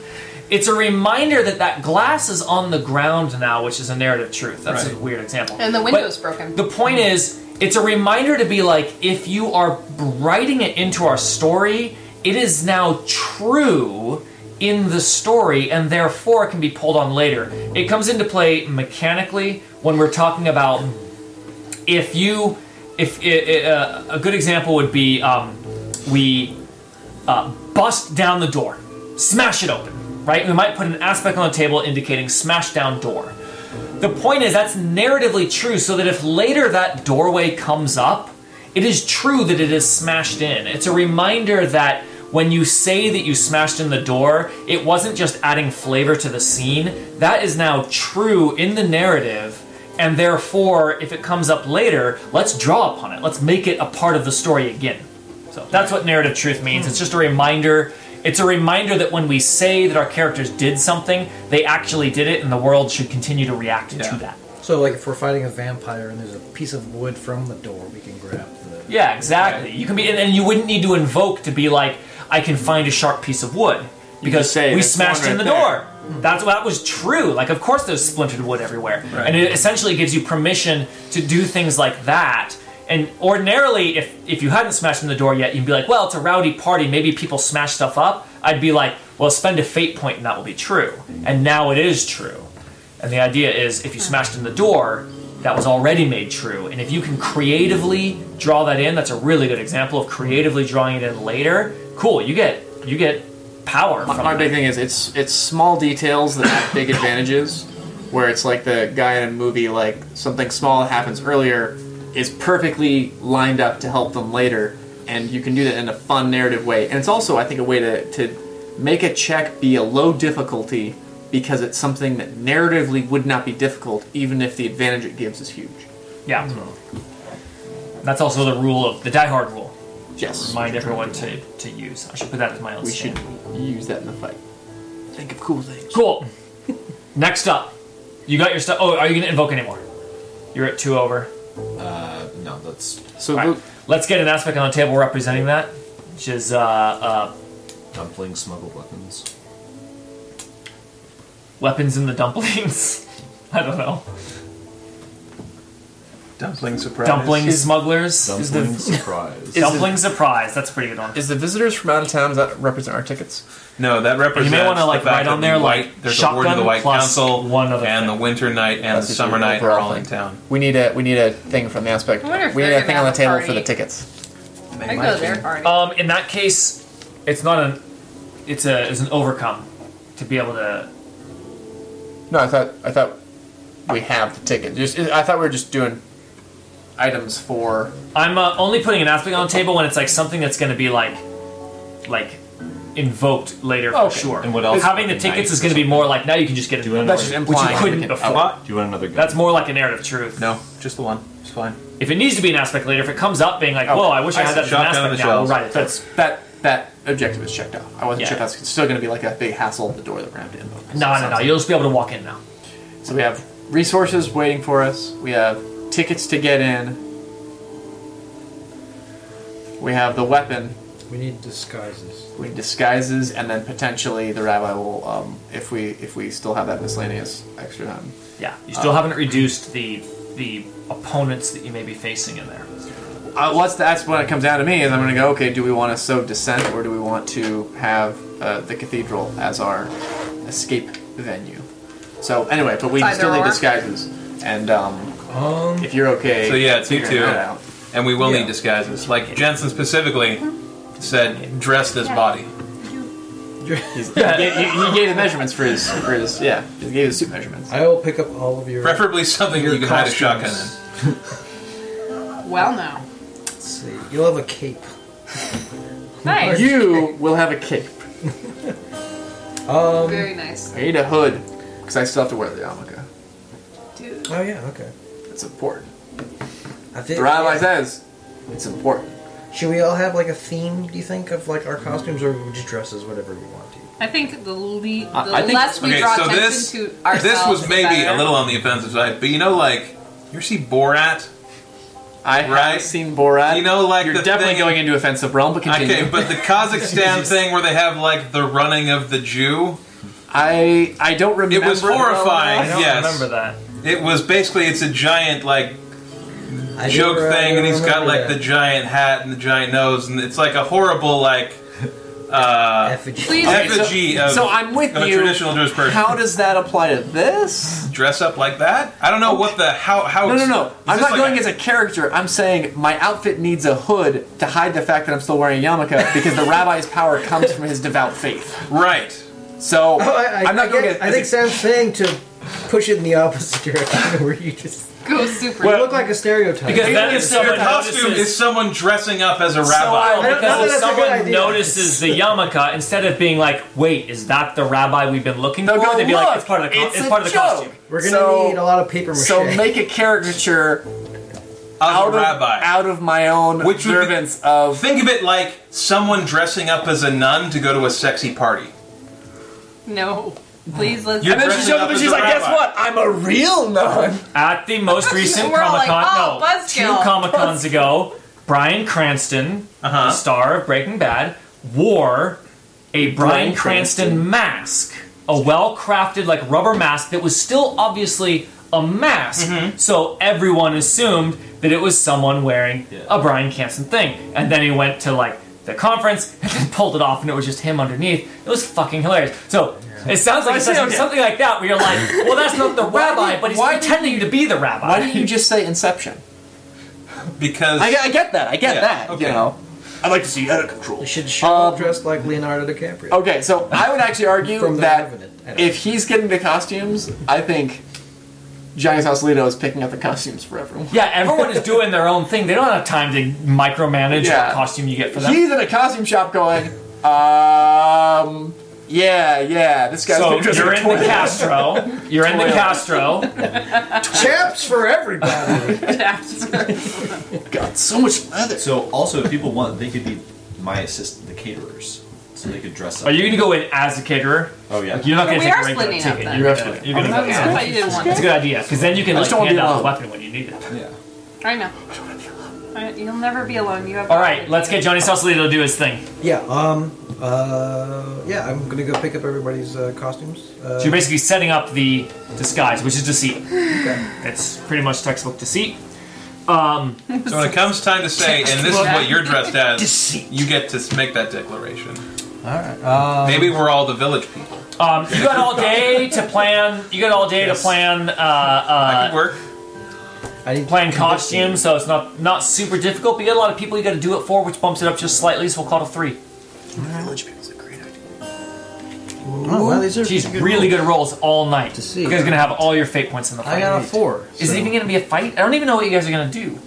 A: It's a reminder that that glass is on the ground now, which is a narrative truth. That's a
C: Right.
A: weird example.
B: And the
A: But
B: window's broken.
A: The point is, it's a reminder to be like, if you are writing it into our story, it is now true in the story and therefore can be pulled on later. It comes into play mechanically when we're talking about if you if i i- uh, a good example would be um, we uh, bust down the door smash it open right we might put an aspect on the table indicating smash down door the point is that's narratively true so that if later that doorway comes up it is true that it is smashed in it's a reminder that when you say that you smashed in the door it wasn't just adding flavor to the scene that is now true in the narrative and therefore if it comes up later let's draw upon it let's make it a part of the story again so that's what narrative truth means it's just a reminder it's a reminder that when we say that our characters did something they actually did it and the world should continue to react
C: Yeah.
A: to that
D: So, like, if we're fighting a vampire and there's a piece of wood from the door, we can grab the.
A: yeah exactly you can be and, and you wouldn't need to invoke to be like i can find a sharp piece of wood because
E: just say,
A: we
E: "There's
A: smashed
E: one
A: in the
E: right there."
A: door That's that was true. Like, of course, there's splintered wood everywhere,
C: Right.
A: and it essentially gives you permission to do things like that. And ordinarily, if if you hadn't smashed in the door yet, you'd be like, "Well, it's a rowdy party. Maybe people smash stuff up." I'd be like, "Well, spend a fate point, and that will be true." And now it is true. And the idea is, if you smashed in the door, that was already made true. And if you can creatively draw that in, that's a really good example of creatively drawing it in later. Cool, you get you get power.
E: My,
A: from
E: my
A: that.
E: big thing is it's it's small details that have big advantages. Where it's like the guy in a movie, like something small that happens earlier, is perfectly lined up to help them later, and you can do that in a fun narrative way. And it's also, I think, a way to to make a check be a low difficulty because it's something that narratively would not be difficult, even if the advantage it gives is huge.
A: Yeah. That's also the rule of the Die Hard rule.
E: Yes,
A: Remind everyone to, to use. I should put that as my own.
E: we should
A: standard.
E: use that in the fight. Think of cool things.
A: Cool. Next up, you got your stuff. Oh, are you gonna invoke anymore? You're at two over.
F: Uh, no, that's
E: So
A: All right. Let's get an aspect on the table representing that, which is uh, uh,
F: dumpling smuggled weapons.
A: weapons in the dumplings. I don't know.
C: Dumpling surprise.
A: Dumpling smugglers.
F: Dumpling surprise.
E: Is-
A: Dumpling surprise. That's a pretty good one.
E: Is the visitors from out of town? Does that represent our tickets?
C: No, that
A: you
C: represents.
A: may want to
C: the
A: like
C: fact
A: write
C: that
A: on there
C: the
A: like
C: white, there's a
A: shotgun
C: word of the White
A: plus
C: Council
A: one other
C: and
A: thing.
C: the winter night and
E: That's
C: the
E: the
C: summer night are
E: overall
C: all in
E: thing.
C: town.
E: We need a we need a thing from the aspect.
B: I wonder if
E: We need
B: they're
E: a thing
B: gonna
E: on the
B: have a
E: table for
B: party.
E: the tickets.
C: They
B: I
C: might
B: go there
C: be.
B: party.
A: Um, in that case, it's not an. It's a. It's an overcome, to be able to.
E: No, I thought I thought we have the ticket. Just I thought we were just doing items for.
A: I'm uh, only putting an aspect on the table when it's like something that's going to be like, like, invoked later for
E: Okay.
A: sure.
F: And what else?
A: Having the
F: Nice
A: tickets is
F: or
A: going to be
F: something.
A: more like now you can just get it.
F: Do you want
E: That's just
F: another-
A: which you
E: implying.
A: couldn't
E: we can-
A: before.
F: Do you want another gun?
A: That's more like a narrative truth.
C: Oh, No, just the one. It's fine.
A: If it needs to be an aspect later, if it comes up being like, whoa, I wish I,
E: I
A: had
E: see.
A: that as an
C: Shotgun of
A: aspect
C: the
A: now, we'll
C: shells.
A: write it.
E: That's that that objective is checked out. I wasn't
A: Yeah.
E: sure if that's still going to be like a big hassle at the door that we're going to have to end.
A: no, no, no. You'll just be able to walk in now.
E: So we have resources waiting for us. We have tickets to get in. We have the weapon.
D: We need disguises.
E: We disguises, and then potentially the rabbi will, um, if we if we still have that miscellaneous extra time.
A: Yeah, you still haven't reduced the the opponents that you may be facing in there.
E: Uh, what's that's what it comes down to me is I'm going to go. Okay, do we want to sow dissent, or do we want to have uh, the cathedral as our escape venue? So anyway, but we
B: Either
E: still need
B: or.
E: disguises, and um,
H: Um,
E: if you're okay,
C: So yeah, it's you
E: figuring
C: two.
E: that out.
C: And we will
H: Yeah.
C: need disguises. Like Jensen specifically said, dress this body.
E: He's, he, gave, he, he gave the measurements for his, for his yeah, he gave his suit measurements.
D: I will pick up all of your.
C: Preferably something
D: your
C: you can hide a
D: costumes.
C: shotgun in.
B: well, now.
D: Let's see. You'll have a cape.
B: Nice.
E: You will have a cape.
D: Um.
B: Very nice.
E: I need a hood because I still have to wear the yarmulke.
B: Dude.
D: Oh yeah. Okay.
E: It's important.
D: I think.
E: The rabbi says it's important.
D: Should we all have like a theme? Do you think of like our costumes, or we just dress as whatever we want to?
B: I think the, le- the
E: I- I think-
B: less we
C: Okay,
B: draw
C: so
B: attention
C: this
B: to ourselves,
C: this was
B: the
C: maybe
B: better.
C: a little on the offensive side, but you know, like you see Borat.
E: I
C: Right.
E: have seen Borat.
C: You know, like
E: you're
C: the
E: definitely
C: thing-
E: going into offensive realm, but continue.
C: Okay, but the Kazakhstan thing where they have like the running of the Jew.
E: I I don't remember.
C: was
E: well
C: horrifying.
A: I
E: enough.
A: don't
C: Yes.
A: remember that.
C: It was basically it's a giant like
D: I
C: joke
D: never- I
C: thing, and
D: never
C: he's got
D: remember
C: like the
D: that.
C: giant hat and the giant nose, and it's like a horrible like uh,
D: effigy.
B: Please-
E: Okay, so-
C: effigy of,
E: so I'm with
C: of a
E: you.
C: traditional Jewish person.
E: How does that apply to this?
C: dress up like that? I don't know what the how how.
E: No, no, no.
C: is
E: I'm
C: this
E: not
C: like
E: going
C: a-
E: as a character. I'm saying my outfit needs a hood to hide the fact that I'm still wearing a yarmulke because the rabbi's power comes from his devout faith.
C: right.
E: So
D: Oh, I, I,
E: am
D: I
E: not going
D: get-
E: as,
D: I
E: as
D: think
E: a-
D: Sam's saying to push it in the opposite direction, where you just
B: Go super.
D: you look like a stereotype.
A: Because that
C: Even
A: is
C: if
A: someone
C: your costume
A: notices-
C: is someone dressing up as a
A: So
C: rabbi.
D: I don't know
A: because if
D: that that's a good
A: someone
D: idea.
A: notices the yarmulke, instead of being like, "Wait, is that the rabbi we've been looking
E: They'll
A: for?"
E: go,
A: They'd be
E: "Look,
A: like, "It's Oh, part of the co-
E: it's
A: it's,
E: a
A: part of the
E: joke."
A: costume."
D: We're gonna
E: So-
D: need a lot of paper mache.
E: so make a caricature
C: as
E: out
C: a
E: of,
C: rabbi.
E: out of my own
C: Which would be-
E: observance of
C: Think of it like someone dressing up as a nun to go to a sexy party.
B: no. Please let's.
C: You're
E: And then she
C: dressing
E: shows
C: up
E: up and
C: as
E: she's
C: a
E: like, guess
C: rabbi."
E: what? I'm a real nun.
A: At the most recent
B: We're all
A: Comic
B: like,
A: Con,
B: "Oh,
A: no,
B: buzzkill."
A: two Comic Cons ago, Brian Cranston,
C: Uh-huh.
A: the star of Breaking Bad, wore a Brian
E: Bryan
A: Cranston,
E: Cranston.
A: mask, a well-crafted like rubber mask that was still obviously a mask.
E: Mm-hmm.
A: So everyone assumed that it was someone wearing a Brian Cranston thing, and then he went to like the conference and then pulled it off, and it was just him underneath. It was fucking hilarious. So. It sounds like
E: I
A: it's
E: see, okay.
A: something like that, where you're like, "Well, that's not the
E: Why
A: rabbi,
E: did-
A: but he's
E: why did
A: pretending to be the rabbi."
E: Why didn't you just say Inception?
C: Because
E: I, I get that. I get
C: Yeah,
E: that.
C: okay.
E: You know. I'd like to see out of control.
D: We should show
E: Um,
D: up dressed like Leonardo DiCaprio.
E: Okay, so I would actually argue
D: From The
E: Oh, that
D: Revenant, I don't
E: if he's getting the costumes, I think Johnny Sausalito is picking up the costumes for everyone.
A: Yeah, everyone is doing their own thing. They don't have time to micromanage
E: Yeah.
A: what costume you get for them.
E: He's in a costume shop going, um, yeah, yeah, this guy's
A: so
E: been dressed
A: you're
E: like
A: in
E: a toy.
A: the Castro. You're in the
E: Toilet.
A: Castro.
D: Chaps for everybody.
E: Got so much leather.
F: So also, if people want, they could be my assistant, the caterers, so they could dress up.
A: Are you going to go in as a caterer?
F: Oh yeah.
A: Like, you're not
B: So
A: going to
B: we
A: take
B: are
A: a regular
B: splitting up
A: ticket.
B: then.
A: You're,
E: You're absolutely-
A: you're going to go.
E: I'm not-
A: in.
E: yeah.
B: That's why you didn't want
A: That's a
B: it.
A: good idea because then you can
E: I
A: like
E: just don't
A: hand
E: wanna
A: out the
E: be alone.
A: weapon when you need it.
F: yeah.
B: I know. I- You'll never be alone. You have.
A: All right, let's get Johnny Sausalito to do his thing.
D: yeah. Um. Uh. Yeah. I'm gonna go pick up everybody's uh, costumes. Uh,
A: So you're basically setting up the disguise, which is deceit. It's pretty much textbook deceit. Um,
C: So when it comes time to say, and this is what you're dressed as,
A: deceit.
C: you get to make that declaration.
H: All right. Uh,
C: Maybe we're all the village people.
A: Um, you got all day to plan. You got all day to
C: Yes.
A: plan. Uh,
C: That
A: uh,
C: could work.
D: I need
A: plan costumes, so it's not not super difficult. But you got a lot of people you got to do it for, which bumps it up just slightly. So we'll call it a three.
E: Village people's a great idea.
D: Oh, wow, these are
A: She's
D: good
A: really good rolls all night.
D: To see.
A: You guys are gonna have all your fate points in the
D: I
A: fight.
D: got a four.
A: Is
D: so-
A: it even gonna be a fight? I don't even know what you guys are gonna do.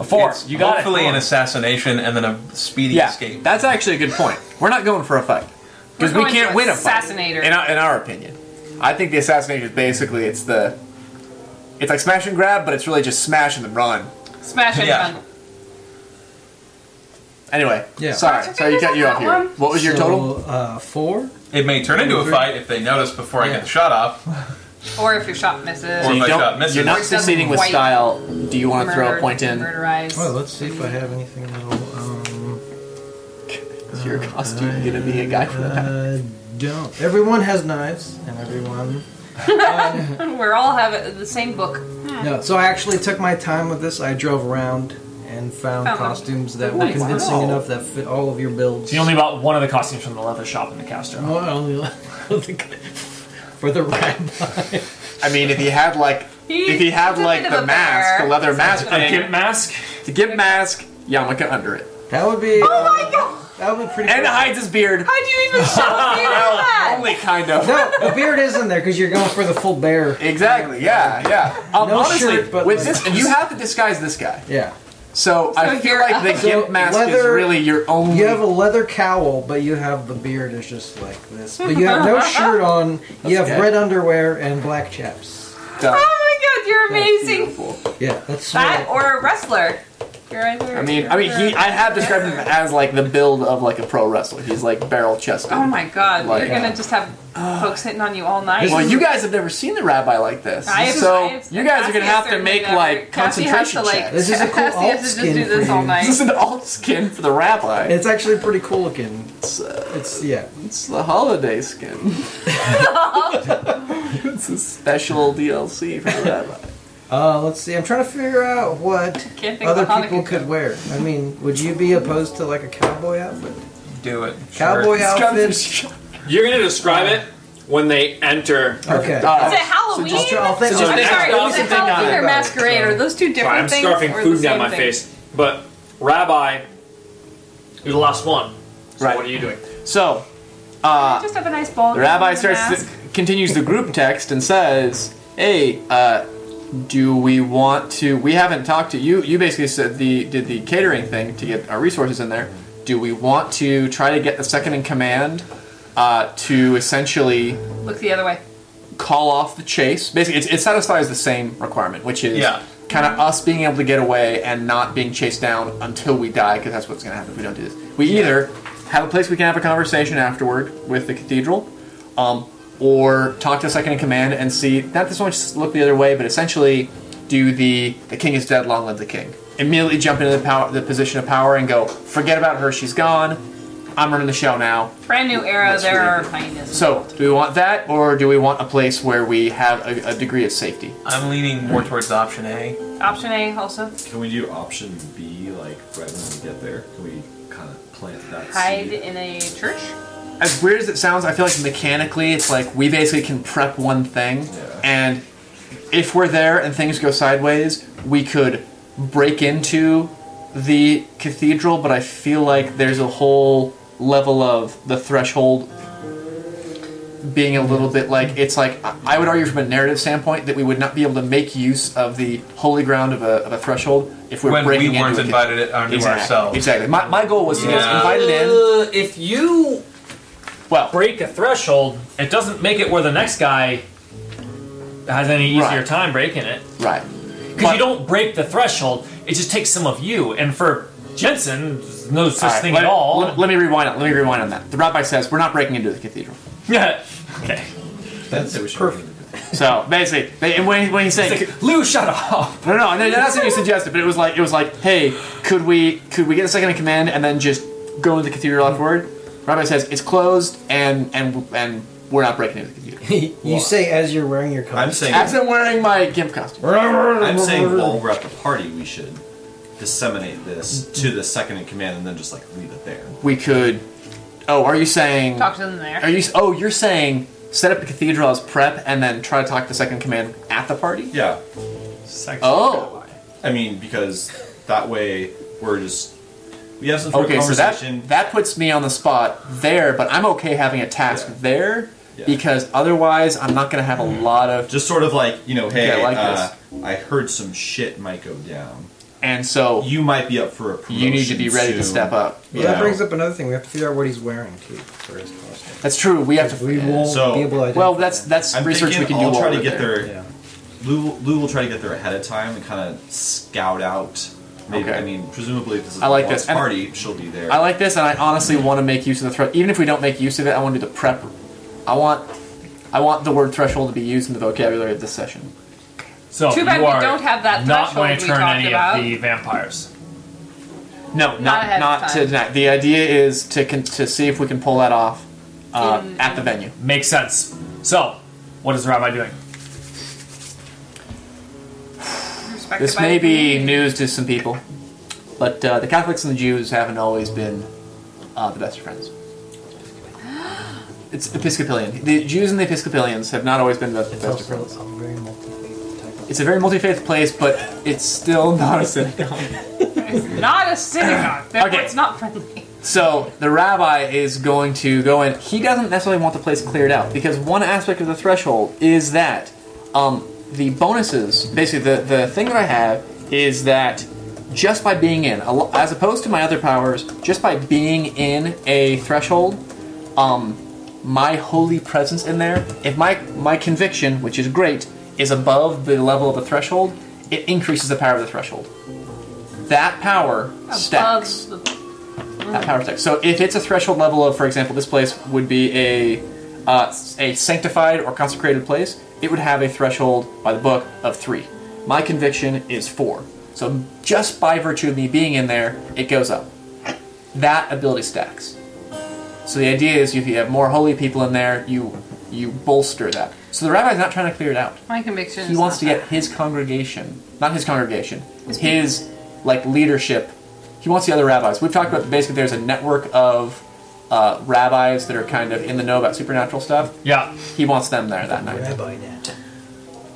A: A four.
C: It's
A: you got
C: hopefully
A: it.
C: an assassination and then a speedy
E: Yeah,
C: escape.
E: that's actually a good point. We're not going for a fight because
B: We're
E: we
B: going
E: can't
B: to
E: win a fight.
B: assassinator.
E: In our, in our opinion, I think the assassination is basically it's the it's like smash and grab, but it's really just smash and then run.
B: Smash and
C: Yeah.
B: run.
E: Anyway,
D: Yeah.
E: sorry,
B: That's
E: sorry, you
B: okay,
E: cut you off
B: that
E: here.
B: one.
E: What was your
D: So,
E: total?
D: Uh, four.
C: It may turn into a fight if they notice before I
D: Yeah.
C: get the shot off.
B: Or if your shot misses.
C: Or
E: you
C: if I
E: don't-
C: shot misses.
E: you're not
B: Doesn't
E: succeeding with
B: quite
E: style. Do you want to throw a
B: murdered,
E: point in?
B: Murderized.
D: Well, let's see if I have anything that'll. Um,
E: Is your costume gonna be a guy from the back?
D: uh, don't. Everyone has knives, and everyone.
B: We're all have the same book.
D: No, so I actually took my time with this. I drove around and found
B: Found them.
D: costumes that were
B: Nice.
D: convincing
E: Wow.
D: enough that fit all of your builds.
A: So you only bought one of the costumes from the leather shop in the Castro.
D: Oh, I only for the rabbi.
E: I mean, if he had like
B: He-
E: if he had
B: he's a
E: like
B: bit
E: the
B: of a
E: mask,
B: bear.
E: the leather mask
A: A
E: thing,
A: gimp mask.
E: the gimp mask, yarmulke under it,
D: That would be.
B: Oh my god!
D: That would be pretty.
E: and
D: cool.
E: hides his beard.
B: How'd you even shock me with that?
E: Only kind of.
D: No, the beard is in there because you're going for the full bear.
E: Exactly. Yeah. Yeah. Um,
D: No
E: honestly,
D: shirt, but
E: with
D: like-
E: this, you have to disguise this guy.
D: Yeah.
E: So, I
B: So
E: feel
B: you're
E: like the
B: up.
D: So
E: gimp mask is
D: leather-
E: really your only.
D: You have a leather cowl, but you have the beard is just like this. But you have no shirt on. You have
E: okay.
D: red underwear and black chaps.
E: done.
B: Oh my god, you're amazing!
E: Beautiful.
D: Yeah, that's
B: That
D: what-
B: or a wrestler. You're either,
E: I mean, I mean, he. I have described him as like the build of like a pro wrestler. He's like barrel chested.
B: Oh my god,
E: Like, uh,
B: you're gonna just have folks hitting on you all night.
E: Well, you guys have never seen the rabbi like this,
B: I have-
E: so
B: I have-
E: you guys are gonna
B: Cassie
E: have to
B: certainly
E: make
B: never-
E: like
B: Cassie has to,
E: concentration
B: like-
E: checks.
D: This is a cool
B: Cassie
D: alt
B: has to just do
D: skin for
B: this all
D: you.
B: night.
E: This is an alt skin for the rabbi.
D: It's actually pretty cool looking.
E: It's, uh,
D: It's yeah.
E: It's the holiday skin. it's a special DLC for that.
D: Uh, let's see. I'm trying to figure out what
B: Can't think of
D: other
B: a Hanukkah
D: people could
B: coat.
D: wear. I mean, would you be opposed to like a cowboy outfit?
C: Do it. Sure.
D: Cowboy outfit.
I: You're gonna describe it when they enter.
D: Okay.
B: Is it Halloween?
D: I'll try- I'll think-
B: I'm
D: I'll
B: sorry,
D: think
I: about
B: is
I: it.
B: it Halloween or
D: About it,
B: masquerade?
D: so-
B: Are those two
I: Sorry, I'm
B: different things?
I: scarfing
B: or the
I: food down
B: same
I: my
B: thing?
I: face. But Rabbi, you're the last one. So
E: Right.
I: what are you doing?
E: So,
B: I just have a nice ball.
E: The rabbi
B: and a
E: starts
B: mask.
E: to, continues the group text and says, "Hey, uh, do we want to? We haven't talked to you. You basically said the did the catering thing to get our resources in there. Do we want to try to get the second in command uh, to essentially
B: Look the other way.
E: call off the chase? Basically, it, it satisfies the same requirement, which is
C: Yeah.
E: kind of us being able to get away and not being chased down until we die, because that's what's going to happen if we don't do this. We either have a place we can have a conversation afterward with the cathedral, um, or talk to the second in command and see. Not this one, just look the other way, but essentially do the the king is dead, long live the king. Immediately jump into the power, the position of power, and go forget about her. She's gone. I'm running the show now.
B: Brand new era.
E: That's
B: There
E: really
B: are
E: good.
B: kindness.
E: So, do we want that, or do we want a place where we have a, a degree of safety?
C: I'm leaning more towards option A.
B: Option A also
F: Can we do option B, like right when we get there? Can we kind of plant that
B: hide
F: seed?
B: in a church.
E: As weird as it sounds, I feel like mechanically, it's like we basically can prep one thing,
F: Yeah.
E: and if we're there and things go sideways, we could break into the cathedral. But I feel like there's a whole level of the threshold being a little bit like it's like I I would argue from a narrative standpoint that we would not be able to make use of the holy ground of a, of a threshold if we're
C: When we
E: breaking
C: weren't
E: into a cathedral.
C: invited it onto ourselves.
E: Exactly. My, my goal was to get
C: Yeah.
E: invited in.
A: Uh, if you
E: Well,
A: break a threshold, it doesn't make it where the next guy has any easier
E: Right.
A: time breaking it.
E: right.
A: Because you don't break the threshold, it just takes some of you. And for Jensen, there's no such
E: Alright,
A: thing
E: let,
A: at all.
E: Let, let me rewind. on- Let me rewind on that. The rabbi says we're not breaking into the cathedral.
A: yeah. Okay.
F: That's perfect.
E: So basically, they, and when, when he's saying,
A: Like, Lou, shut up.
E: no, no, no, that's what you suggested, but it was like, it was like, hey, could we, could we get a second in command and then just go into the cathedral afterward? Rabbi says it's closed, and and and We're not breaking into the computer.
J: you say as you're wearing your coat.
F: I'm saying
E: Absent wearing my gimp costume.
F: I'm saying while we're at the party, we should disseminate this to the second in command and then just like leave it there.
E: We could. Oh, are you saying?
B: Talk to them there.
E: Are you? Oh, you're saying set up the cathedral as prep and then try to talk to the second command at the party.
F: Yeah,
E: Oh,
F: I mean because that way we're just we have some sort
E: okay.
F: of
E: So
F: conversation.
E: that that puts me on the spot there, but I'm okay having a task
F: Yeah.
E: there
F: Yeah. Mm-hmm.
E: because otherwise I'm not gonna have a lot of.
F: just sort of like you know, hey,
E: Yeah, I like
F: uh, I heard some shit might go down.
E: And so
F: You might be up for a promotion.
E: you need to be ready to
F: soon.
E: step up.
F: Yeah.
D: Well, that brings up another thing. We have to figure out what he's wearing too for his costume.
E: That's true. We have to.
J: we won't
F: So-
J: be able to. Identify
E: well, that's
J: them.
E: that's
F: I'm
E: research
F: thinking
E: we can
F: I'll
E: do.
F: try to
E: while we're
F: get
E: there.
F: there.
J: Yeah.
F: Lou, will- Lou will try to get there ahead of time and kind of scout out. Maybe,
E: Okay.
F: I mean, presumably if this is
E: I like
F: Lot's
E: this. And-
F: party, she'll be there.
E: I like this, and I
F: Mm-hmm.
E: honestly want to make use of the threshold. Even if we don't make use of it, I want to do the prep. I want, I want the word threshold to be used in the vocabulary of this session.
I: Oh,
A: So
B: Too bad
A: you
B: we
A: are
B: don't have that
A: not going
B: threshold
A: to
B: we
A: turn
B: talked
A: any
B: about.
A: of the vampires.
E: No,
B: Not ahead
E: not
B: of
E: not
B: time.
E: to tonight. The idea is to con- to see if we can pull that off uh,
B: In-
E: at the venue.
A: Makes sense. So, what is Rabbi doing?
B: Respected
E: This
B: by the
E: may
B: community.
E: be news to some people, but uh, the Catholics and the Jews haven't always been uh, the best of friends. It's Episcopalian. The Jews and the Episcopalians have not always been the
J: It's
E: best of
J: also
E: friends.
J: a very multi-faith type of.
E: It's a very multi-faith place, but it's still not a synagogue.
B: It's not a synagogue. Therefore,
E: Okay.
B: it's not friendly.
E: So the rabbi is going to go in. He doesn't necessarily want the place cleared out because one aspect of the threshold is that um, the bonuses. Basically, the the thing that I have is that just by being in, a lo- as opposed to my other powers, just by being in a threshold, um, my holy presence in there. If my my conviction, which is great, is above the level of the threshold, it increases the power of the threshold. That power stacks
B: Above the-
E: that power stack. So if it's a threshold level of, for example, this place would be a uh, a sanctified or consecrated place, it would have a threshold by the book of three. My conviction is four. So just by virtue of me being in there, it goes up. That ability stacks. So the idea is, if you have more holy people in there, you you bolster that. So the rabbi's not trying to clear it out.
B: my conviction.
E: He
B: is
E: wants to
B: not
E: get his congregation, not his congregation, his like leadership. He wants the other rabbis. We've talked about basically there's a network of uh, rabbis that are kind of in the know about supernatural stuff.
A: Yeah.
E: He wants them there that night.
J: Rabbi net.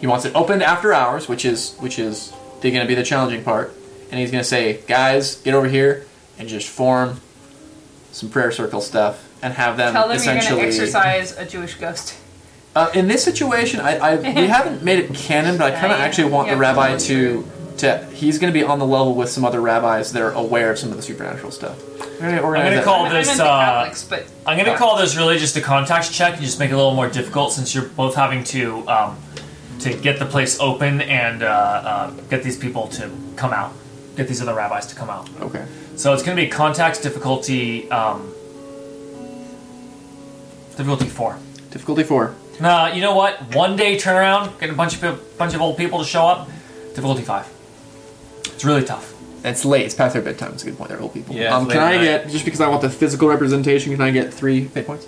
E: He wants it open after hours, which is which is going to be the challenging part. And he's going to say, "Guys, get over here and just form some prayer circle stuff and have them
B: that. Tell them you're
E: essentially
B: going to exercise a Jewish ghost.
E: Uh, in this situation, I, I we haven't made it canon, but I kind of
B: Yeah,
E: actually want
B: yeah,
E: the rabbi
B: totally
E: to to he's going to be on the level with some other rabbis that are aware of some of the supernatural stuff. I'm
A: gonna call- All
B: I meant
A: this,
B: the
A: uh,
B: Catholics, but
A: I'm gonna call this really just a contacts check and just make it a little more difficult since you're both having to um, to get the place open and uh, uh, get these people to come out, get these other rabbis to come out.
E: Okay.
A: So it's gonna be contacts difficulty um, difficulty four.
E: Difficulty four.
A: Nah, you know what? One day turnaround, get a bunch of peop- bunch of old people to show up. Difficulty five. It's really tough.
E: It's late. It's past their bedtime. It's a good point. They're old people.
C: Yeah,
E: um,
C: it's
E: can
C: late
E: I
C: night.
E: get just because I want the physical representation? Can I get three fate points?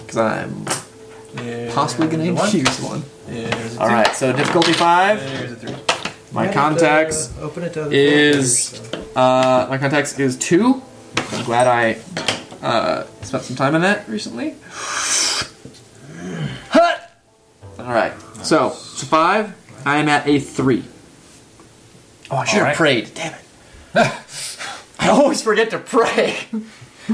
E: Because I'm
C: Yeah,
E: possibly going
C: there's
E: to
C: a one.
E: use one.
C: Yeah, there's a
E: All
C: two.
E: right. So difficulty five.
C: There's a three.
E: My
J: Yeah,
E: contacts.
J: but, uh, open it to other
E: is-
J: people, so-
E: Uh, my contacts is two. I'm glad I uh, spent some time on that recently. Hut! All right. So it's a five. I am at a three. Oh, I should have
A: right.
E: prayed. Damn it! I always forget to pray.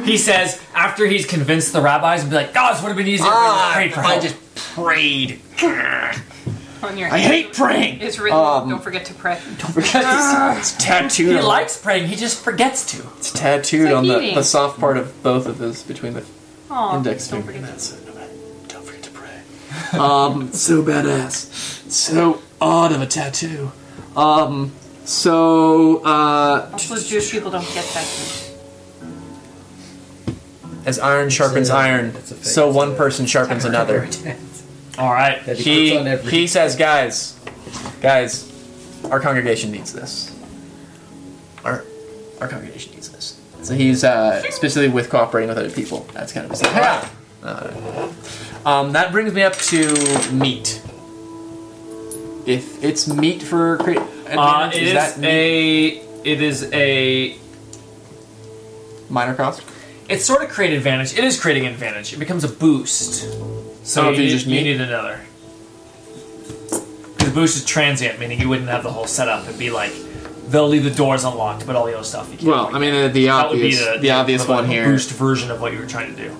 A: He says after he's convinced the rabbis and be like, "God, this would have been easier if we just prayed for
E: Ah, I
A: help."
E: just prayed.
B: on your
E: I hate praying. Ah.
B: It's written.
E: Um,
B: don't forget to pray.
E: Don't forget it's, it's tattooed.
A: He
E: on-
A: likes praying, he just forgets to.
E: it's tattooed
B: It's like
E: on the,
B: eating.
E: the soft part of both of us between the
B: Aw,
E: index
B: don't
E: finger.
B: forget to
E: Don't forget to pray. um, so badass. So odd of a tattoo. Um, so uh,
B: Also, Jewish people don't get that.
E: as iron sharpens
J: a-
E: iron,
J: that's a fake.
E: so one person sharpens another.
A: All right.
J: That he,
E: He
J: puts on every.
E: he says, guys, guys, our congregation needs this. Our our congregation needs this. So he's uh, specifically with cooperating with other people. That's kind of his thing. Yeah. Um, that brings me up to meat. If it's meat for crit advantage,
A: Uh, it
E: is, that
A: is
E: meat
A: a. It is a.
E: minor cost?
A: It's sort of create advantage. It is creating advantage. It becomes a boost. So
E: Oh,
A: you,
E: if you
A: need,
E: just
A: you
E: meet?
A: need another. The boost is transient, meaning you wouldn't have the whole setup. It'd be like they'll leave the doors unlocked, but all the other stuff you can't.
E: Well, I mean uh, the
A: that would be
E: obvious,
A: the,
E: the, obvious
A: equivalent
E: one
A: of a
E: here,
A: Boost version of what you were trying to do.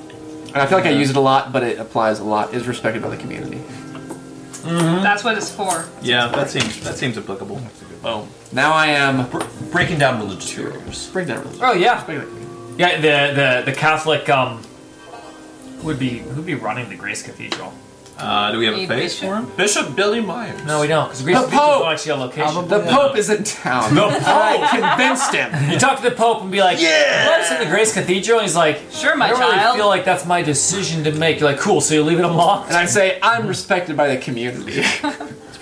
E: and I feel like I use it a lot, but it applies a lot. Is respected by the community. Hmm?
B: That's what it's for.
C: Yeah, that seems that seems applicable.
E: Boom. Now I am
F: breaking down religious barriers.
E: breaking down religion.
A: Oh yeah, yeah. The the the Catholic um who would be who'd be running the Grace Cathedral.
C: Uh, do we have
B: You
C: a face
B: bishop?
C: for him?
F: Bishop Billy Myers.
A: No, we don't because Grace
E: The
A: Cathedral's
E: Pope!
A: not actually a location.
E: The Pope is in town.
A: The
E: I convinced him.
A: You talk to the Pope and be like,
E: Yeah!
A: Life's in the Grace Cathedral. And he's like,
B: Sure, my
A: I don't really
B: child.
A: feel like that's my decision to make. You're like, cool. So you leave it unlocked.
E: And I say, I'm respected by the community.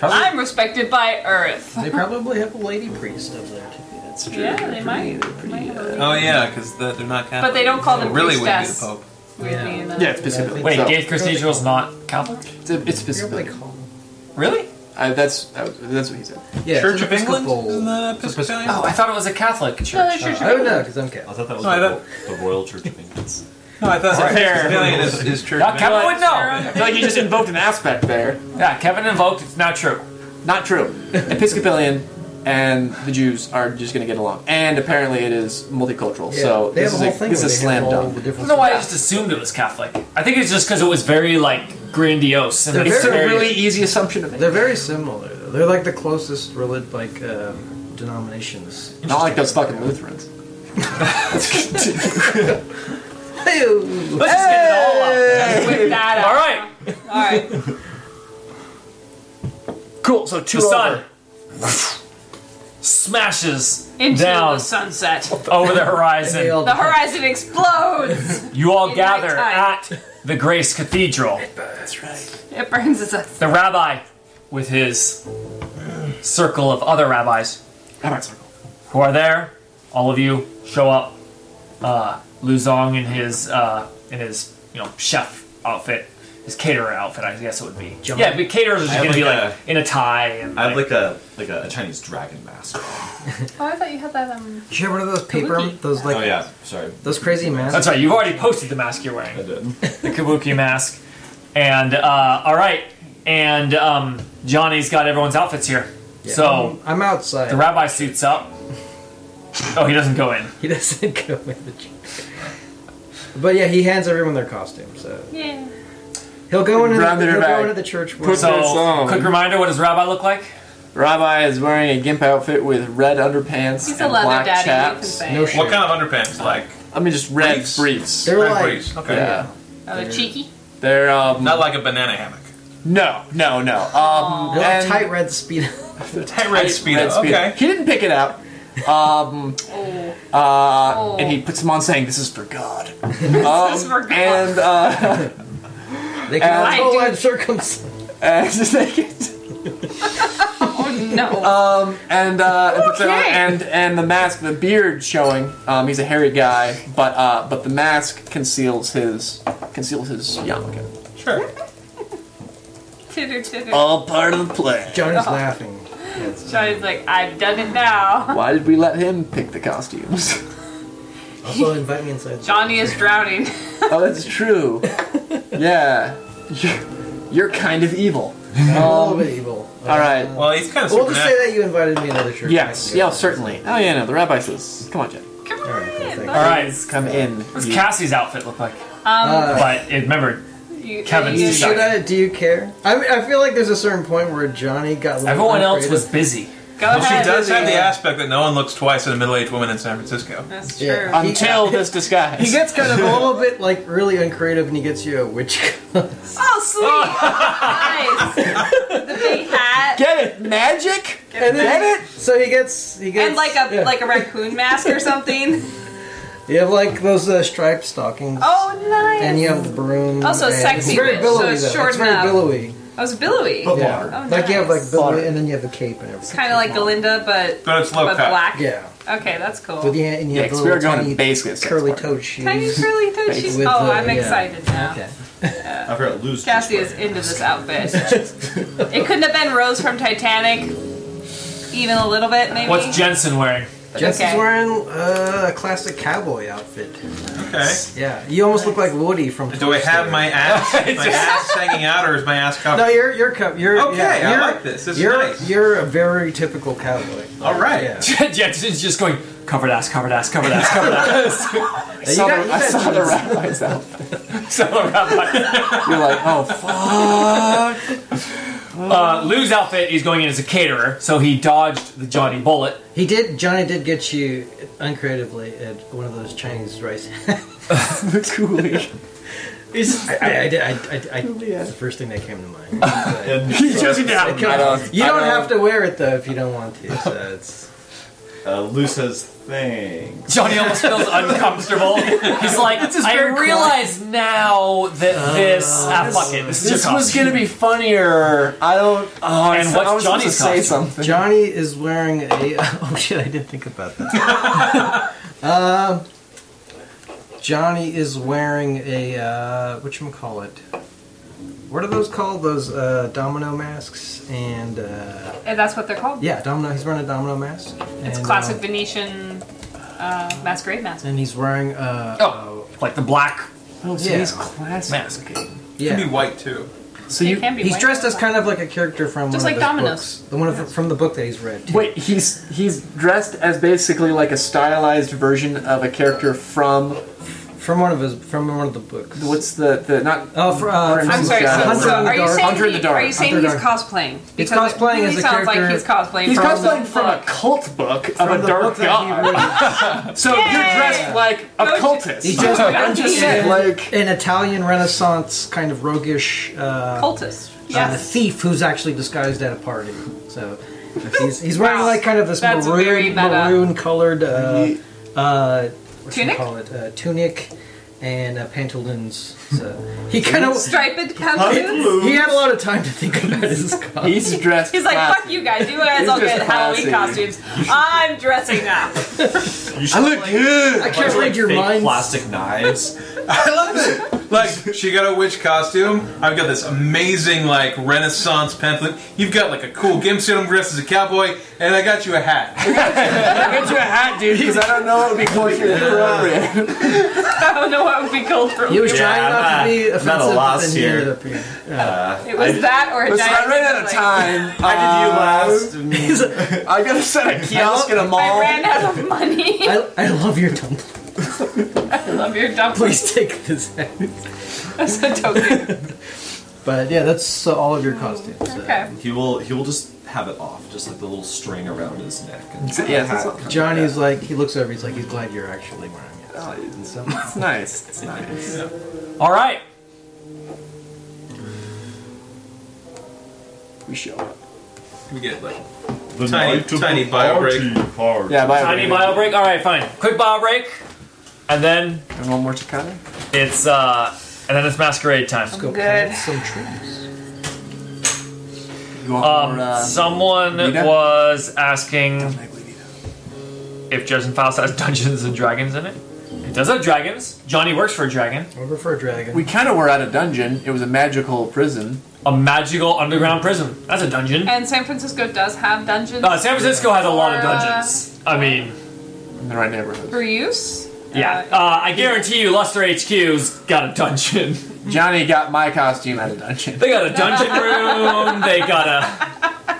B: I'm respected by Earth.
J: They probably have a lady priest up there too. That's true.
B: Yeah, they might. They might have
E: uh,
B: a
C: Oh yeah, because the, they're not
B: But
C: Catholic.
B: they don't call them
C: really wouldn't be the
B: priestess.
C: Pope.
B: weird
J: Yeah.
B: name, though.
E: yeah, it's Episcopal.
A: Wait,
E: so,
A: Gate Cathedral's not Catholic?
E: it's, it's Episcopal.
A: Really?
E: Uh, that's that was- that's what he said.
D: Yeah,
C: Church of
D: it's
C: England
D: Episcopal.
C: isn't that Episcopalian?
A: Oh, I thought it was a Catholic church.
B: No, they're Church
D: I don't
B: of
D: know because I'm Catholic.
F: I thought that was
C: No, I
F: the,
C: don't-
F: Ro- the Royal Church of England.
C: No, I thought that
A: There.
C: Episcopalian is, is Church
A: Not
C: of
A: Catholic.
C: England.
B: Oh,
A: would know.
E: I feel like you just invoked an aspect there.
A: Yeah, Kevin invoked. It's not true.
E: Not true. Episcopalian and the Jews are just going to get along. And apparently, it is multicultural.
D: Yeah,
E: so
D: they
E: this
D: have a whole
E: is a,
D: thing.
E: this
D: where
E: is
D: they have
E: slam
D: all
E: dunk.
D: The
A: I don't
D: different
A: know why I just assumed it was Catholic. I think it's just because it was very like grandiose and
D: They're
A: it's
E: It's a
D: very-
E: really easy assumption to make.
D: They're very similar. Though. They're like the closest relig- like um, denominations.
E: Not like those fucking Lutherans.
D: Hey-oh.
A: Let's just get it all out.
B: Whip that out.
A: All right,
B: All right.
E: Cool. So two
A: the sun smashes
B: Into
A: down
B: the sunset.
A: over the horizon.
D: They all
B: The horizon explodes.
A: You all
B: In
A: gather
B: nighttime.
A: at the Grace Cathedral.
B: It burns us. up.
A: The rabbi, with his circle of other rabbis who are there, all of you show up. Uh, Luzong in his uh, in his you know chef outfit, his caterer outfit, I guess it would be.
D: Jump.
A: Yeah, but caterers are just
F: I have
A: gonna be
F: like
A: like in a tie and
F: I have like a like a, a Chinese dragon mask.
B: Oh, I thought you had that. Um,
D: Did you have one of those paper?
B: Kabuki.
D: Those like
F: Oh yeah, sorry.
D: those crazy masks.
A: That's right. You've already posted the mask you're
F: I
A: wearing,
F: did.
A: the kabuki mask. And uh, all right, and um, Johnny's got everyone's outfits here.
D: Yeah.
A: So
D: I'm, I'm outside.
A: The rabbi suits up. Oh, he doesn't go in.
D: he doesn't go in the gym. But yeah, he hands everyone their costume. So
B: yeah.
D: he'll go into
E: Grab
D: the,
E: their
D: he'll
E: bag.
D: go into the church.
E: Put
D: with-
E: some- That's
A: So,
E: on.
A: quick reminder: what does rabbi look like?
E: Rabbi is wearing a gimp outfit with red underpants
B: He's a
E: and
B: leather
E: black
B: daddy. You can
E: chaps.
B: say.
D: No
B: it.
D: shit.
C: What kind of underpants? Like
E: I mean, just red
C: Briefs.
E: briefs.
D: They're
C: red
D: like
C: briefs. Okay.
E: yeah.
B: Oh, they're cheeky.
E: They're um
C: Not like a banana hammock.
E: no no no um
D: they're like
E: and-
D: tight red speed.
C: Tight red speedo.
E: red speedo.
C: Okay.
E: He didn't pick it out. Um
B: Oh.
E: uh
B: Oh.
E: and he puts them on saying this is for God.
B: is for God.
E: And uh
D: they can
E: I
D: all
B: do-
D: and circumcised.
E: and just naked.
B: Oh no.
E: Um and uh and, puts it on-
B: Okay.
E: and and the mask, the beard showing. Um he's a hairy guy, but uh but the mask conceals his conceals his yarmulke.
C: Sure.
B: titter titter.
E: All part of the plan.
D: Johnny's laughing.
B: Johnny's like, I've done it now.
E: Why did we let him pick the costumes?
D: Also invite me inside.
B: Johnny is drowning.
E: oh, that's true. Yeah. You're, you're kind of evil. Um,
D: I'm a little bit evil.
E: All right.
C: Well, he's kind of
D: We'll just
C: supernatural.
D: say that you invited me into the church.
E: Yes. Yeah, certainly. Oh, yeah, no, the rabbi says, come on, Jen.
B: Come on.
D: thank you.
A: All right.
E: Come in.
A: What's
E: you-
A: Cassie's outfit look like?
B: Um,
D: Uh,
A: But it- remember,
B: you,
A: Kevin's
B: you-
A: side.
D: should I? Do you care? I, mean, I feel like there's a certain point where Johnny got. a little
A: everyone else was
D: creative.
A: busy.
B: Go
C: Well,
B: ahead.
C: she does have the
D: Yeah.
C: aspect that no one looks twice at a middle-aged woman in San Francisco.
B: That's true.
D: Yeah.
E: Until this disguise.
D: He gets kind of a little bit like really uncreative, and he gets you a witch.
B: Oh, sweet! nice. The big hat
E: Get it? Magic?
D: And then,
E: Get it?
D: So he gets he gets
B: and like a
D: yeah.
B: like a raccoon mask or something.
D: you have like those uh, striped stockings.
B: Oh, nice.
D: And you have the broom.
B: Also
D: and-
B: sexy
D: It's very
B: witch, so
D: billowy.
B: it's
D: though.
B: short
D: it's very
B: enough.
D: billowy.
B: I was billowy.
F: But
D: yeah.
F: longer.
B: Oh,
D: like you have like
B: nice.
D: billowy, and then you have the cape and everything.
B: Kind of like Galinda, but
C: But it's low
B: but
C: cut.
B: black.
D: Yeah.
B: Okay, that's cool.
D: With the and you
E: Yeah,
D: have the
E: 'cause we
D: little
E: are going
D: tiny
E: basic.
D: curly toed shoes.
B: Tiny curly toes.
D: With
B: She's,
D: the-
B: oh, I'm
D: yeah.
B: excited now.
D: Okay.
F: I forgot lose.
B: Cassie is into this outfit. it couldn't have been Rose from Titanic, even a little bit, maybe.
A: What's Jensen wearing?
D: Jess
B: Okay.
D: is wearing uh, a classic cowboy outfit.
C: Okay.
D: Yeah, you almost look like Woody from.
C: Do I have my ass, my ass hanging out, or is my ass covered?
D: No, you're you're co- you're
C: Okay,
D: yeah,
C: I
D: you're,
C: like this. This is
D: you're
C: nice.
D: you're a very typical cowboy.
C: All right.
D: Yeah.
A: Jensen's just going covered ass, covered ass, covered ass, covered ass.
E: I saw, the, I saw the rabbi's outfit. You're like, oh fuck.
A: Uh, Lou's outfit is going in as a caterer, so he dodged the Johnny bullet.
D: He did. Johnny did get you uncreatively at one of those Chinese rice.
E: the coolie.
D: I, I, I, did- I, I, I,
E: Yeah.
D: it's the first thing that came to mind. But-
A: He just
D: I
A: down.
D: don't-
E: don't-
D: you
E: I
D: don't
E: don't-
D: have to wear it though if you don't want to. So it's
F: Uh, Lou says thanks.
A: Johnny almost feels uncomfortable. He's like, I realize now that this. Ah, fuck it. This, is
E: This
A: your
E: was
A: costume."
E: gonna be funnier. I don't. Oh, I
A: And
E: was-
A: what's
E: I was supposed
A: Johnny's
E: to say
A: costume?
E: something.
D: Johnny is wearing a. Oh shit! I didn't think about that. um, Johnny is wearing a uh, what you call it? What are those called? Those uh, domino masks and uh,
B: And that's what they're called.
D: yeah, domino. He's wearing a domino mask.
B: It's
D: and,
B: classic
D: uh,
B: Venetian uh, masquerade mask.
D: and he's wearing uh,
A: Oh, like the black
E: Oh, so
D: Yeah.
E: he's classic.
A: mask.
C: It
D: yeah.
C: can be white too.
E: So
B: It
E: you.
B: can be
D: He's
B: white.
D: dressed as kind of like a character from
B: Just
D: one
B: like
D: of those
B: dominoes.
D: books. the one of the, from the book that he's read.
E: Wait, he's he's dressed as basically like a stylized version of a character from
D: From one of his, from one of the books.
E: what's the the not.
D: Oh, for, uh,
E: Prince
B: I'm
D: from-
B: sorry.
E: Jack.
B: So,
D: Hunter
B: so
D: in the
B: are you
D: Dark.
B: saying,
E: Hunter in
B: he-
E: the Dark.
B: are you saying
D: Hunter
B: he's
D: in the Dark.
B: cosplaying?
D: He's
B: Because
D: cosplaying
B: it really
D: as a
B: sounds like
D: character-
B: he's cosplaying.
E: He's
B: from
E: cosplaying
B: the
E: from a
B: book.
E: cult book of
D: from
E: a
D: the book
E: dark
D: that he
E: god.
D: read.
E: So you're
B: Yay!
E: dressed like a
B: Go-
E: cultist.
D: He's just
E: I'm just saying, like
D: an Italian Renaissance kind of roguish uh,
B: cultist.
D: uh,
B: Yes.
D: thief who's actually disguised at a party. So he's, he's wearing like kind of this
B: That's very
D: maroon,
B: meta.
D: maroon colored uh, uh, what do you
B: Tunic?
D: call it? Uh, tunic and uh, pantaloons. So he kind of
B: Striped pantaloons.
D: he had a lot of time to think about his costume.
E: he's dressed.
B: He's like,
E: classy.
B: fuck you guys. You guys
E: He's
B: all
E: just
B: get Halloween
E: classy.
B: costumes. I'm dressing up.
D: I look good. I can't read your
F: fake
D: mind.
F: plastic knives.
C: I love it. Like she got a witch costume. I've got this amazing like Renaissance pamphlet. You've got like a cool gimp suit. I'm dressed as a cowboy, and I got you a hat.
E: Get you a hat, dude, because I don't know what would be culturally appropriate.
B: I don't know what would be cultural.
D: He was
F: Yeah,
D: trying not,
F: I'm
D: to be
F: not- I'm
D: offensive,
F: not a loss
D: and he
F: here.
D: ended up here.
B: It was that or a
E: Listen,
B: giant.
E: I ran out of
B: like-
E: time.
F: How
E: Uh,
F: did you last?
E: I gotta set a kiosk in a
B: I
E: mall.
B: ran out of money. I
D: I, I love your tumble.
B: love your dumplings.
D: Please take this. Out.
B: That's a token.
D: But yeah, that's uh, all of your costumes. uh,
B: Okay.
F: he will. He will just have it off, just like the little string around his neck. And
E: Yeah, that's all-
D: Johnny's like, he looks over, he's like, he's glad you're actually wearing it.
E: It's nice. It's nice.
A: All right.
E: We show up.
C: We get like tiny, tiny bio break.
E: Yeah, bye.
A: Tiny
E: everybody.
A: bio break. All right, fine. Quick bio break, and then
E: And one more Chicano.
A: it's uh, and then it's masquerade time.
D: Go
B: Good.
D: plant some trees.
E: You want more,
A: Um,
E: uh,
A: someone
E: Rita?
A: was asking
E: Mike Levita?
A: if Joseph Faust has Dungeons and Dragons in it. It does have dragons. Johnny works for a dragon.
D: Over for a dragon.
E: we kind of were at a dungeon. It was a magical prison.
A: A magical underground prison. That's a dungeon.
B: And San Francisco does have dungeons
A: Uh, San Francisco has a lot of
B: Or, uh,
A: dungeons. I mean,
E: In the right neighborhood.
B: for use.
A: yeah.
B: Uh,
A: Uh, I guarantee you, Luster HQ's got a dungeon.
E: Johnny got my costume at a dungeon.
A: They got a dungeon room. They got a.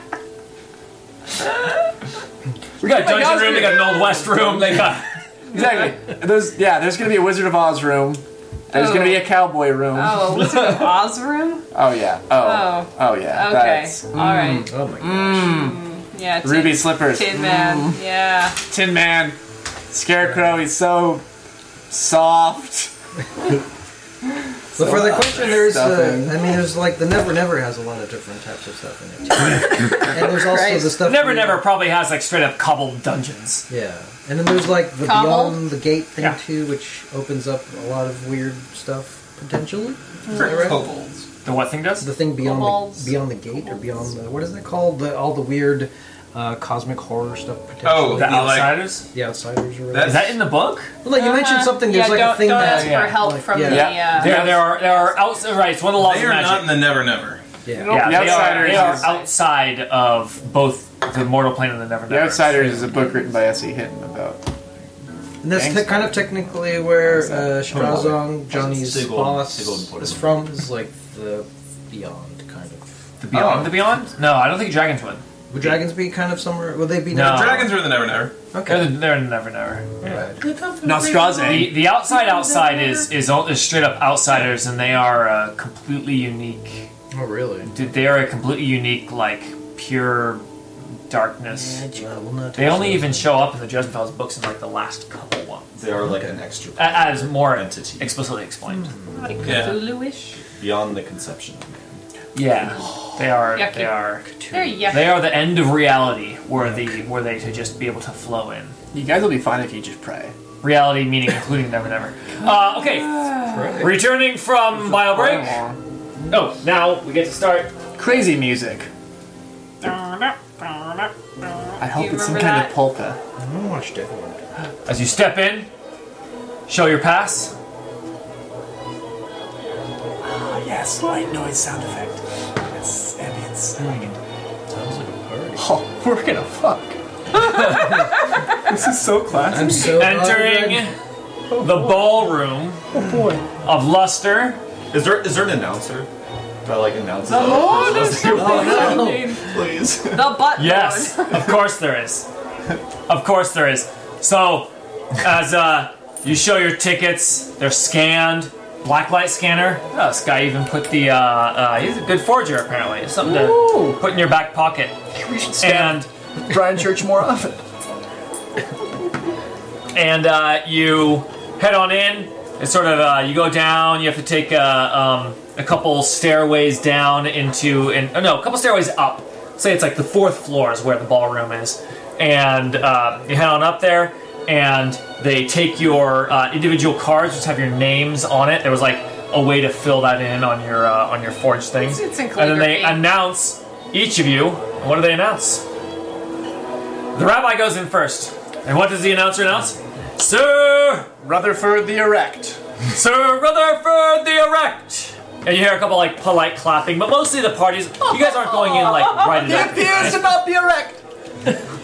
A: We got a
E: my
A: dungeon
E: gosh,
A: room. They got an old west room. They got.
E: Exactly. There's yeah. There's gonna be a Wizard of Oz room. There's gonna be a cowboy room. Oh,
B: oh, Wizard of Oz room?
E: yeah. Oh.
B: Oh.
E: Oh yeah.
B: Okay.
E: That's
A: Mm.
B: Alright.
D: oh my god.
B: Yeah. Tin,
E: Ruby slippers.
B: Tin
A: Mm.
B: Man. Yeah.
E: Tin Man. Scarecrow. He's so soft.
D: But for the question, there's, uh,
E: Stuffing.
D: I mean, there's like the Never Never has a lot of different types of stuff in it. and there's also the stuff.
A: Never
D: where-
A: Never probably has like straight up cobbled dungeons.
D: Yeah, and then there's like the
B: Cobble?
D: Beyond the Gate thing
A: Yeah.
D: too, which opens up a lot of weird stuff potentially.
C: Kobolds.
A: The what thing does?
D: The thing beyond
B: Kobolds.
D: the beyond the gate or beyond the what is that called? The all the weird uh, cosmic horror stuff. Potentially.
C: Oh,
A: The
C: he, like-
A: Outsiders?
D: the outsiders. Or whatever.
A: Is that in the book?
D: Well, like you mentioned
B: Uh-huh.
D: something.
B: Yeah,
D: There's like
B: don't,
D: a thing
B: don't ask
D: that
B: for help
D: like,
B: from
D: yeah.
B: the. Uh,
A: There, there are there are outside. Right, it's one of the laws
C: They
A: of
C: are
A: magic.
C: not in the Never Never.
D: Yeah.
E: Nope.
A: yeah,
E: The
A: they are,
E: Outsiders
A: they are
E: is-
A: outside of both the mortal plane and the never.
E: The Outsiders is a book written by S.E. Hinton about.
D: And that's
E: Gangster.
D: te- kind of technically where uh,
F: Oh,
D: Strazong, Johnny's
F: Sigil-
D: boss,
F: Sigil and Portimer.
D: is from. Is like the beyond kind of.
A: The Beyond.
C: Oh.
A: The Beyond? No, I don't think Dragons would.
D: Would dragons be kind of somewhere? Would they be?
A: No.
D: down-
C: Dragons are in the Never Never.
A: They're,
D: Okay.
A: they're in the never never. The,
I: Nostraze.
A: the outside outside is is, all, is straight up outsiders, and they are uh, completely unique.
D: Oh really?
A: Dude, They are a completely unique, like pure darkness.
D: Uh, we'll not
A: They
D: touch
A: only
D: those.
A: even show up in the Dresdenfels books in like the last couple ones,
F: They are like an extra
A: A- as more
F: Entity.
A: explicitly explained.
B: Like
C: Yeah.
B: Cthulhu-ish.
F: beyond the conception of man.
A: Yeah, they are.
B: Yucky.
A: They are.
B: They're yucky.
A: They are the end of reality, were the were they to just be able to flow in.
E: You guys will be fine if you just pray.
A: Reality meaning including never never. Uh, okay, returning from bio break. Oh, now we get to start.
E: Crazy music. I hope
B: You
E: it's some
B: remember
E: kind
B: that?
E: of polka.
D: I don't watch Deadwood.
A: As you step in, show your pass.
E: Oh, yeah, slight noise sound effect. Yes, ambience. I like it. Sounds like a party. Oh, we're gonna fuck. this is so classic.
D: I'm so
A: Entering the ballroom of Luster.
F: Is there is there an announcer that like announces?
B: The Lord
F: all
B: is
F: the
B: the
F: Please.
B: butt.
A: Yes,
B: Lord.
A: of course there is. Of course there is. So, as uh, you show your tickets, they're scanned. Blacklight scanner. Oh, this guy even put the. Uh, uh, he's a good forger, apparently. It's something
E: Ooh.
A: to put in your back pocket.
E: We should
A: And
E: Brian Church more often.
A: and uh, you head on in. It's sort of uh, you go down. You have to take uh, um, a couple stairways down into and oh, no, a couple stairways up. Say it's like the fourth floor is where the ballroom is, and uh, you head on up there. And they take your uh, individual cards, which have your names on it. There was like a way to fill that in on your uh, on your forge thing,
B: It's- it's in
A: and then they
B: calligraphy.
A: announce each of you. And what do they announce? The rabbi goes in first. And what does the announcer announce? Sir!
E: Rutherford the Erect.
A: Sir Rutherford the Erect! And you hear a couple like polite clapping, but mostly the parties. You guys aren't going in like right at opening,
E: appears to not be
A: right?
E: erect.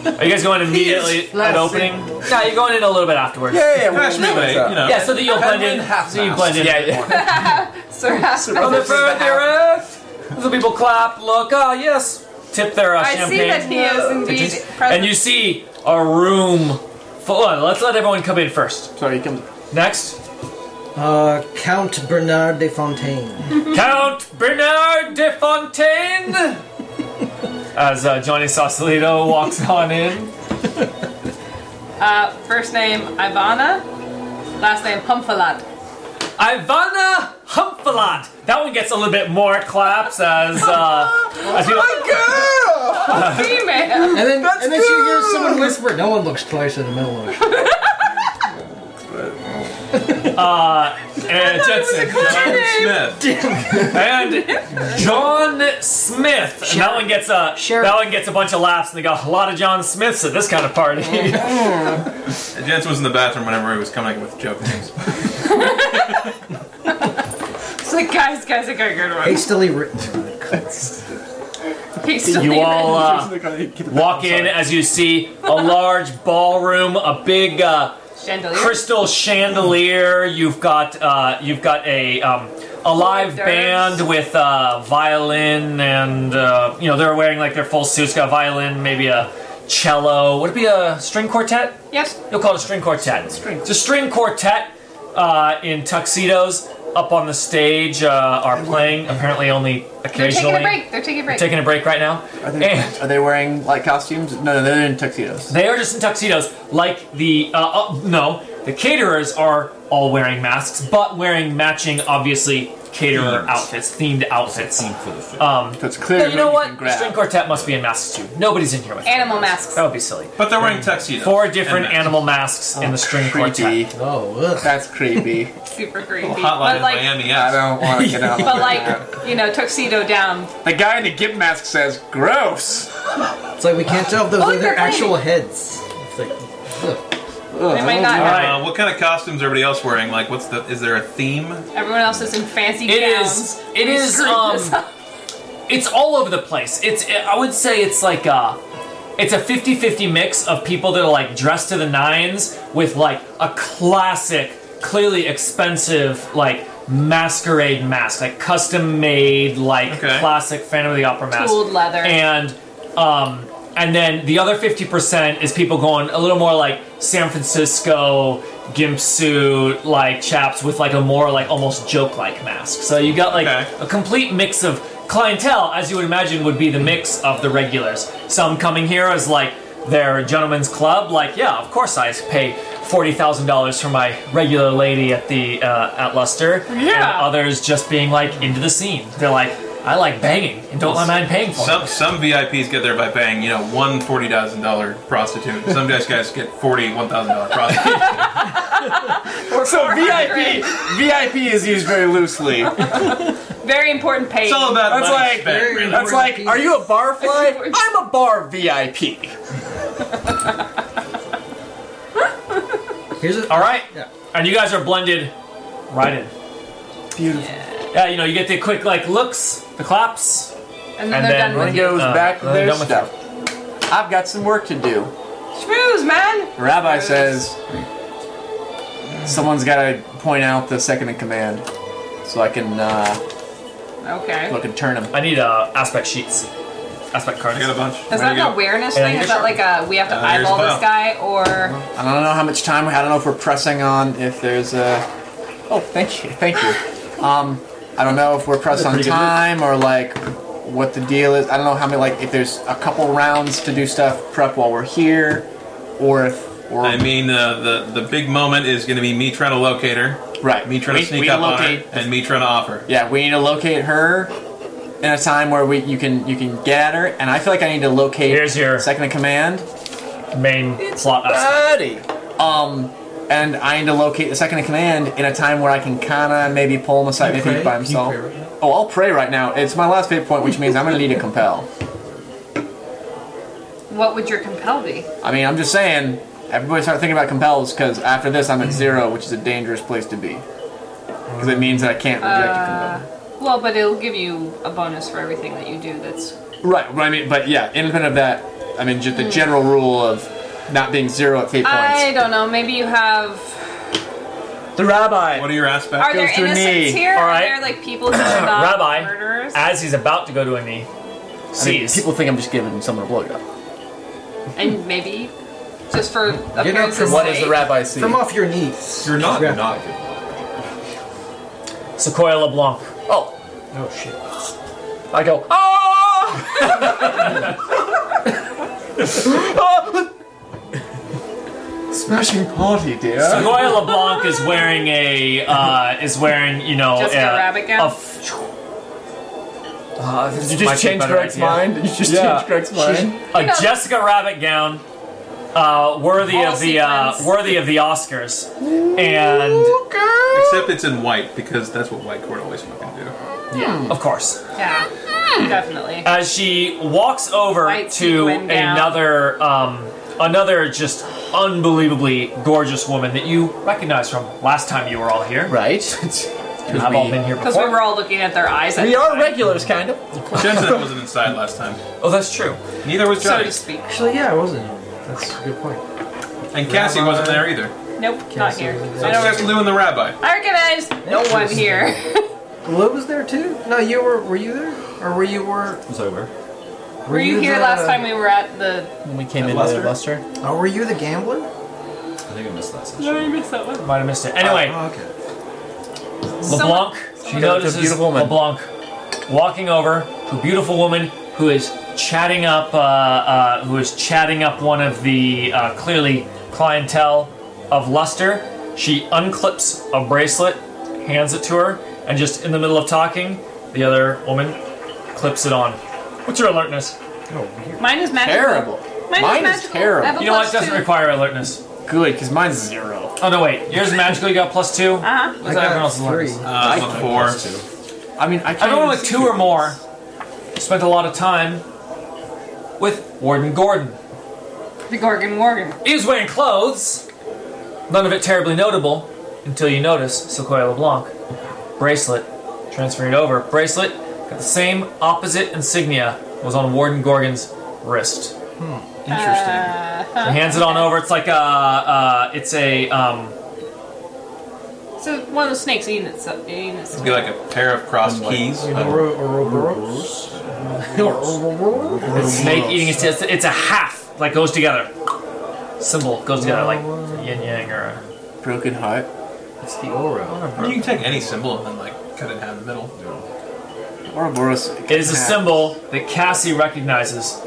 A: Are you guys going immediately at
E: flaccid.
A: opening? No, you're going in a little bit afterwards.
E: Yeah, yeah,
C: Crash
E: we'll-
C: Relay, you know.
A: Yeah, so that you'll blend in.
E: half
A: So you blend in.
E: Yeah,
B: Sir,
A: Rutherford the Erect! Some people clap, look, ah, yes. Tip their uh,
B: I see
A: champagne.
B: that he is indeed present.
A: and you see a room full. oh, Let's let everyone come in first.
E: So he comes.
A: Next.
D: Uh, Count Bernard de Fontaine.
A: Count Bernard de Fontaine! As uh, Johnny Sausalito walks on in.
B: Uh, first name Ivana, last name Pumphalat.
A: Ivana Humphalot! That one gets a little bit more claps as, uh, as people,
B: Female.
D: And then, and then she hears someone whisper, "No one looks twice in a middle of it."
A: and Jensen.
C: John Smith.
A: And John Smith. And that one gets a that one gets a bunch of laughs, and they got a lot of John Smiths at this kind of party.
C: Jensen was in the bathroom whenever he was coming up with joke names.
B: It's like, guys, guys, I got a good one.
D: Hastily written. Oh,
B: He's still
A: you all
B: even.
A: uh, walk in as you see a large ballroom, a big. Uh,
B: Chandelier.
A: crystal chandelier. You've got uh, you've got a um, a live
B: There's-
A: band with uh, violin and uh, you know they're wearing like their full suits. Got a violin, maybe a cello. Would it be a string quartet?
B: yes.
A: You'll call it a string quartet. String. It's a string quartet uh, in tuxedos up on the stage uh, are playing. Apparently, only
B: They're
A: occasionally.
B: taking a break. They're taking a break.
A: Taking a break right now.
E: Are they,
A: And-
E: are they wearing like costumes? No, no, they're in tuxedos.
A: They are just in tuxedos, like the uh, uh, no. The caterers are all wearing masks, but wearing matching, obviously caterer
F: Themed.
A: outfits, themed outfits.
F: For the film.
E: So it's clear.
A: But you know
E: what?
A: what? The string quartet must be in masks too. Nobody's in here with
B: Animal masks.
A: That would be silly.
C: But they're wearing tuxedos.
A: Four different
C: And masks.
A: animal masks in the string
E: creepy.
A: quartet.
D: Oh, ugh.
E: That's creepy.
B: Super creepy.
C: Hotline
B: But
C: in
B: like,
C: Miami,
E: I
C: yes.
E: don't want to get out.
B: but like, you know, tuxedo down.
E: the guy in the gimp mask says, "Gross."
D: It's like we can't tell if those
B: Oh,
D: are their
B: they're
D: actual
B: clean.
D: heads. It's like, ugh.
B: They might not.
C: Uh, what kind of costumes everybody else wearing? Like, what's the? Is there a theme?
B: Everyone else is in fancy
A: It
B: gowns.
A: is. It
B: We
A: is.
B: screwed
A: Um,
B: this up.
A: it's all over the place. It's. I would say it's like a. It's a 50-50 mix of people that are like dressed to the nines with like a classic, clearly expensive like masquerade mask, like custom made, like
C: Okay.
A: classic Phantom of the Opera mask,
B: Tooled leather.
A: and um, and then the other 50 percent is people going a little more like San Francisco gimp suit, like chaps with like a more like almost joke like mask. So you got like
C: Okay.
A: a complete mix of clientele, as you would imagine, would be the mix of the regulars. Some coming here as like their gentleman's club, like yeah, of course I pay forty thousand dollars for my regular lady at the uh, at Luster.
B: Yeah.
A: And others just being like into the scene. They're like, I like banging, and don't mind paying for it.
C: Some some VIPs get there by paying, you know, one forty thousand dollar prostitute. Some guys guys get forty one thousand dollar prostitute.
E: So
B: 400.
E: VIP, VIP is used very loosely. That's
B: Very important page.
C: It's all about
E: That's
C: money
E: like-
C: spent, really.
D: that's-
E: like, are you a barfly? I'm a bar VIP.
D: Here's a,
A: All right.
D: Yeah.
A: And you guys are blended right in.
E: Beautiful.
A: Yeah, you know, you get the quick like looks, the claps.
B: and
A: and
B: then they're
A: then
B: done
E: Everyone
B: with you.
E: goes
A: Uh,
E: back to
A: I'm
E: their
A: done with
E: stuff. I've got some work to do.
B: Schmooze, man.
E: Rabbi
B: Schmooze.
E: says, someone's got to point out the second in command, so I can uh,
B: Okay.
E: look and turn him.
A: I need uh, aspect sheets, aspect cards.
C: I got a bunch.
B: Is that
C: Ready to
B: an
C: go.
B: awareness
A: Yeah,
B: thing?
A: you're
B: Is that like a we have to
C: Uh, here's
B: eyeball
C: the
B: this guy or
E: I don't know how much time. I don't know if we're pressing on. If there's a. Oh, thank you, thank you. Um, I don't know if we're pressed on time or like what the deal is. I don't know how many like if there's a couple rounds to do stuff prep while we're here, or if or
C: I mean, uh, the the big moment is going to be me trying to locate her,
E: right.
C: me trying to
E: We-
C: sneak
E: we
C: up on her,
E: locate the
C: and me trying to offer.
E: Yeah, we need to locate her in a time where we you can you can get at her, and I feel like I need to locate
A: Here's your-
E: second in command,
A: Main slot aspect.
E: buddy. Um, and I need to locate the second in command in a time where I can kind of maybe pull him aside if
D: pray?
E: he's by
D: Can you
E: himself.
D: pray right now?
E: oh, I'll pray right now. It's my last fate point, which means I'm gonna need to compel.
B: what would your compel be?
E: I mean, I'm just saying. Everybody start thinking about compels because after this I'm at zero, which is a dangerous place to be. Because it means that I can't reject a compel.
B: Well, but it'll give you a bonus for everything that you do. That's
E: Right. But I mean, but yeah, independent of that, I mean, just the general rule of not being zero at fate points.
B: I don't know. Maybe you have.
E: the rabbi.
C: What are your aspects?
B: Are there
E: to a
B: innocents
E: knee.
B: here?
A: All
B: Are
A: right.
B: there like people who are not
A: Rabbi,
B: murderers?
A: as he's about to go to a knee,
E: I mean,
A: sees.
E: people think I'm just giving someone a blowjob.
B: and maybe just for
D: You know,
B: appearances'
D: from
E: What does
B: sake.
E: the rabbi see?
D: from off your knees.
F: You're not
D: Yeah.
F: not good.
A: Sequoia LeBlanc.
E: oh,
D: Oh shit.
E: I go. Oh! Smashing party, dear.
A: Sequoia LeBlanc is wearing a uh, is wearing you know
B: Just a rabbit gown?
A: f-
E: you
A: Ah, might be
E: just changed
A: a better
E: Greg's
A: idea.
E: mind. You just
A: Yeah.
E: changed Greg's mind.
A: a Jessica Rabbit gown, uh, worthy of the uh,
B: sequins.
A: worthy of the Oscars, and
C: Except it's in white because that's what white court always fucking do.
A: of course.
B: Yeah, definitely.
A: as she walks over
B: White
A: to
B: sequin gown.
A: another um, another just unbelievably gorgeous woman that you recognize from last time you were all here.
E: Right.
A: And I've all been here
B: Because we
A: before.
B: were all looking at their eyes. At
E: We are regulars, kind of.
C: Jensen wasn't inside last time.
A: oh, that's true.
C: Neither was
B: so
C: Johnny,
B: to speak.
D: Actually, yeah, I wasn't. That's a good point.
C: and Cassie wasn't there either.
B: Nope, not
D: so
B: here.
D: we-
B: I
C: That's
B: don't.
C: just Lou and the rabbi.
B: I recognize no one here.
D: Lou was there too. No, you were. Were you there? Or were you were?
F: Was I where?
B: Were you here last time we were at the?
E: When we came in,
F: Lester?
E: Lester.
D: Oh, were you the gambler?
F: I think I missed that session.
B: No, you missed that one.
A: Might have missed it. Anyway,
D: Oh, okay.
A: LeBlanc. she
E: knows it's a
A: notices
E: beautiful woman.
A: LeBlanc walking over to a beautiful woman who is chatting up, uh, uh, who is chatting up one of the uh, clearly clientele of Luster. She unclips a bracelet, hands it to her, and just in the middle of talking, the other woman clips it on. What's your alertness?
B: Mine is magical.
E: Terrible.
B: Mine,
E: Mine is
B: is magical.
E: terrible.
B: I have a
A: You know what?
B: plus
A: It doesn't
B: two.
A: require alertness.
E: Good, because mine's zero.
A: Oh no, wait. Yours magically got plus two.
B: Uh-huh.
A: What's
D: I
A: everyone
D: got
A: else's
D: three.
A: alertness?
C: Uh,
E: I-
C: four.
F: Plus two.
E: I mean, I can't.
A: Everyone
E: even
A: with
E: see
A: two or more spent a lot of time with Warden Gordon.
B: The Gorgon Morgan.
A: He was wearing clothes, none of it terribly notable, until you notice Sequoia LeBlanc. Bracelet. Transferring it over. Bracelet got the same opposite insignia was on Warden Gorgon's wrist. So he hands it on over. It's like a, uh, it's a, um,
B: So one of the snakes eating itself. Eating itself.
C: It'd be like a pair of crossed keys.
F: Uh,
D: Oro- Ouroboros?
A: a snake eating its tail. It's a half, like goes together. Symbol goes together, like yin yang or a
E: Broken heart.
K: It's the Oro.
C: You can take any symbol and then like cut it down the middle.
E: Ouroboros.
A: It is a symbol that Cassie recognizes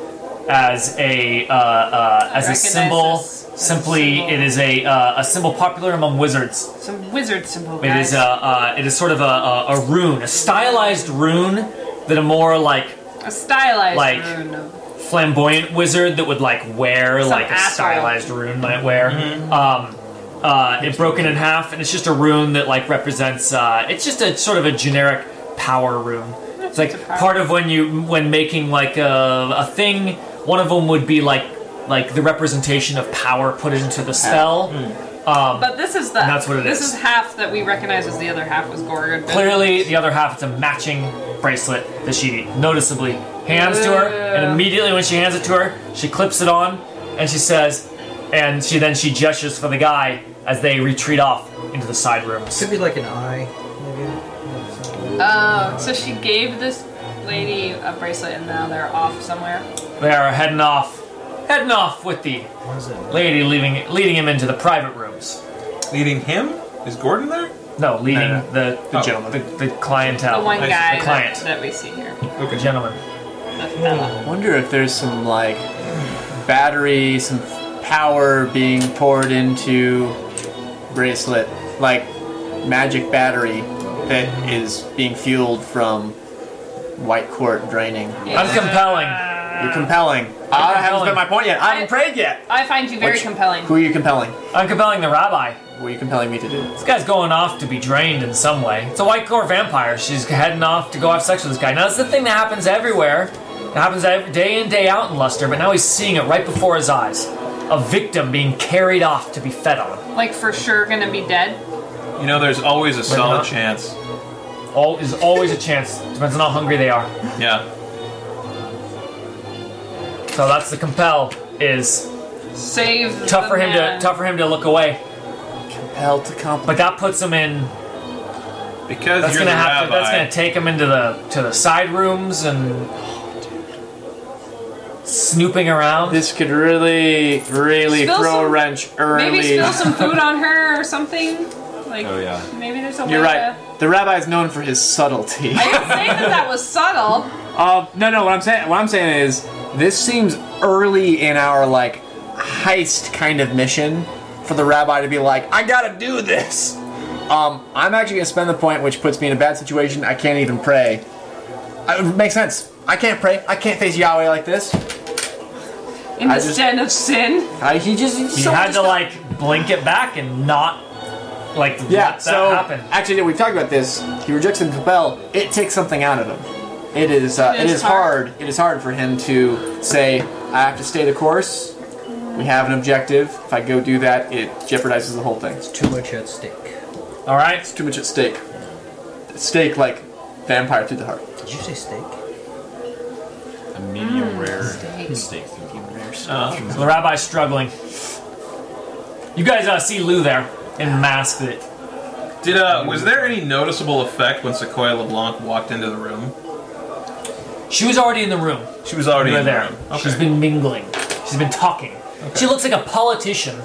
A: as a uh, uh, as a
B: Recognizes
A: symbol.
B: as a
A: Simply,
B: symbol.
A: it is a uh, a symbol popular among wizards.
B: Some wizard symbol.
A: It
B: Guys.
A: is a uh, it is sort of a, a, a rune, a stylized rune that a more like
B: A stylized
A: like- um,
B: rune of
A: flamboyant wizard that would like wear
B: Some
A: like a
B: asshole.
A: stylized rune might wear. Um, uh, it broken in half, and it's just a rune that like represents. Uh, it's just a sort of a generic power rune. It's like
B: It's a power-
A: part of when you when making like a, a thing. One of them would be like like the representation of power put into the spell.
B: But this is the
A: And that's what it
B: this
A: is.
B: is. half that we recognize as the other half was Gorgon. but-
A: Clearly, the other half it's a matching bracelet that she noticeably hands to her, and
B: Yeah.
A: immediately when she hands it to her, she clips it on, and she says, and she then she gestures for the guy as they retreat off into the side rooms.
D: Could be like an eye, maybe.
B: Oh, so she gave this lady a bracelet, and now they're off somewhere.
A: They are heading off, heading off with the
D: What is it?
A: lady, leaving, leading him into the private rooms.
C: Leading him? Is Gordon there?
A: No, leading
C: No,
A: the the,
C: Oh.
A: gentleman, the, the clientele,
B: the one
C: I see.
B: guy
A: The
B: that,
A: client.
B: that we see here,
A: the gentleman.
B: the fella.
E: wonder if there's some like battery, some power being poured into bracelet, like magic battery that is being fueled from white quart draining.
A: I'm compelling.
E: You're compelling. I haven't
A: compelling.
E: spent my point yet. I
B: Uh,
E: haven't
B: I-
E: prayed yet.
B: I find you very
E: Which-
B: compelling.
E: Who are you compelling?
A: I'm compelling the rabbi.
E: What are you compelling me to do?
A: This guy's going off to be drained in some way. It's a white core vampire. She's heading off to go have sex with this guy. Now, that's the thing that happens everywhere. It happens ev day in, day out in Luster, but now he's seeing it right before his eyes. A victim being carried off to be fed on.
B: Like for sure gonna be dead.
C: You know, there's always a solid
A: not.
C: chance.
A: All is always a chance. Depends on how hungry they are.
C: Yeah.
A: So that's the compel. Is
B: Save.
A: tough
B: the
A: for him to
B: Oh, man.
A: tough for him to look away,
E: Compelled to
A: but
E: compliment.
A: that puts him in.
C: Because
A: That's
C: you're
A: gonna
C: the
A: have to,
C: rabbi.
A: that's gonna take him into the to the side rooms and snooping around.
E: This could really, really
B: Spill
E: throw a
B: some-
E: wrench early.
B: Maybe spill some food on her or something. Like
F: Oh, yeah.
B: maybe there's a
E: You're
B: way
E: right.
B: to.
E: The rabbi is known for his subtlety.
B: I didn't say that that was subtle.
E: Uh, no, no. What I'm saying, what I'm saying is, this seems early in our like heist kind of mission for the rabbi to be like, I gotta do this. Um, I'm actually gonna spend the point, which puts me in a bad situation. I can't even pray. I, it makes sense. I can't pray. I can't face Yahweh like this.
B: In
E: I
B: this
E: just-
B: den of sin.
E: I, Uh, he just he
A: You had to like blink it back and not like
E: yeah.
A: let that
E: so
A: happen.
E: actually, yeah, we talked about this. He rejects him to Bell. It takes something out of him. It is uh, it is hard. It is hard for him to say, I have to stay the course. We have an objective. If I go do that, it jeopardizes the whole thing. It's
D: Too much at stake.
A: All right,
E: too much at stake. At stake like vampire through the heart.
D: Did you say steak?
F: A medium rare
B: steak.
F: steak. through the Uh,
A: so the rabbi's struggling. You guys uh, see Lou there in mask that
C: Did uh was there any noticeable effect when Sequoia LeBlanc walked into the room?
A: she was already in the room.
C: She was already
A: You were
C: in the
A: there.
C: room. Okay.
A: She's been mingling. She's been talking. She looks like a politician,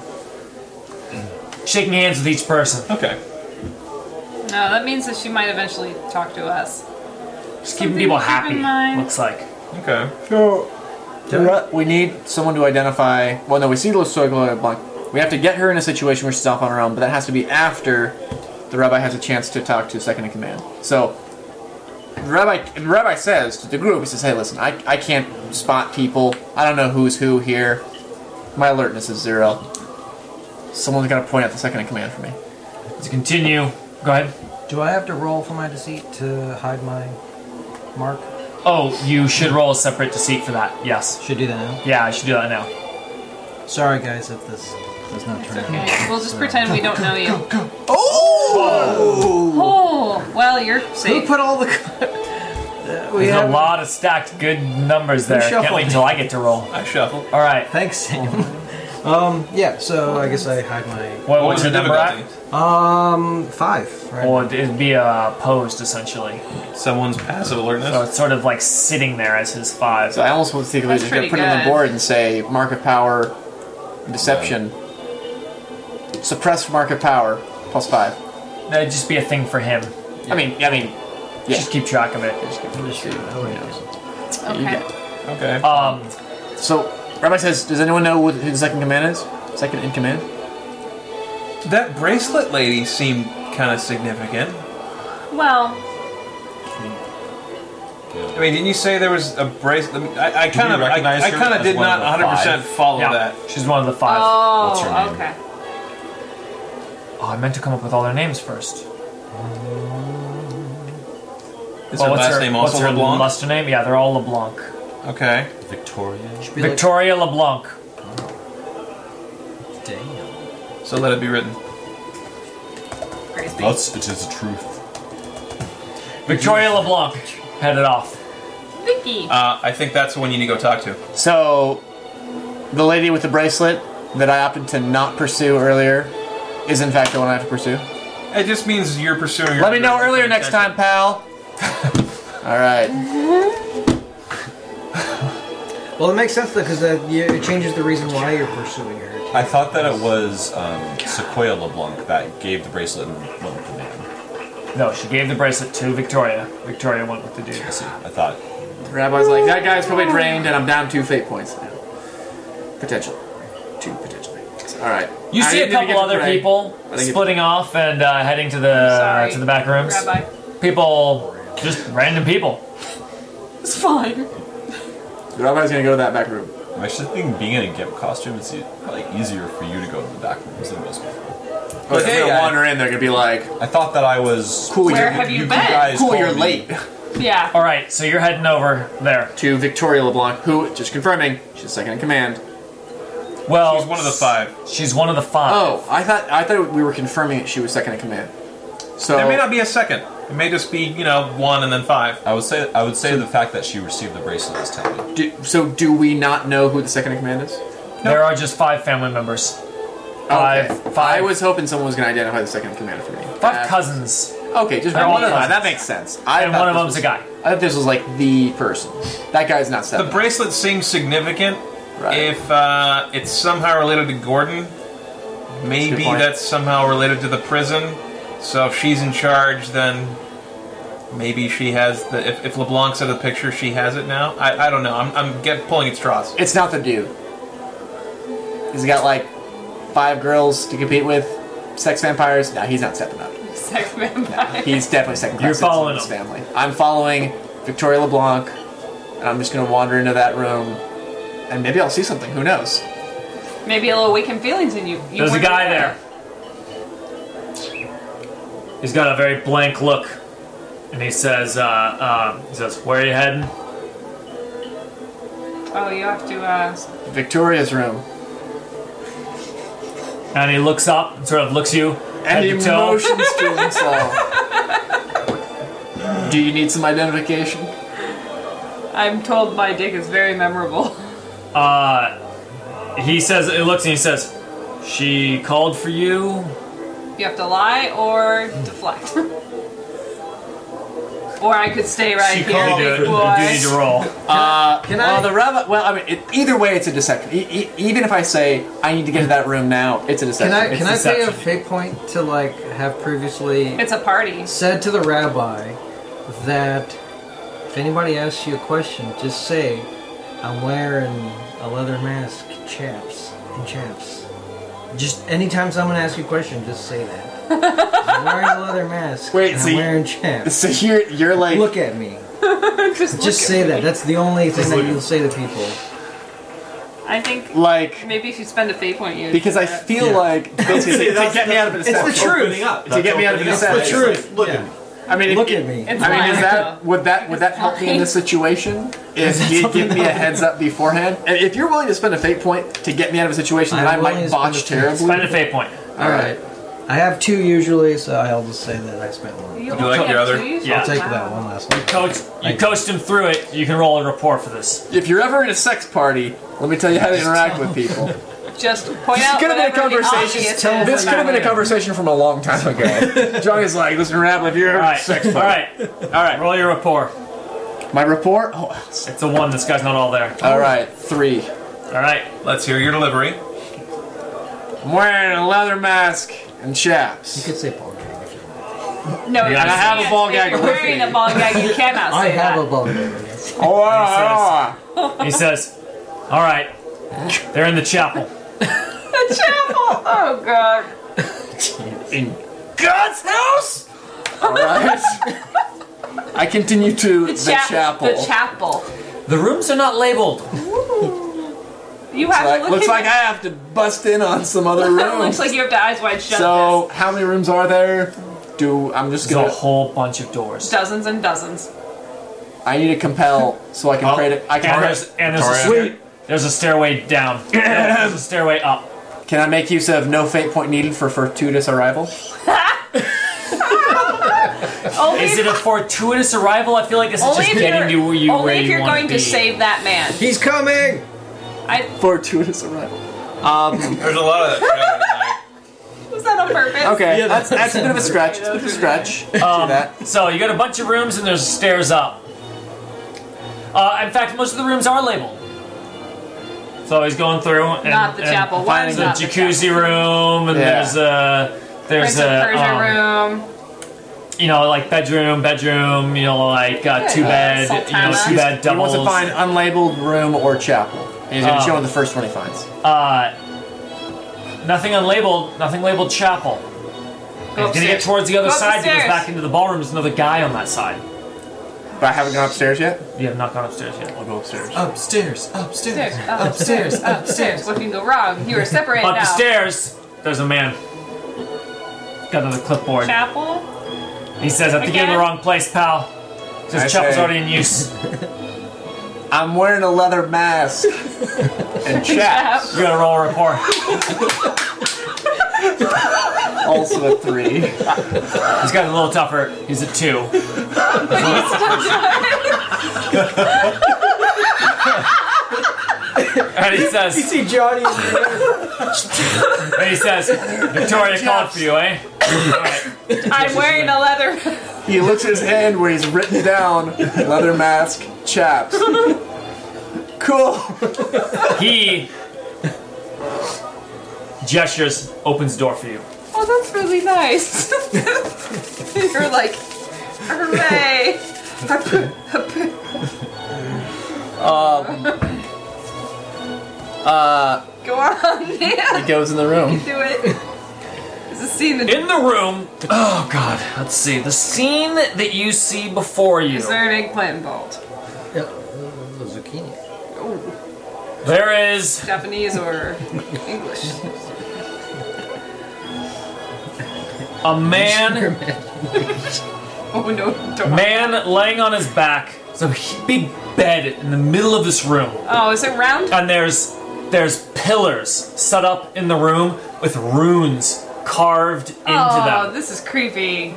A: shaking hands with each person.
C: Okay.
B: No, that means that she might eventually talk to us.
A: Just
B: Something
A: keeping people
B: to keep in
A: happy.
B: mind.
A: Looks like.
C: Okay.
E: So we need someone to identify well no, we see Los Sogola Blanc. We have to get her in a situation where she's off on her own, but that has to be after the rabbi has a chance to talk to second in command. So the rabbi, the rabbi says to the group, he says, Hey listen, I, I can't spot people. I don't know who's who here. My alertness is zero. Someone's gotta point out the second in command for me.
A: To continue, go ahead.
D: Do I have to roll for my deceit to hide my mark?
A: Oh, you should roll a separate deceit for that. Yes.
D: Should do that now.
A: Yeah, I should do that now.
D: Sorry, guys, if this does not turn out.
B: Okay, we'll just pretend we don't know you.
E: Oh!
B: Oh, well, you're
D: Who
B: safe.
D: put all the? Uh, we
A: There's a
D: have.
A: lot of stacked good numbers there. Can't
D: shuffled.
A: wait until I get to roll.
C: I shuffle.
A: All right.
D: Thanks, Sam. um, yeah. So I guess I hide my
A: What, was your number at?
C: difficulty?
D: um five. Right.
A: Well, it'd be uh, posed essentially.
C: Someone's passive alertness.
A: So it's sort of like sitting there as his five.
E: So I almost want to take a
B: That's
E: just put
B: pretty
E: it on the
B: good.
E: board and say market power, deception, suppress market power plus five.
A: That'd just be a thing for him. I mean, I mean,
E: Yeah.
A: just keep track of it.
E: You
B: Okay.
E: get-
C: okay. Uh,
A: Um,
E: So Rabbi says, does anyone know what his second command is? Second in command?
C: that bracelet lady seemed kind of significant.
B: Well,
C: I mean, didn't you say there was a bracelet? I, I kind of,
F: we
C: I,
F: recognize
C: I
F: her
C: kind of
F: as
C: did
F: one
C: not
F: of the
C: 100 percent
F: five?
C: follow
A: yeah,
C: that.
A: she's one of the five.
B: oh,
F: What's her name?
B: okay.
A: Oh, I meant to come up with all their names first.
C: Is
A: Well,
C: her
A: what's
C: last
A: her,
C: name
A: what's
C: also
A: her
C: LeBlanc?
A: luster name? Yeah, they're all LeBlanc.
C: okay.
F: Victoria.
D: Should be like,
A: Victoria LeBlanc.
D: damn.
C: So let it be written.
B: Grace be.
F: Thus it is the truth.
A: Victoria LeBlanc headed off.
B: Vicky.
C: Uh, I think that's the one you need to go talk to.
E: So the lady with the bracelet that I opted to not pursue earlier is in fact the one I have to pursue.
C: It just means you're pursuing. Your
E: Let me know earlier next time, pal. All right.
D: Well, it makes sense though because it changes the reason why you're pursuing her.
F: I thought that it was um, Sequoia LeBlanc that gave the bracelet and went with the man.
A: No, she gave the bracelet to Victoria. Victoria went with the dude.
F: I see. I thought.
E: The rabbi's like, that guy's probably drained, and I'm down two fate points now. Potential. Two potentially. All right.
A: You see
E: a
A: a couple other people
E: I didn't get-
A: splitting off and uh, heading to the
B: Sorry,
A: to the back rooms.
B: Rabbi.
A: People, just random people.
B: It's fine.
E: The rabbi's gonna go to that back room.
F: I'm actually thinking being in a gimp costume is probably easier for you to go to the back rooms than most people.
E: Oh, they're
C: hey,
E: gonna
C: I-
E: wander in. They're gonna be like,
F: I thought that I was.
E: "Cool,
B: Where
E: you're
B: have you
F: you
B: been?
F: guys
E: cool,
F: called
E: you're
F: me.
E: late."
B: Yeah.
A: All right, so you're heading over there.
E: To Victoria LeBlanc, who just confirming she's second in command.
A: Well,
C: She's one of the five.
A: She's one of the five.
E: Oh, I thought I thought we were confirming that she was second in command. So
C: There may not be a second. It may just be you know one and then five.
F: I would say. I would say the fact that she received the bracelet is telling.
E: do, so do we not know who the second in command is?
A: There are just five family members. Five,
E: Okay.
A: five,
E: I was hoping someone was going to identify the second in command for me.
A: five
E: Uh,
A: cousins,
E: Okay, just
A: They're all
E: one of them.
A: cousins.
E: That makes sense. I
A: and
E: thought
A: one of
E: this
A: them's a guy.
E: was- I thought this was like the person. That guy's not
C: The
E: seven.
C: bracelet seems significant.
E: Right.
C: If uh, it's somehow related to Gordon, maybe
E: point.
C: that's somehow related to the prison. So if she's in charge, then maybe she has the. If, if LeBlanc's in the picture, she has it now. I, I don't know. I'm, I'm get, pulling at straws.
E: it's not the dude. He's got like five girls to compete with, sex vampires. No, he's not stepping up.
B: Sex vampire.
E: He's definitely second class.
A: You're
E: citizen
A: following
E: in this
A: him.
E: family. I'm following Victoria LeBlanc, and I'm just gonna wander into that room, and maybe I'll see something. Who knows?
B: Maybe it'll awaken feelings in you. you
A: There's a
B: weren't
A: guy there.
B: aware.
A: He's got a very blank look, and he says, uh, uh, "He says, where are you heading?"
B: Oh, you have to. uh...
E: Victoria's room,
A: And he looks up, and sort of looks you, head
E: and he
A: to toe.
E: motions to himself. Do you need some identification?
B: I'm told my dick is very memorable.
A: Uh, he says, "It looks," and he says, "She called for you."
B: You have to lie or deflect. or I could stay right
A: she
B: here.
A: called you.
B: big
A: You do need to
B: boy.
A: roll.
E: Uh,
D: Can
E: well,
D: I-
E: the rabbi. Well, I mean, it, either way, it's a deception. E- e- even if I say I need to get to that room now, it's a
D: Can
E: deception.
D: I
A: It's
D: can I pay a
A: deception.
D: fate point to like have previously
B: It's a party.
D: said to the rabbi that if anybody asks you a question, just say, "I'm wearing a leather mask, chaps and chaps." Just anytime someone asks you a question, just say that. I'm wearing a leather mask.
E: Wait,
D: and
E: so
D: I'm
E: you-
D: wearing chaps.
E: so you're you're like
D: Look at me.
B: Just,
D: Just
B: look
D: say
B: at
D: that.
B: me.
D: That's the only thing that you'll say to people.
B: I think
E: like
B: maybe if you spend a fate point, you.
E: because I feel
D: Yeah.
E: like basically to get me out of a
D: It's
E: deception.
D: the truth.
E: to get me out of the
D: It's the
E: deception.
D: truth. Look at me.
E: I mean,
D: Look
E: it-
D: at me.
E: I mean, is that would that would that help me in this situation? If you give me a heads up beforehand, And if you're willing to spend a fate point to get me out of a situation that
D: I'm
E: I
D: willing
E: might
D: to spend
E: botch
D: a fate point.
E: terribly,
A: Find a fate point.
D: All right. I have two usually, so I'll just say that I spent one.
B: You
F: like your other-
A: Yeah.
D: I'll take that one last one.
A: Coach, you coached him through it. You can roll a report for this.
E: if you're ever in a sex party, let me tell you how to interact with people.
B: Just point
E: This
B: out.
E: could have been a
B: whatever the
E: conversation.
B: obvious
D: Tell
B: is
E: This could have been a conversation from a long time ago. Johnny's like, listen, Rabble, if you're ever
A: All
E: in a
A: right,
E: sex
A: all
E: party,
A: right, all right. Roll your rapport.
E: my report. Oh,
A: It's a one. This guy's not all there.
E: all right, three.
A: All right.
C: Let's hear your delivery.
E: I'm wearing a leather mask and
D: You
E: chaps.
D: could say ball gag if you want.
B: No,
A: Yeah,
B: you
A: and I
E: have a
B: can't.
E: ball
B: If
E: gag
B: You're
E: with
B: wearing
E: me.
B: a ball gag. You cannot say
D: I have
B: that.
D: a ball gag. yes.
E: Oh, ah, ah.
A: He says, "All right, they're in the chapel."
B: The chapel. Oh god.
E: in oh. God's house. All right. I continue to the,
B: Chap-
E: chapel.
B: The chapel.
A: The rooms are not labeled.
B: You have
E: Like-
B: to look.
E: looks
B: in
E: like I have to bust in on some other room.
B: looks like you have the eyes wide shut.
E: so how many rooms are there? Do I'm just
A: There's a
E: gonna.
A: whole bunch of doors.
B: dozens and dozens.
E: I need to compel so I can pray to. I can.
A: And
E: pray-
A: there's, and there's a
F: Victoria.
A: sweet. There's a stairway down. There's a stairway up.
E: Can I make use of no fate point needed for fortuitous arrival?
B: Only
A: Is
B: if-
A: it a fortuitous arrival? I feel like this is
B: only
A: just
B: if
A: getting
B: you're,
A: you where you
B: only
A: where
B: if
A: you
B: you're
A: want
B: going
A: to,
B: to,
A: be.
B: save that man.
D: He's coming!
B: I,
E: Fortuitous arrival.
C: There's a lot of that.
B: was that on purpose?
E: Okay, that's, that's a bit of a stretch. It's a bit of a stretch. Do that.
A: So you got a bunch of rooms and there's stairs up. Uh, in fact, most of the rooms are labeled. So he's going through and
B: Not the
A: and
B: chapel.
A: Finds
B: One's
A: a
B: not the
A: jacuzzi room and
E: Yeah.
A: there's a there's
B: Prince of
A: a
B: Persia
A: um,
B: room.
A: you know like bedroom bedroom you know like uh, two
B: Yeah,
A: bed you know
B: Sultana.
A: two bed
E: He
A: doubles.
E: wants to find unlabeled room or chapel. And he's gonna show him the first one he finds.
A: uh, nothing unlabeled, nothing labeled chapel.
B: Go
A: He's gonna get
B: upstairs.
A: towards the other
B: Go up the
A: side. He goes
B: stairs.
A: back into the ballroom. There's another guy on that side.
E: But I haven't gone upstairs yet.
A: You have not gone upstairs yet.
E: I'll go upstairs.
F: Upstairs, upstairs.
B: Upstairs, upstairs, upstairs. What can go wrong? You are separated
A: Up
B: now.
A: the stairs, there's a man. Got another clipboard.
B: Chapel.
A: He says, "I think you're in the
B: Again?
A: wrong place, pal." Says
E: I
A: chapel's
E: say-
A: already in use.
E: I'm wearing a leather mask and chaps.
A: You gotta roll a report.
E: also a three.
A: He's got a little tougher. He's a two. and he says,
D: see Johnny
A: And he says, Victoria called for you, eh?
B: I'm wearing a leather.
E: He looks at his hand where he's written down leather mask chaps. Cool.
A: He gestures, opens the door for you.
B: Oh, that's really nice. You're like, hooray!
E: Uh,
B: Go on, yeah,
E: he goes in the room.
B: do it. Is this scene that
A: In the room, oh god, let's see. The scene that you see before you.
B: is there an eggplant involved?
D: Yeah, uh, zucchini.
A: there is
B: Japanese or English?
A: a man,
B: Oh no, don't.
A: man laying on his back. It's a big bed in the middle of this room.
B: Oh, is it round?
A: and there's there's pillars set up in the room with runes carved into
B: oh,
A: them.
B: this is creepy.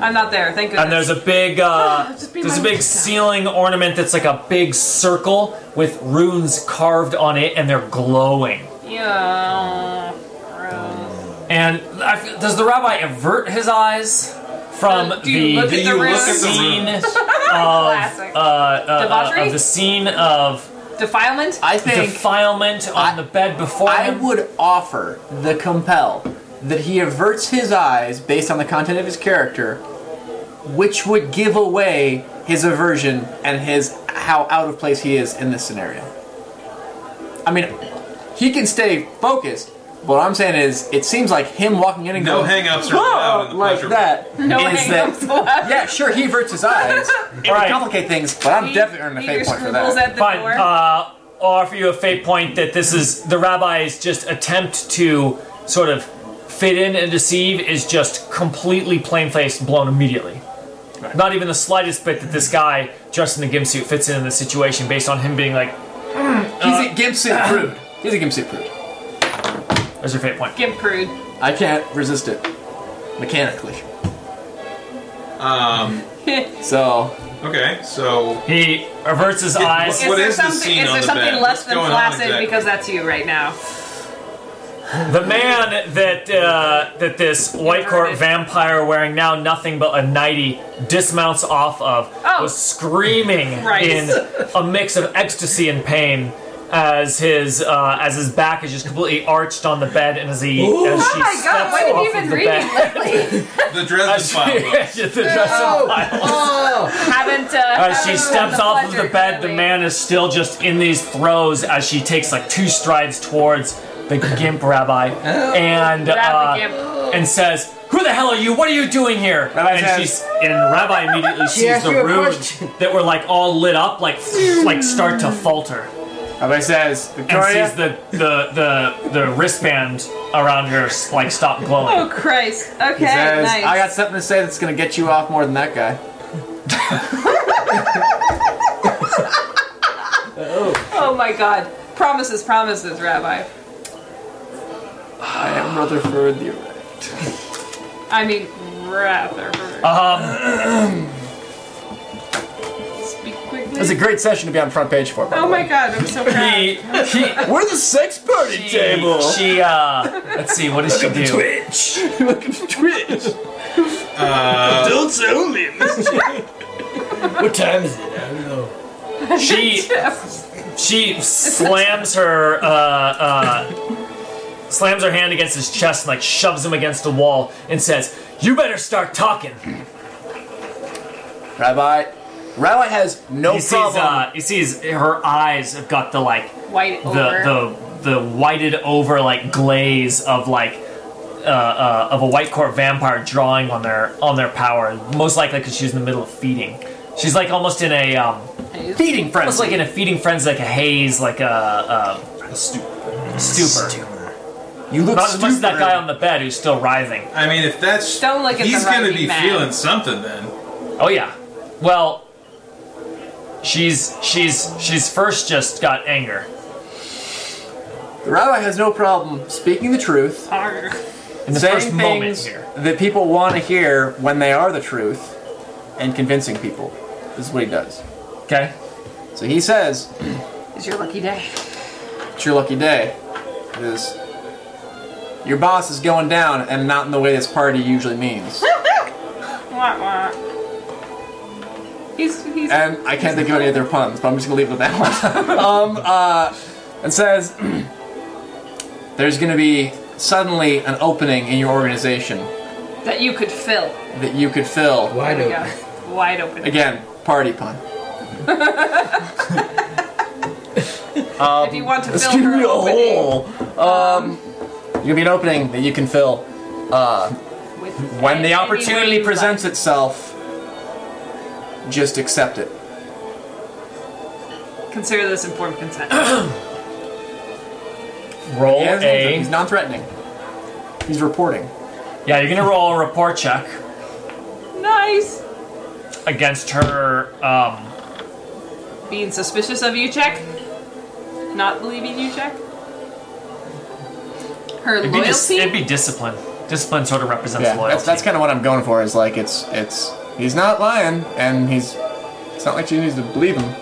B: I'm not there. Thank goodness. Oh,
A: and there's a big uh,
B: Just be
A: there's a
B: my
A: big
B: mistake.
A: ceiling ornament that's like a big circle with runes carved on it, and they're glowing.
B: yeah. gross.
A: And I f does the rabbi avert his eyes from
B: Uh, do you
A: Um, the, the,
B: look at the runes?
A: scene of,
B: Classic.
A: uh, uh,
B: Debauchery?
A: of the scene of
B: Uh, Defilement.
E: I think
A: defilement on
E: I-
A: the bed before
E: I
A: him?
E: would offer the compel that he averts his eyes based on the content of his character, which would give away his aversion and his how out of place he is in this scenario. I mean, he can stay focused. but What I'm saying is, it seems like him walking in and
C: No
E: going,
C: hang-ups are
E: "Whoa,"
C: allowed in the
E: like
C: pleasure
E: that.
B: no
E: is
B: hang-ups
E: that-
B: allowed.
E: Yeah, sure, he averts his eyes. It
A: Right.
E: would complicate things, but I'm definitely earning a
B: Eat your
E: fate point for
B: scruples
E: that.
B: At the
A: Fine.
B: door.
A: Uh, I'll offer you a fate point that this is the rabbi's just attempt to sort of fit in and deceive is just completely plain faced, blown immediately. Not even the slightest bit that this guy dressed in the gimp suit fits in the situation based on him being like,
E: He's a gimp suit prude. He's a gimp suit prude.
A: there's your fate point.
B: Gimp prude.
E: I can't resist it mechanically.
C: Um,
E: So
C: okay, so
A: He averts his eyes.
B: Is
C: What
B: there
C: is the
B: something,
C: scene
B: is
C: on
B: there
C: the
B: something less
C: bed? What's
B: than
C: going on
B: flaccid
C: exactly?
B: because that's you right now?
A: The man that uh, that this white court vampire wearing now nothing but a nighty dismounts off of
B: Oh.
A: was screaming
B: Christ.
A: in a mix of ecstasy and pain as his uh, as his back is just completely arched on the bed and as he as she
B: Oh my god,
A: steps
B: why did
A: off
B: you
A: of
B: even
A: the
B: read
A: bed.
B: lately?
C: the Dresden file.
A: Just the dressing
B: Oh.
A: pile.
D: Oh.
B: haven't. Uh,
A: As she
B: haven't
A: steps
B: had the
A: off of the
B: pleasure
A: bed, the
B: currently.
A: man is still just in these throes as she takes like two strides towards the gimp rabbi and
B: Rabbi
A: uh,
B: Gimp.
A: and says, "Who the hell are you? What are you doing here?" and
E: says-
A: she's and Rabbi immediately sees
D: asked you
A: the
D: a
A: room
D: question.
A: that were like all lit up, like like start to falter,
E: Rabbi says,
A: and sees
E: Victoria,
A: the the the the wristband around her like stop glowing.
B: Oh Christ. Okay,
E: he says,
B: nice.
E: I got something to say that's gonna get you off more than that guy.
B: oh my god. Promises, promises, Rabbi.
E: I am Rutherford the Erect.
B: I mean, rather.
A: Um,
B: Speak quickly.
E: It was a great session to be on front page for. By
B: oh
E: the
B: my
E: way.
B: god, I'm so proud.
A: he, he,
E: We're the sex party
A: she, she uh, let's see, what does she do?
E: Twitch. Look at Twitch.
A: Uh,
L: Adults only. what time is it? I don't know.
A: She she slams her uh, uh, slams her hand against his chest and like shoves him against the wall and says, "You better start talking."
E: Rabbi, Rabbi has no
A: He sees
E: problem.
A: uh, he sees her eyes have got the like
B: White
A: the
B: over.
A: the the whited over like glaze of like uh, uh, of a white court vampire drawing on their on their power, most likely because she's in the middle of feeding. She's like almost in a um,
E: feeding
A: almost like in a feeding frenzy, like a haze, like a, a, a stupor.
E: you look
A: Not as much as that
E: stupid.
A: guy on the bed who's still writhing.
C: I mean, if that's
B: Don't look at the
C: he's gonna
B: writing,
C: be
B: man.
C: feeling something then.
A: Oh yeah. Well, she's she's she's first just got anger,
E: The rabbi has no problem speaking the truth,
B: Arr.
A: In the
E: saying
A: first
E: things
A: moment here.
E: that people want to hear when they are the truth, and convincing people. This is what he does.
A: okay?
E: So he says,
B: It's your lucky day.
E: "It's your lucky day." It is. Your boss is going down, and not in the way this party usually means.
B: Wah, wah. He's he's
E: and I can't think of any other puns, but I'm just gonna leave it with that one. um, uh, it says there's gonna be suddenly an opening in your organization
B: that you could fill.
E: that you could fill.
D: Wide
B: There we
D: open.
B: go. Wide open.
E: Again, party pun.
B: if you want to
E: It's
B: fill
E: gonna
B: her
E: be a
B: opening
E: hole. Um, there's gonna be an opening that you can fill
B: with
E: when
B: any
E: the opportunity
B: way you
E: presents
B: like.
E: itself. Just accept it.
B: consider this informed consent.
A: Roll
E: He has-
A: a
E: He's non-threatening. He's reporting.
A: yeah. You're gonna roll a report check
B: nice.
A: against her. Um,
B: Being suspicious of you, check. Not believing you, check. Her
A: it'd, be dis-
B: loyalty.
A: it'd be discipline. Discipline sort of represents
E: Yeah,
A: loyalty.
E: that's, that's kind of what I'm going for. Is like it's it's he's not lying, and he's it's not like she needs to believe him.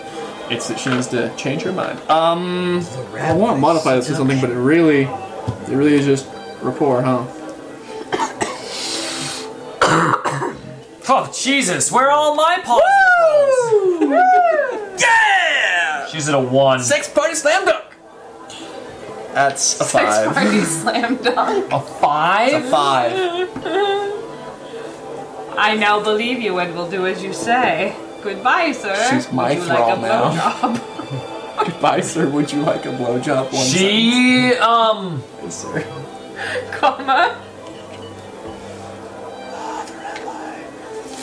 E: It's that she needs to change her mind. Um, I want to modify this to something, but it really, it really is just rapport, huh?
A: Oh Jesus! Where are all my positive rolls? yeah! She's at a one.
E: Sex party slam dunk. That's a
B: Sex
E: five.
B: party slam dunk.
A: A five.
E: It's a five.
B: I now believe you and will do as you say. Goodbye, sir.
E: She's my
B: Would you like
E: thrall
B: a
E: now.
B: blowjob?
E: Goodbye, sir. Would you like a blowjob? One
A: She um
E: sentence, sir.
B: Comma.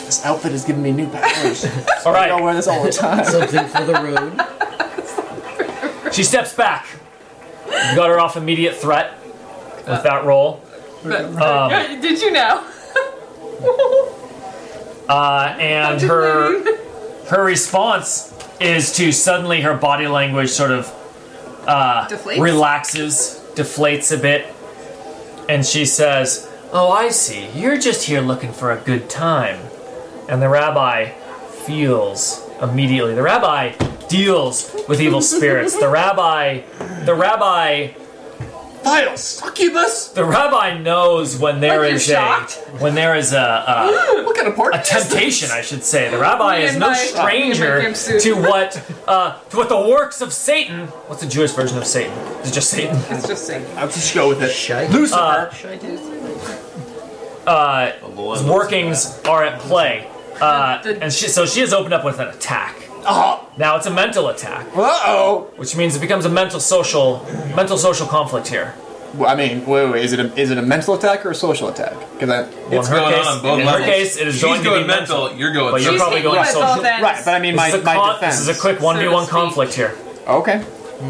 E: This outfit has given me new powers.
A: all
E: I
A: right.
E: wear this all the time.
D: Something for the road.
A: She steps back. You got her off immediate threat with that roll.
B: But- Did you know?
A: Uh, and her her response is to suddenly her body language sort of uh,
B: Deflates?
A: relaxes, deflates a bit, and she says, "Oh, I see. You're just here looking for a good time." And the rabbi feels immediately. The rabbi deals with evil spirits. The rabbi, the rabbi
J: Vile succubus!
A: the rabbi knows when there
J: Like you're
A: is
J: shocked?
A: a when there is a, a,
J: What kind of party
A: a
J: is this?
A: temptation, I should say. The rabbi
B: Me
A: is
B: and
A: no
B: my- me and my
A: stranger
B: gimp suit.
A: to what uh, to what the works of Satan. What's the Jewish version of Satan? Is it just Satan?
B: It's just sick.
J: Let's just go with it.
D: Shite.
J: Lucifer.
D: Oh,
A: Uh,
F: The Lord
A: his
F: looks
A: workings are at play, uh,
B: The- the-
A: and she, so she has opened up with an attack.
E: Uh-huh.
J: oh,
A: Now it's a mental attack,
J: uh-oh.
A: which means it becomes a mental social mental social conflict here.
E: Well, I mean, wait, wait, is it a, is it a mental attack or a social attack? Because I
A: Well,
C: It's
A: in her
C: going
A: case,
C: on on both
A: in
C: levels.
A: her case, it is
C: She's
A: going to be
C: going
A: mental.
C: mental, you're going
A: But you're
C: social.
A: probably going
B: Right,
A: social.
B: both ends.
E: right, but I mean,
A: This
E: my,
A: is a
E: my
A: con-
E: defense.
A: This is a quick one v one
B: speak.
A: conflict here,
E: okay.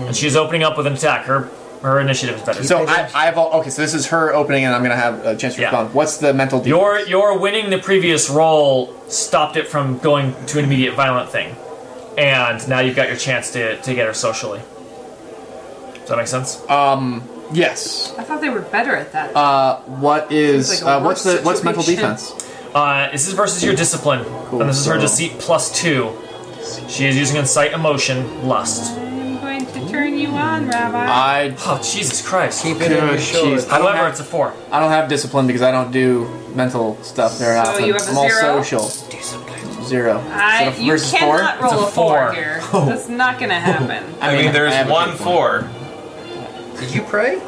A: and she's opening up with an attack. Her her initiative is better.
E: So I, I have all, okay. So this is her opening, and I'm gonna have a chance to
A: Yeah.
E: respond. What's the mental? defense?
A: your your winning the previous roll stopped it from going to an immediate violent thing, and now you've got your chance to to get her socially. Does that make sense?
E: yes.
B: I thought they were better at that.
E: Uh, what is
B: It's like a
E: uh, what's
B: worse
E: the what's mental
B: situation.
E: defense?
A: Uh, this is versus your discipline, and this is her
E: so-
A: deceit plus two. She is using incite emotion, lust.
B: I'm going to turn you on, Rabbi.
E: I
A: Oh Jesus Christ!
D: Keep it in your shoulders.
E: I don't
A: However,
E: have
A: it's a four.
E: I don't have discipline because I don't do mental stuff very
B: So
E: often.
B: you have a
E: I'm all
B: zero?
E: social. Zero.
B: I,
E: So
B: you
E: versus
B: cannot
A: It's
E: four.
B: roll
A: a
B: a four,
A: four.
B: here. That's not going to happen.
C: I mean,
E: I have
C: there's
E: a
C: one
E: good
C: four.
D: Did you pray?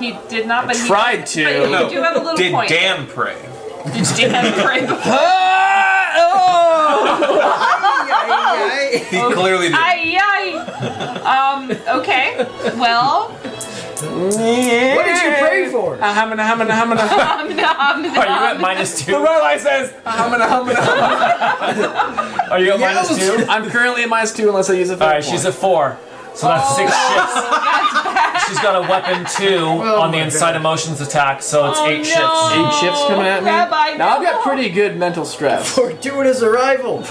B: He did not, but he
E: Tried to.
B: But you
C: No.
B: do have a little
C: Did
B: point.
C: damn pray?
B: Did Dan pray before?
C: He clearly did.
B: Aye, aye. Um. Okay. Well.
D: What did you pray for?
B: Uh,
E: Hamana, hamana, hamana.
B: Um, nom, nom.
A: Are you at minus two?
E: Rabbi says hamana, hamana.
A: Are Oh, you at minus two?
E: I'm currently at minus two unless I use a.
A: All right, she's at four. So that's six
E: Oh,
A: shifts. She's got a weapon two on the inside emotions attack, so it's
B: Oh,
A: eight
B: no.
A: shifts.
E: Eight shifts coming at me.
B: Rabbi,
E: now I've
B: no.
E: got pretty good mental stress.
D: For doing his arrival.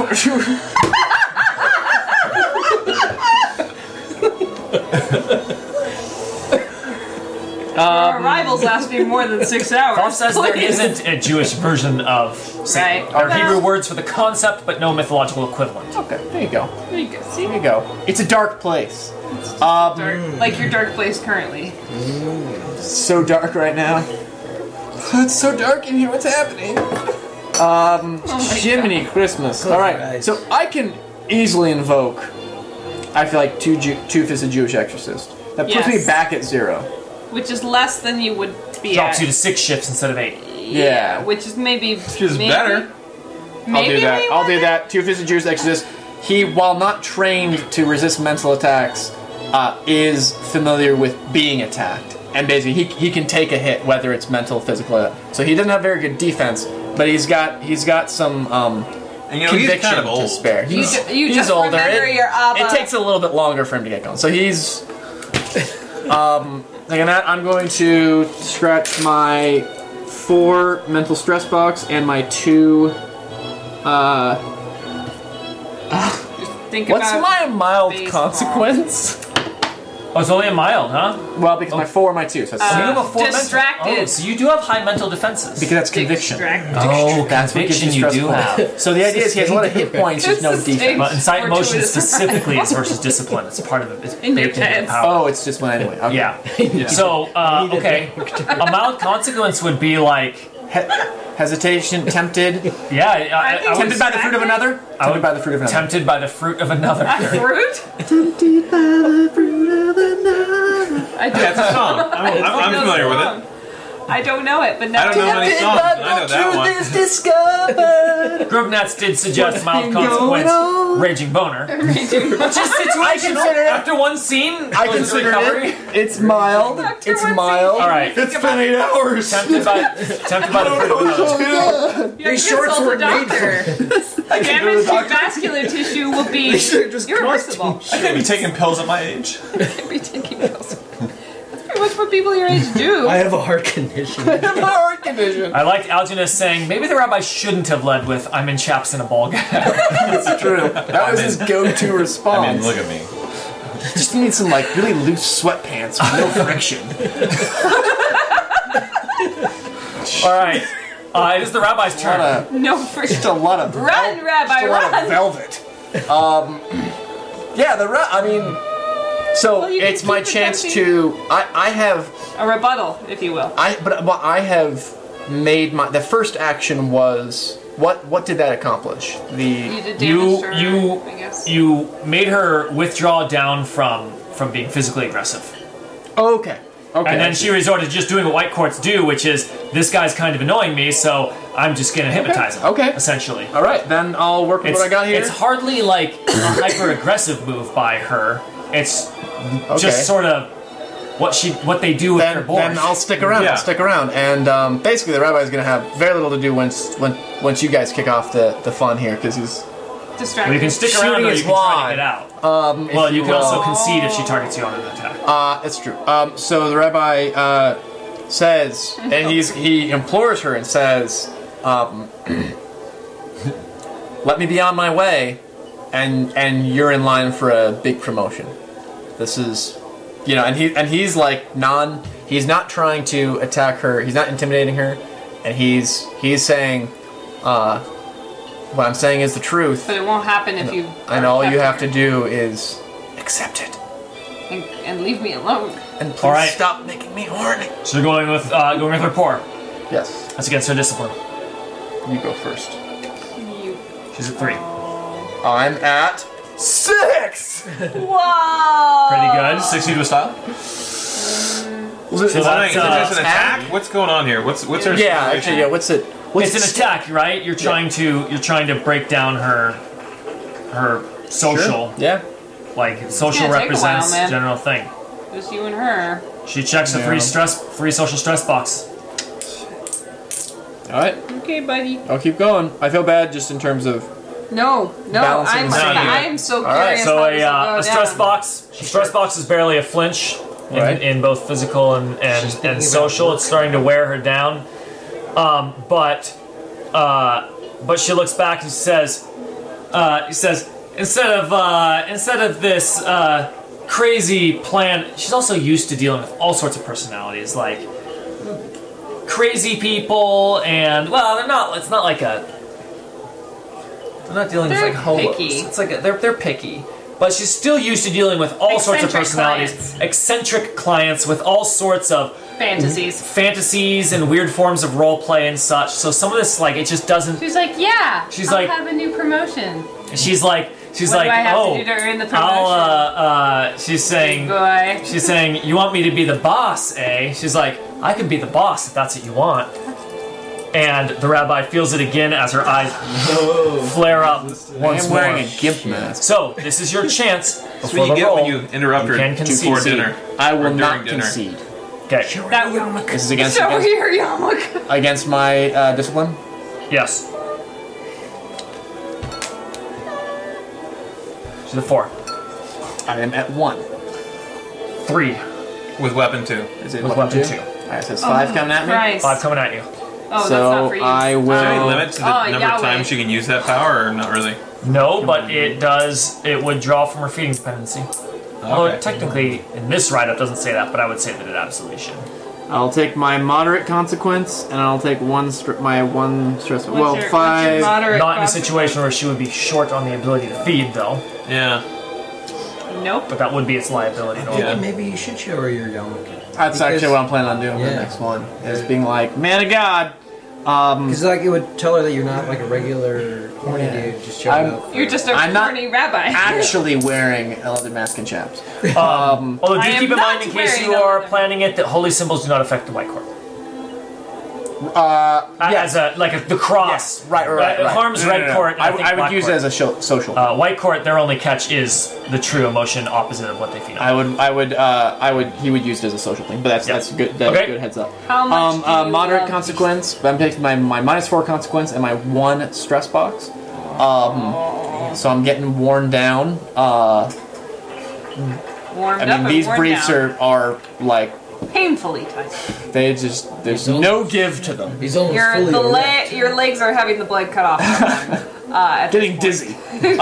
E: Um,
B: Our arrivals last me more than six hours.
A: Bob says there
B: Please.
A: isn't a Jewish version of Satan.
B: Right.
A: There are
B: Well-
A: Hebrew words for the concept, but no mythological equivalent.
E: Okay, there you go.
B: There you go. See,
E: There you go. It's a dark place. Um,
B: dark, like your dark place currently.
E: so dark right now. It's so dark in here. What's happening?
B: Oh my
E: Jiminy Christmas. All right.
D: Christ.
E: So I can easily invoke. I feel like two Ju- two fisted Jewish exorcist. That puts me
B: Yes.
E: back at zero.
B: God. Which is less than you would be
A: Drops
B: at.
A: you to six shifts instead of eight.
E: Yeah.
B: Which is maybe. Which
C: is
B: maybe,
C: better.
E: I'll
B: Maybe
E: do that.
B: we
E: I'll
B: win.
E: do that. Two fisted Jewish exorcist. He, while not trained to resist mental attacks, uh, is familiar with being attacked, and basically he, he can take a hit whether it's mental, physical. So he doesn't have very good defense, but he's got he's got some um,
C: And you know, he's
E: conviction
C: kind of
E: to
C: old.
E: spare.
B: You,
E: He's,
B: ju- you
E: he's
B: just
E: older.
B: remember
E: It-
B: your Abba.
E: It takes a little bit longer for him to get going. So he's. Um, like that, I'm going to scratch my four mental stress box and my two. Uh,
B: Think
E: what's
B: about
E: my mild
B: baseball.
E: consequence?
A: Oh, it's only a mild, huh?
E: Well, because my four and my two, so that's
A: you
B: Uh,
A: have a four mental-
B: distracted.
A: Oh, so you do have high mental defenses.
E: because that's conviction.
B: Distracted.
A: oh,
E: That's what gives
A: conviction
E: you
A: you
E: stress
A: do
E: points.
A: have.
E: So the idea is he has a lot of hit points, just no
B: Sustained.
E: defense.
A: But incite motion
B: Fortuitous
A: specifically
B: arrival.
A: is versus discipline. It's part of it. It's
B: In your
A: baked into the
B: pants.
A: power.
E: Oh, it's just one anyway. Okay.
A: Yeah. So, uh, okay. A mild consequence would be like,
E: He- hesitation, tempted,
A: yeah, I, I,
B: think
A: I
B: tempted
A: was
E: tempted by the fruit of another.
A: I would-
E: Tempted by the fruit of another.
A: tempted by the fruit of another.
B: Fruit? I do.
C: That's a song. I'm, I'm, I'm familiar with it.
B: it. I don't know it, but now
C: I don't know many songs. but I know that one.
A: Grubnats did suggest mild consequence, raging boner. Which is situational. After one scene, goes
E: I
A: into
E: consider
A: recovery.
E: it. It's mild.
B: Dr.
E: It's
B: Wenzel.
E: mild.
A: All right.
J: It's been eight hours.
A: Tempted by, tempted by the fruit of
B: Oh,
A: another.
B: These shorts were made for Damage to vascular tissue will be irreversible.
F: I can't be taking pills at my age.
B: Can't be taking pills. That's pretty much what people your age do.
D: I have a heart condition.
E: heart condition.
A: I liked Alginus saying maybe the rabbi shouldn't have led with "I'm in chaps and a ball gown."
E: That's true. That was his go-to response.
F: I mean, look at me.
E: Just need some like really loose sweatpants with no friction.
A: All right, uh, it is the rabbi's turn.
B: No freaking.
E: Just a lot of
B: Run,
E: vel-
B: Rabbi,
E: just a lot of
B: run.
E: velvet. Um, yeah, the ra- I mean, so
B: Well, you
E: it's
B: can
E: my
B: keep
E: chance to.
B: attempting.
E: I I have
B: A rebuttal, if you will.
E: I but but I have made my the first action was what what did that accomplish?
B: You
E: The
B: did damage
A: You
B: to her,
A: you
B: I guess.
A: you made her withdraw down from from being physically aggressive,
E: oh, okay okay
A: and then she resorted to just doing what white courts do, which is this guy's kind of annoying me, so I'm just gonna hypnotize him.
E: Okay.
A: essentially.
E: all right then I'll work with
A: It's,
E: what I got here.
A: it's hardly like a hyper aggressive move by her. It's
E: Okay.
A: just sort of what she what they do with their
E: then,
A: board.
E: then I'll stick around.
F: Yeah.
E: I'll stick around, and um, basically the rabbi's going to have very little to do once when, once you guys kick off the, the fun here because he's
B: Distracted.
A: Well, you can stick
E: Shooting
A: around or
E: is
A: you can try to
E: wide.
A: get out. well,
E: if
A: you
E: you
A: can also
E: will.
A: concede if she targets you on an attack.
E: Uh, it's true. Um, so the rabbi uh, says, and he's he implores her and says, um, "Let me be on my way," and and you're in line for a big promotion. This is, you know, and he and he's like non. He's not trying to attack her. He's not intimidating her, and he's he's saying, uh, "What I'm saying is the truth."
B: But it won't happen if you.
E: And all you have to do is accept it.
B: And, and leave me alone.
E: And please
A: All right.
E: stop making me horny.
A: So you're going with uh, going with her poor.
E: Yes.
A: That's against her discipline.
E: You go first.
B: You.
A: She's at three.
E: I'm at six.
B: Whoa!
A: Pretty
E: Uh,
A: good. Six.
F: Succeed with style?
A: So
C: Why
A: that's,
C: is this an
A: uh,
C: attack? What's going on here? What's what's her
E: Yeah,
C: situation?
E: actually, yeah. What's it? What's
A: it's an attack, right? You're trying to you're trying to break down her her social
E: Yeah.
A: like social
B: gonna take a while,
A: represents
B: man.
A: general thing.
B: Just you and her.
A: She checks the free stress free social stress box.
E: All right.
B: Okay, buddy.
E: I'll keep going. I feel bad just in terms of.
B: No, no.
E: Balancing
B: I'm.
E: the
A: sound.
B: I'm so
E: All right,
B: curious.
A: So
B: how
A: a,
B: this will
A: uh,
B: go
A: a stress
B: down.
A: box. A stress box is barely a flinch in,
E: Right.
A: in both physical and
D: She's
A: and,
D: thinking
A: and
D: about
A: social.
D: work.
A: It's starting to wear her down. Um, but uh, but she looks back and says uh, she says instead of uh, instead of this uh, crazy plan. She's also used to dealing with all sorts of personalities like crazy people and well they're not it's not like a they're not dealing
B: They're
A: with like holos.
B: picky.
A: It's like a, they're they're picky. But she's still used to dealing with all sorts of
B: Eccentric
A: personalities,
B: clients.
A: eccentric clients with all sorts of
B: Fantasies.
A: fantasies and weird forms of role play and such. So some of this like it just doesn't
B: She's like, yeah.
A: She's
B: I'll
A: like-
B: have a new promotion.
A: she's like she's
B: What do
A: like
B: I have to
A: oh
B: do to earn the
A: I'll uh,
B: promotion?"
A: uh she's saying
B: Big boy.
A: she's saying you want me to be the boss, eh? She's like I can be the boss if that's what you want. And the rabbi feels it again as her eyes flare up once
E: I'm
A: more.
E: wearing a gimp mask.
A: So this is your chance
C: That's
A: before
C: what you
A: the
C: get
A: roll.
C: when you interrupt
A: You
C: her
A: can
C: before
A: concede.
C: dinner.
E: I
C: or
E: will
C: during
E: not
C: dinner.
E: concede.
A: Okay.
B: That would.
E: This is against
B: Show
E: against,
B: here, Yarmulke.
E: against my uh, discipline.
A: Yes. She's a four,
E: I am at one.
A: three,
C: with weapon two.
E: Is it
A: With
E: weapon
A: weapon
E: two?
A: two.
E: All right, so it's five coming at me.
B: Oh, Christ.
A: five coming at you.
B: Oh, that's not
E: so
B: for you.
E: I will.
C: Is there any limit to the
B: Oh,
C: number
B: Yahweh.
C: of times you can use that power, or not really?
A: No, but it does. It would draw from her feeding dependency. Although
C: Okay.
A: technically, in this write-up doesn't say that, but I would say that it absolutely should.
E: I'll take my moderate consequence, and I'll take one. Str- my one stress.
B: What's
E: well,
B: your- what's your
E: five.
B: moderate
A: Not in a
B: cost?
A: situation where she would be short on the ability to feed, though.
C: Yeah.
B: Nope.
A: But that would be its liability. normally.
C: Yeah.
D: Maybe you should show her your yarmulke.
E: That's
D: Because-
E: actually what I'm planning on doing for the
D: Yeah.
E: next one. Is being like, man of God. Um,
D: Because like it would tell her that you're not like a regular horny
E: Yeah.
D: dude just showing
E: I'm-
D: up. for-
B: You're just a
E: I'm not-
B: corny rabbi.
E: actually wearing a leather mask and chaps.
A: Um, although
B: I
A: do
B: am
A: keep in
B: not
A: mind, in case
B: wearing
A: you are
B: another.
A: planning it, that holy symbols do not affect the white court.
E: Uh,
A: As a like a, the cross,
E: Yes, right, right, right,
A: It
E: right.
A: harms red court. and
E: I,
A: think
E: I would
A: black
E: use
A: court.
E: it as a sho- social.
A: Uh, white court, their only catch is the true emotion opposite of what they feel.
E: I would, I would, uh, I would. He would use it as a social thing, but that's
A: Yeah.
E: that's good. That's
A: Okay.
E: good heads up.
B: How much
E: Um,
B: do
E: uh,
B: you
E: moderate
B: love-
E: consequence. But I'm taking my my minus four consequence and my one stress box. Um, so I'm getting worn down. Uh,
B: Warmed
E: I
B: up
E: mean,
B: and
E: these
B: worn
E: briefs
B: down.
E: are are like
B: painfully tight.
E: They just there's no give to them.
J: He's almost
B: Your
J: fully
B: the
J: erect.
B: le- your legs are having the blood cut off. uh, at this
E: Getting
B: point.
E: dizzy.
B: dizzy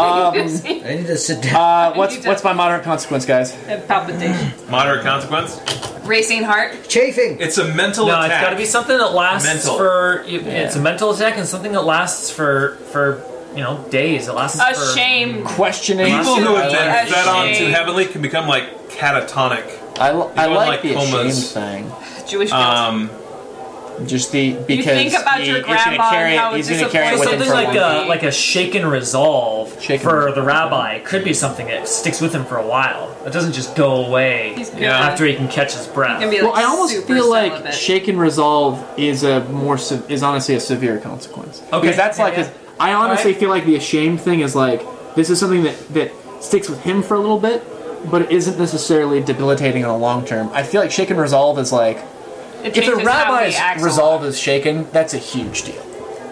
J: I need to sit down.
E: Uh, what's what's my moderate consequence, guys?
B: and palpitation.
C: Moderate consequence.
B: Racing heart.
D: Uh, Chafing.
C: It's a mental
A: No,
C: attack.
A: it's got to be something that lasts
C: Mental.
A: for. it- It's a mental attack and something that lasts for for you know days. It lasts
B: A
A: for
B: shame.
E: Questioning.
C: People who have
B: I like
C: been fed on to
B: shame.
C: heavenly can become like catatonic.
E: I, li- I
C: You're
E: like,
C: like
E: the
C: comas.
E: ashamed
B: Jewish guilt.
C: Um,
E: thing. Just the because
B: think about
E: he,
B: your
E: he's gonna
B: grandma
E: carry
B: and how
E: it. He's gonna carry it
A: So
E: with him
A: something
E: for
A: like
E: one.
A: a like a shaken resolve
E: Shaken
A: for
E: resolve.
A: the rabbi could be something that sticks with him for a while. It doesn't just go away
B: He's gonna-
C: Yeah.
A: after he can catch his breath.
B: gonna be
E: well,
B: like
E: I almost
B: super
E: feel like
B: celibate.
E: shaken resolve is a more se- is honestly a severe consequence.
A: Okay.
E: because that's
A: Yeah,
E: like
A: yeah.
E: his- I honestly
A: Alright.
E: feel like the ashamed thing is like this is something that that sticks with him for a little bit, but it isn't necessarily debilitating in the long term. I feel like shaken resolve is like
B: It
E: if the
B: changes how we act
E: rabbi's
B: a lot.
E: resolve is shaken, that's a huge deal.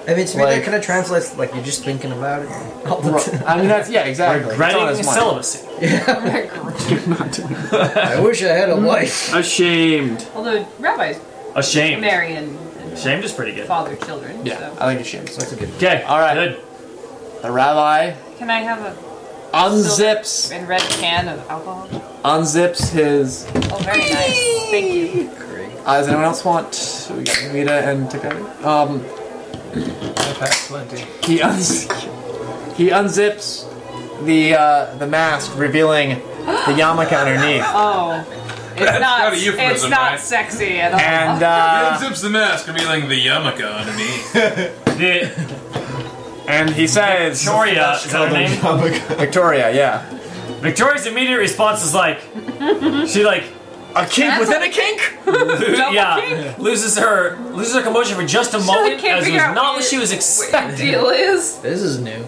D: I mean, to me,
E: Like-
D: that kind of translates like you're just thinking about it. all the time.
E: I mean that's yeah exactly. It's on
A: Regretting
E: his mind.
A: celibacy.
D: I wish I
E: Mm-hmm.
D: had a wife.
E: Ashamed.
B: Although rabbis
A: Ashamed.
B: marry and, and
A: Ashamed is pretty good.
B: father children.
E: Yeah, I think ashamed. is-
D: That's a good one.
A: Okay.
E: All right.
A: Good.
E: The rabbi
B: So can I have a
E: unzips
B: in red can of alcohol?
E: unzips his.
B: Oh, very nice. Thank you.
E: Uh, does anyone else want? We got Vita and Takagi. Um,
H: I've had plenty.
E: He uns- he unzips the uh, the mask, revealing the yarmulke underneath,
B: Oh, it's not.
C: not a euphemism,
B: it's not
C: right?
B: sexy at all.
E: and uh,
C: unzips the mask, revealing the yarmulke underneath.
A: The
E: and he says,
A: Victoria is that her name?
E: "Victoria, yeah,
A: Victoria's immediate response is like she like
E: a kink
B: That's
E: within
B: a-
E: a kink."
B: Double kick.
A: yeah loses her loses her composure for just a moment
B: can't
A: as was
B: figure out
A: not what
B: what-
A: she was
B: The
A: expecting.
B: deal is
D: This is new.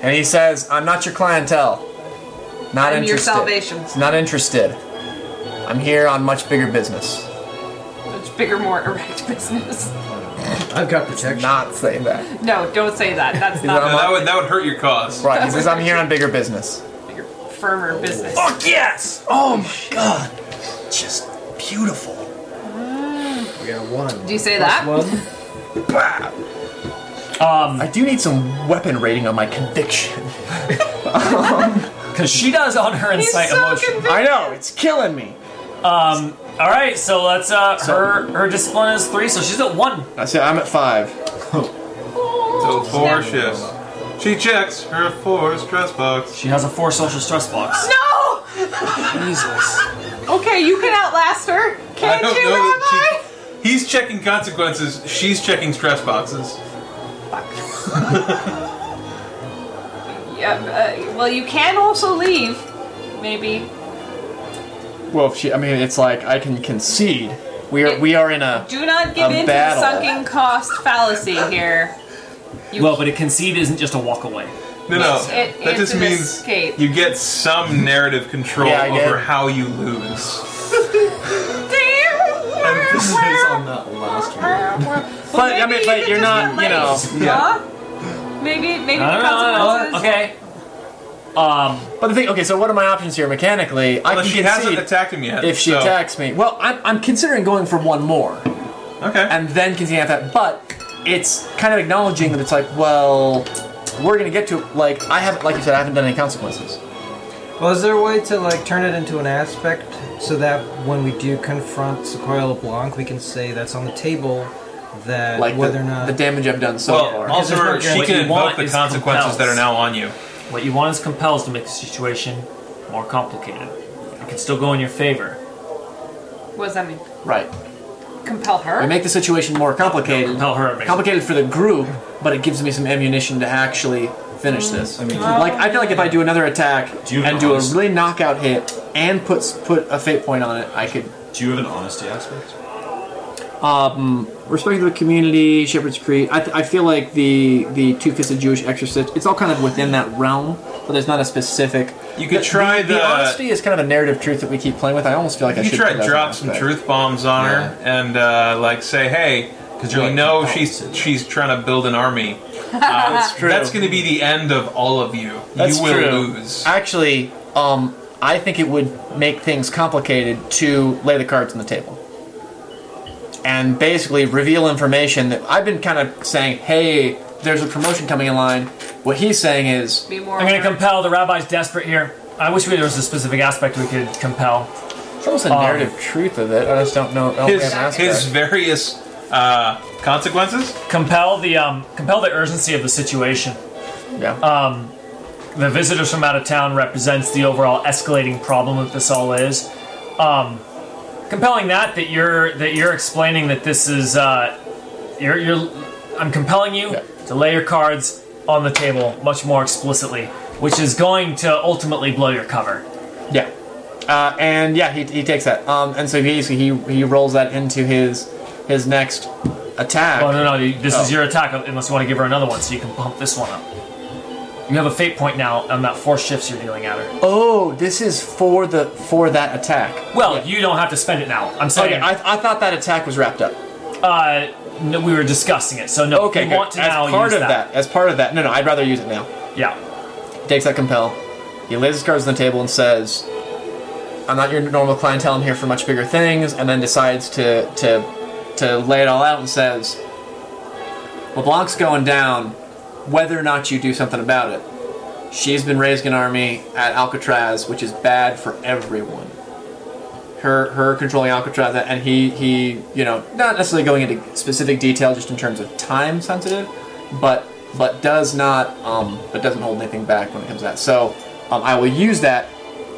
E: And he says, "I'm not your clientele. Not
B: I'm
E: interested.
B: your salvation.
E: Not interested. I'm here on much bigger business."
B: Much bigger, more erect business.
D: I've got protection.
E: Not say that.
B: No, don't say that. That's
E: No,
C: No,
B: not
C: that would that would hurt your cause.
E: Right? He says, "I'm here on bigger business."
B: bigger, firmer business.
A: Fuck yes!
E: Oh my god! Just beautiful.
D: We got one.
B: Do you say
D: Plus
B: that?
D: One.
E: I do need some weapon rating on my conviction.
A: Because she does on her
B: He's
A: insight
B: so
A: emotion.
B: convinced.
E: I know it's killing me.
A: Um. All right. So let's. Uh. her her discipline is three, so she's at one.
E: I said I'm at five.
C: So four shifts. She checks her four stress box.
A: She has a four social stress box.
B: No. Jesus. Okay, you can outlast her. Can't you, Rabbi?
C: she. He's checking consequences. She's checking stress boxes.
B: Yeah, uh, well, you can also leave. Maybe
E: Well, if she, I mean, it's like I can concede. We are we are in a.
B: do not give
E: A
B: in to the
E: battle.
B: sunken cost fallacy here. You
A: Well, but a concede isn't just a walk away.
C: No, no.
B: It-
C: that
B: it's
C: just
B: an
C: means
B: escape.
C: you get some narrative control
E: Yeah, I
C: over
E: did.
C: how you lose.
B: damn.
H: Emphasis on that last one.
E: But I mean, but you're not. You know.
B: Yeah. Maybe maybe the consequences.
A: Uh, Okay. Um.
E: But the thing. Okay, so what are my options here mechanically? I
C: But
E: can
C: she hasn't
E: concede
C: attacked him yet.
E: if she
C: so-
E: attacks me. Well, I'm I'm considering going for one more
C: Okay.
E: and then continuing after that. But it's kind of acknowledging that it's like, well, we're gonna get to like I haven't, like you said, I haven't done any consequences.
D: Well, is there a way to like turn it into an aspect so that when we do confront Sequoia LeBlanc, we can say that's on the table that
E: Like
D: whether
E: the,
D: or not
E: the damage I've done so
C: well,
E: far.
C: also
D: Because
C: remember,
D: it's
C: she
D: not
A: good. What
C: can
A: you
C: invoke
A: want
C: the
A: is
C: consequences
A: compels.
C: that are now on you.
A: What you want is compels to make the situation more complicated. It can still go in your favor.
B: What does that mean?
E: Right.
B: Compel her?
E: I make the situation more complicated.
A: Compel her. It makes
E: complicated for the group, but it gives me some ammunition to actually finish this. I mean, like I feel like if I do another attack
F: Do you have
E: and do a
F: honest-
E: really knockout hit and put put a fate point on it, I could.
F: Do you have an honesty aspect?
E: Respect to the community, Shepherd's Creed. I, th- I feel like the the two fisted Jewish exorcist. It's all kind of within that realm, but there's not a specific.
C: You could try
E: the,
C: the-
E: honesty is kind of a narrative truth that we keep playing with. I almost feel like I
C: You
E: should
C: try
E: put
C: to
E: that as
C: drop
E: an
C: some
E: aspect.
C: truth bombs on her and uh, like say, hey, because
F: you're
C: we
F: like,
C: know
F: oh,
C: she's
F: so-
C: she's trying to build an army. that's
E: true.
C: That's going to be the end of all of you.
E: That's
C: you will
E: true.
C: lose.
E: Actually, um, I think it would make things complicated to lay the cards on the table. and basically reveal information that I've been kind of saying, hey, there's a promotion coming in line. What he's saying is,
B: Be more.
A: I'm going to compel. The rabbi's desperate here. I wish we, there was a specific aspect we could compel.
E: it's almost a narrative truth of it. I just don't know. I don't
C: His,
E: think I'm asked
C: his
E: that.
C: various uh, consequences.
A: Compel the um, compel the urgency of the situation.
E: yeah.
A: The visitors from out of town represents the overall escalating problem that this all is. Um, compelling that that you're that you're explaining that this is uh, you're you're I'm compelling you
E: Yeah.
A: to lay your cards on the table much more explicitly, which is going to ultimately blow your cover.
E: Yeah. Uh, and yeah, he, he takes that. Um, and so he, he he rolls that into his his next attack.
A: Oh no no! you- This is
E: Oh.
A: your attack unless you want to give her another one, so you can bump this one up. You have a fate point now on that four shifts you're dealing at her.
E: Oh, this is for the for that attack.
A: Well, you don't have to spend it now. I'm saying
E: Okay, I, I thought that attack was wrapped up.
A: uh, no, we were discussing it, so no.
E: Okay,
A: you
E: good.
A: want to
E: as
A: now
E: part
A: use
E: of that. as part of that. No, no, I'd rather use it now.
A: Yeah,
E: Takes that compel. He lays his cards on the table and says, "I'm not your normal clientele. I'm here for much bigger things." And then decides to to to lay it all out and says, "LeBlanc's going down, whether or not you do something about it." She's been raising an army at Alcatraz, which is bad for everyone. Her her controlling Alcatraz, and he he you know not necessarily going into specific detail, just in terms of time sensitive, but but does not um, but doesn't hold anything back when it comes to that. So um, I will use that,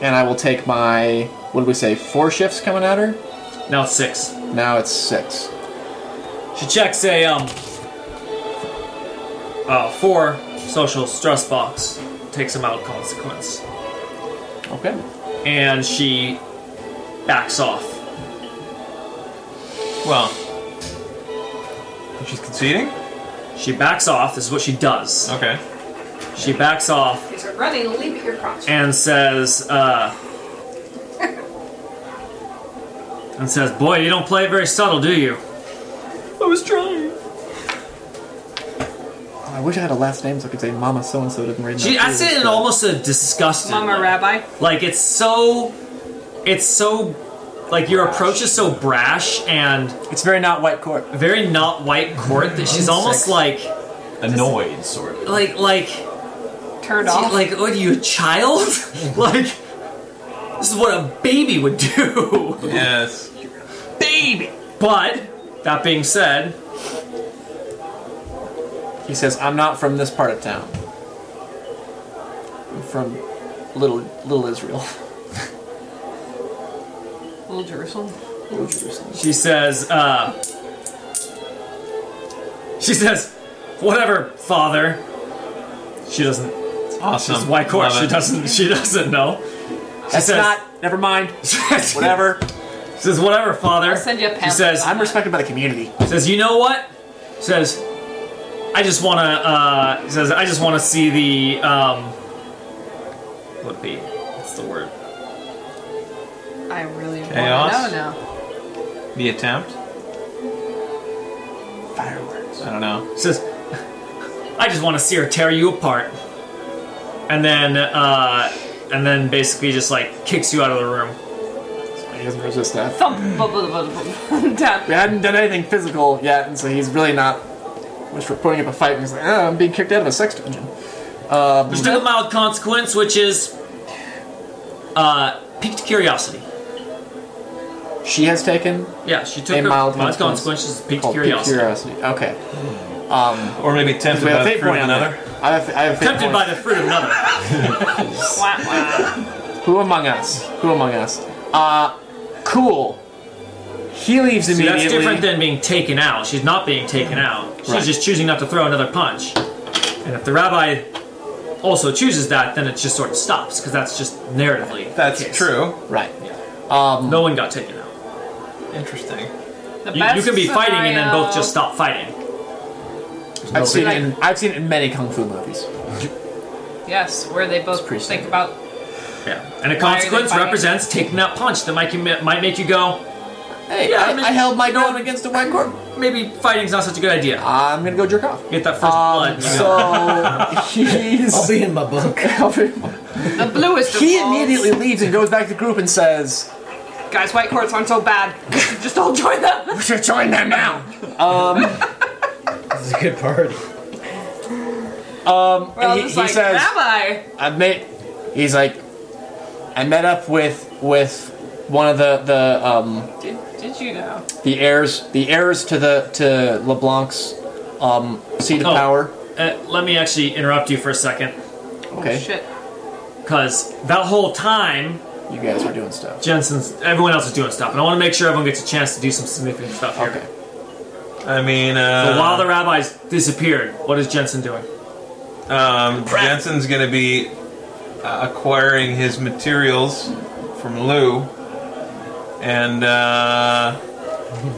E: and I will take my what did we say four shifts coming at her.
A: now it's six.
E: Now it's six.
A: She checks a um, uh, four social stress box, takes them out consequence,
E: Okay.
A: and she backs off.
C: Well, she's conceding.
A: She backs off. This is what she does.
C: Okay.
A: She backs off
M: Is it running? Leave it your cross.
A: and says, uh, and says, "Boy, you don't play it very subtle, do you?" I was trying.
E: Oh, I wish I had a last name so I could say Mama so and so didn't read.
A: She, I say it in almost a disgusted.
B: Mama
A: way.
B: Rabbi.
A: Like it's so, it's so, like your approach is so brash and
E: It's very not white court.
A: very not white court that she's almost like,
F: Annoyed, sort of.
A: like, like,
B: Turned off.
A: like, what are you, a child? like, this is what a baby would do.
C: Yes.
A: baby. But that being said,
E: He says, "I'm not from this part of town. I'm from little little Israel."
B: Little Jerusalem.
E: Little Jerusalem.
A: she says, uh, she says, whatever, father. She doesn't.
C: Awesome.
A: Why, of course,
C: Love
A: she
C: it.
A: doesn't. She doesn't know. She
E: That's
A: says,
E: not. Never mind. Whatever.
A: She says whatever, father.
B: I'll send you a
A: She
B: pamphlet
A: says,
E: I'm respected by the community.
A: says you know what? Says, I just wanna. Uh, says I just wanna see the. Um, what would be? What's the word?
B: I really want to know
C: Chaos.
B: now.
C: The attempt.
E: Fireworks.
C: I don't know.
A: Says, I just want to see her tear you apart. And then, uh, and then basically just like kicks you out of the room.
E: He doesn't resist that.
B: Thump. bu- bu- bu- bu- bu- down.
E: We hadn't done anything physical yet, and so he's really not. Which we're putting up a fight, and he's like, oh, I'm being kicked out of a sex dungeon. Um,
A: There's still a mild consequence, which is uh, piqued curiosity.
E: she has taken
A: Yeah, she took
E: A
A: her
E: mild consequence.
A: consequence. is piqued
E: called
A: curiosity.
E: curiosity. Okay.
C: Or maybe tempted
E: We have
C: by
E: a
C: the
E: fate
C: fruit
E: point
C: of
E: on
C: another.
E: that. I have, I have a fate
A: Tempted
E: point.
A: by the fruit of another.
B: Wah, wah.
E: Who among us? Who among us? Uh, cool. He leaves
A: See,
E: immediately.
A: that's different than being taken out. She's not being taken out. She's
E: Right.
A: just choosing not to throw another punch. And if the rabbi also chooses that, then it just sort of stops because that's just narratively. the
C: That's
A: case.
C: true.
E: right. Um,
A: No one got taken out.
C: Interesting.
B: The
A: You, you
B: best
A: can be fighting and then both just
B: scenario-
A: stop fighting.
E: I've seen it. In, I've seen it in many kung fu movies.
B: Yes, where they both
E: pretty
B: think
E: standard.
B: about
A: Yeah. And a
B: Why are they
A: consequence
B: fighting?
A: represents taking that punch that might might make you go,
E: Hey,
A: Yeah,
E: I,
A: I mean-
E: I held my gun against a white cork.
A: maybe fighting's not such a good idea.
E: I'm gonna go jerk off.
A: Get that first blood.
E: Um,
A: you know.
E: so he's.
N: I'll be in my bunk.
B: the bluest. of
E: he
B: balls.
E: immediately leaves and goes back to the group and says,
B: Guys, white courts aren't so bad. Just all join them.
J: We should join them now.
E: Um,
D: This is a good party.
J: um,
B: We're all
J: and he,
B: just
J: he
B: like,
J: says,
B: Rabbi.
J: I met. He's like, I met up with with one of the the um,
B: Did, did you know?
J: the heirs the heirs to the to LeBlanc's um, seat of
A: Oh.
J: power.
A: Uh, let me actually interrupt you for a second,
J: Okay,
B: Oh, shit.
A: because that whole time,
J: you guys were doing stuff.
A: Jensen's, everyone else is doing stuff, and I want to make sure everyone gets a chance to do some significant stuff here.
J: Okay,
C: I mean, uh,
A: So while the rabbis disappeared, what is Jensen doing?
C: um, Jensen's going to be uh, acquiring his materials from Lou, and uh,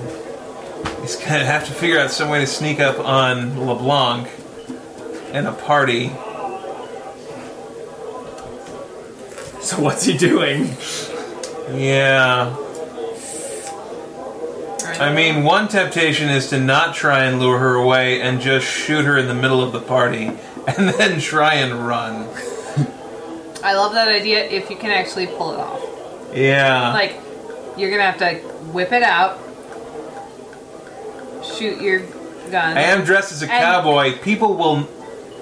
C: he's going to have to figure out some way to sneak up on LeBlanc in a party.
A: So what's he doing?
C: Yeah. I mean, one temptation is to not try and lure her away and just shoot her in the middle of the party and then try and run.
B: I love that idea if you can actually pull it off.
C: Yeah.
B: Like, you're gonna have to whip it out, shoot your gun.
C: I am dressed as a
B: And-
C: cowboy. People will.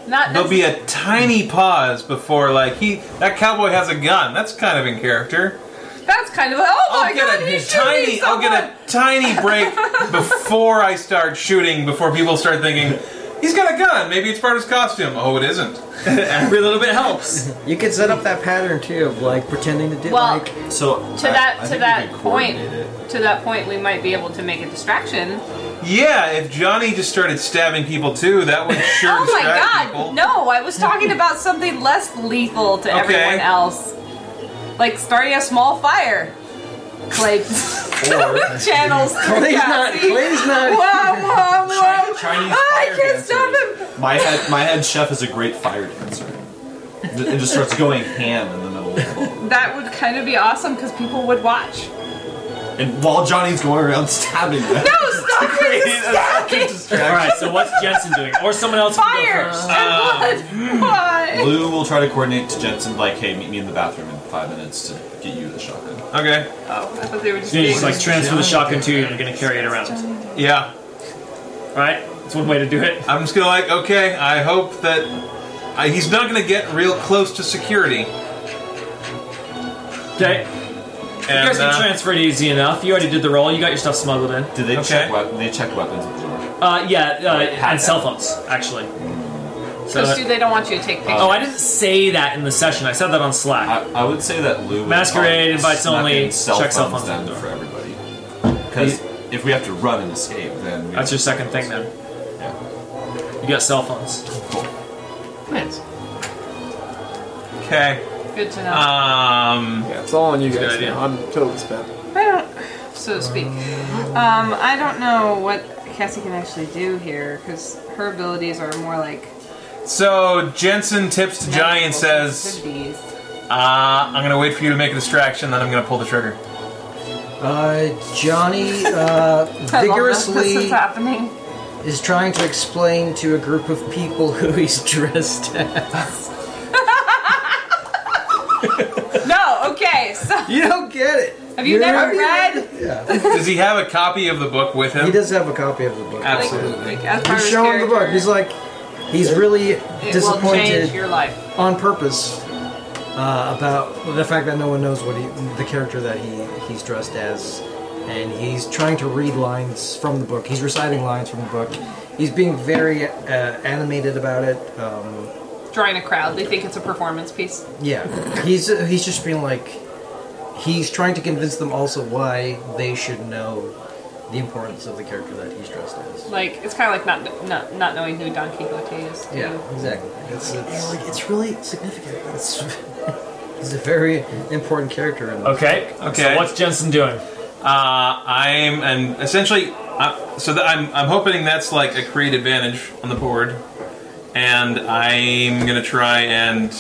B: Not
C: There'll be a tiny pause before, like, he. That cowboy has a gun. That's kind of in character.
B: That's kind of a, oh my
C: I'll get
B: god,
C: a
B: he's shooting
C: tiny. I'll
B: someone.
C: get a tiny break before I start shooting. Before people start thinking, he's got a gun. Maybe it's part of his costume. Oh, it isn't.
A: Every little bit helps.
D: You could set up that pattern too of like pretending to do
B: Well,
D: like
F: So
B: to that to that point,
F: It.
B: to that point, we might be able to make a distraction.
C: Yeah, if Johnny just started stabbing people too, that would sure
B: oh my
C: distract
B: god!
C: people.
B: No, I was talking about something less lethal to
C: Okay.
B: everyone else, like starting a small fire. Like channels.
D: Clay's not Clay's
B: Wow,
D: not
B: wow, wow.
F: Chinese
B: Ah, I
F: fire
B: can't stop
F: dancers.
B: him.
F: My head, my head chef is a great fire dancer. It just starts going ham in the middle of the ball.
B: That would kind of be awesome because people would watch.
F: And while Johnny's going around stabbing them.
B: No, stop it! Stop it!
A: All right. So what's Jensen doing, or someone else? Can go
B: Fire
A: first.
B: and blood. Why?
F: Lou will try to coordinate to Jensen, like, hey, meet me in the bathroom in five minutes to get you the shotgun.
C: Okay.
B: Oh, I thought they were just
A: So you
B: being
A: just like transfer the shotgun to you, and you're gonna carry it around.
C: Yeah.
A: All right. It's one way to do it.
C: I'm just gonna like, okay, I hope that I, he's not gonna get real close to security.
A: Okay. You
C: And,
A: guys can
C: uh,
A: transfer it easy enough. You already did the roll. You got your stuff smuggled in.
F: Did they
C: Okay.
F: check weapons? They checked weapons at the door.
A: Uh, yeah, uh, and cell phones actually. So, uh,
B: So, Stu, they don't want you to take pictures.
A: oh, I didn't say that in the session. I said that on
C: Uh,
A: Slack.
F: I, I would say that Lou would
A: Masquerade
F: probably
A: invites
F: snuck
A: only.
F: in Cell
A: Check
F: check
A: cell
F: phones
A: phones at
F: then
A: the door.
F: for everybody. Because if we have to run and escape, then we
A: That's your second thing then.
F: Yeah.
A: You got cell phones.
E: plans.
C: Okay.
B: Good to know.
C: Um.
E: Yeah, it's all on you guys.
A: idea.
E: Now. I'm totally spent.
B: I don't, so to speak. Um, I don't know what Cassie can actually do here because her abilities are more like.
C: So Jensen tips to Johnny and
B: magical
C: says,
B: sensitivities.
C: uh, "I'm gonna wait for you to make a distraction, then I'm gonna pull the trigger."
D: Uh, Johnny uh,
B: I love this. This
D: vigorously
B: is happening.
D: is trying to explain to a group of people who he's dressed as.
B: No, okay. So
D: You don't get it.
B: Have you never read?
D: Yeah.
C: Does he have a copy of the book with him?
D: He does have a copy of the book.
C: Absolutely.
B: like, as part of
D: He's
B: his
D: showing the book.
B: character,
D: He's like, he's really
B: it will change
D: disappointed
B: your life.
D: on purpose uh, about the fact that no one knows what he, the character that he he's dressed as, and he's trying to read lines from the book. He's reciting lines from the book. He's being very uh, animated about it. Um,
B: Drawing a crowd. They think it's a performance piece.
D: yeah, he's uh, he's just being like, he's trying to convince them also why they should know the importance of the character that he's dressed as.
B: Like it's kind of like not, not not knowing who Don Quixote is. to
D: Yeah,
B: you.
D: exactly. It's it's, it's really significant. It's he's a very important character
I: Uh,
D: in this.
A: Okay.
C: Okay.
A: So what's Jensen doing?
C: Uh, I'm and essentially, uh, so that I'm I'm hoping that's like a create advantage on the board, and I'm gonna try and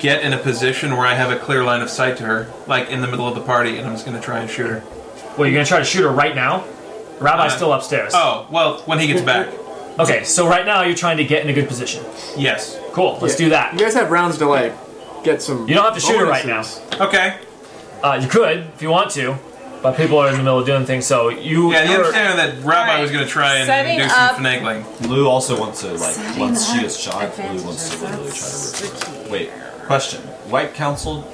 C: get in a position where I have a clear line of sight to her, like in the middle of the party, and I'm just gonna try and shoot her.
A: Well, you're gonna try to shoot her right now. Rabbi's
C: Uh,
A: still upstairs.
C: Oh well, when he gets back,
A: Okay. So right now you're trying to get in a good position.
C: yes.
A: Cool. Let's
E: Yeah.
A: do that.
E: You guys have rounds to like get some.
A: You don't have to shoot her right
E: bonuses.
C: Okay,
A: Uh, you could if you want to, but people are in the middle of doing things, so you.
C: Yeah, the
A: you're-
C: understanding that Rabbi was going to try and
B: Setting
C: do some
B: up-
C: finagling.
F: Lou also wants to like
B: Setting
F: once she
B: up
F: gets shot, Lou wants to really try to
B: advantages,
F: rip her. Wait, question: White Council,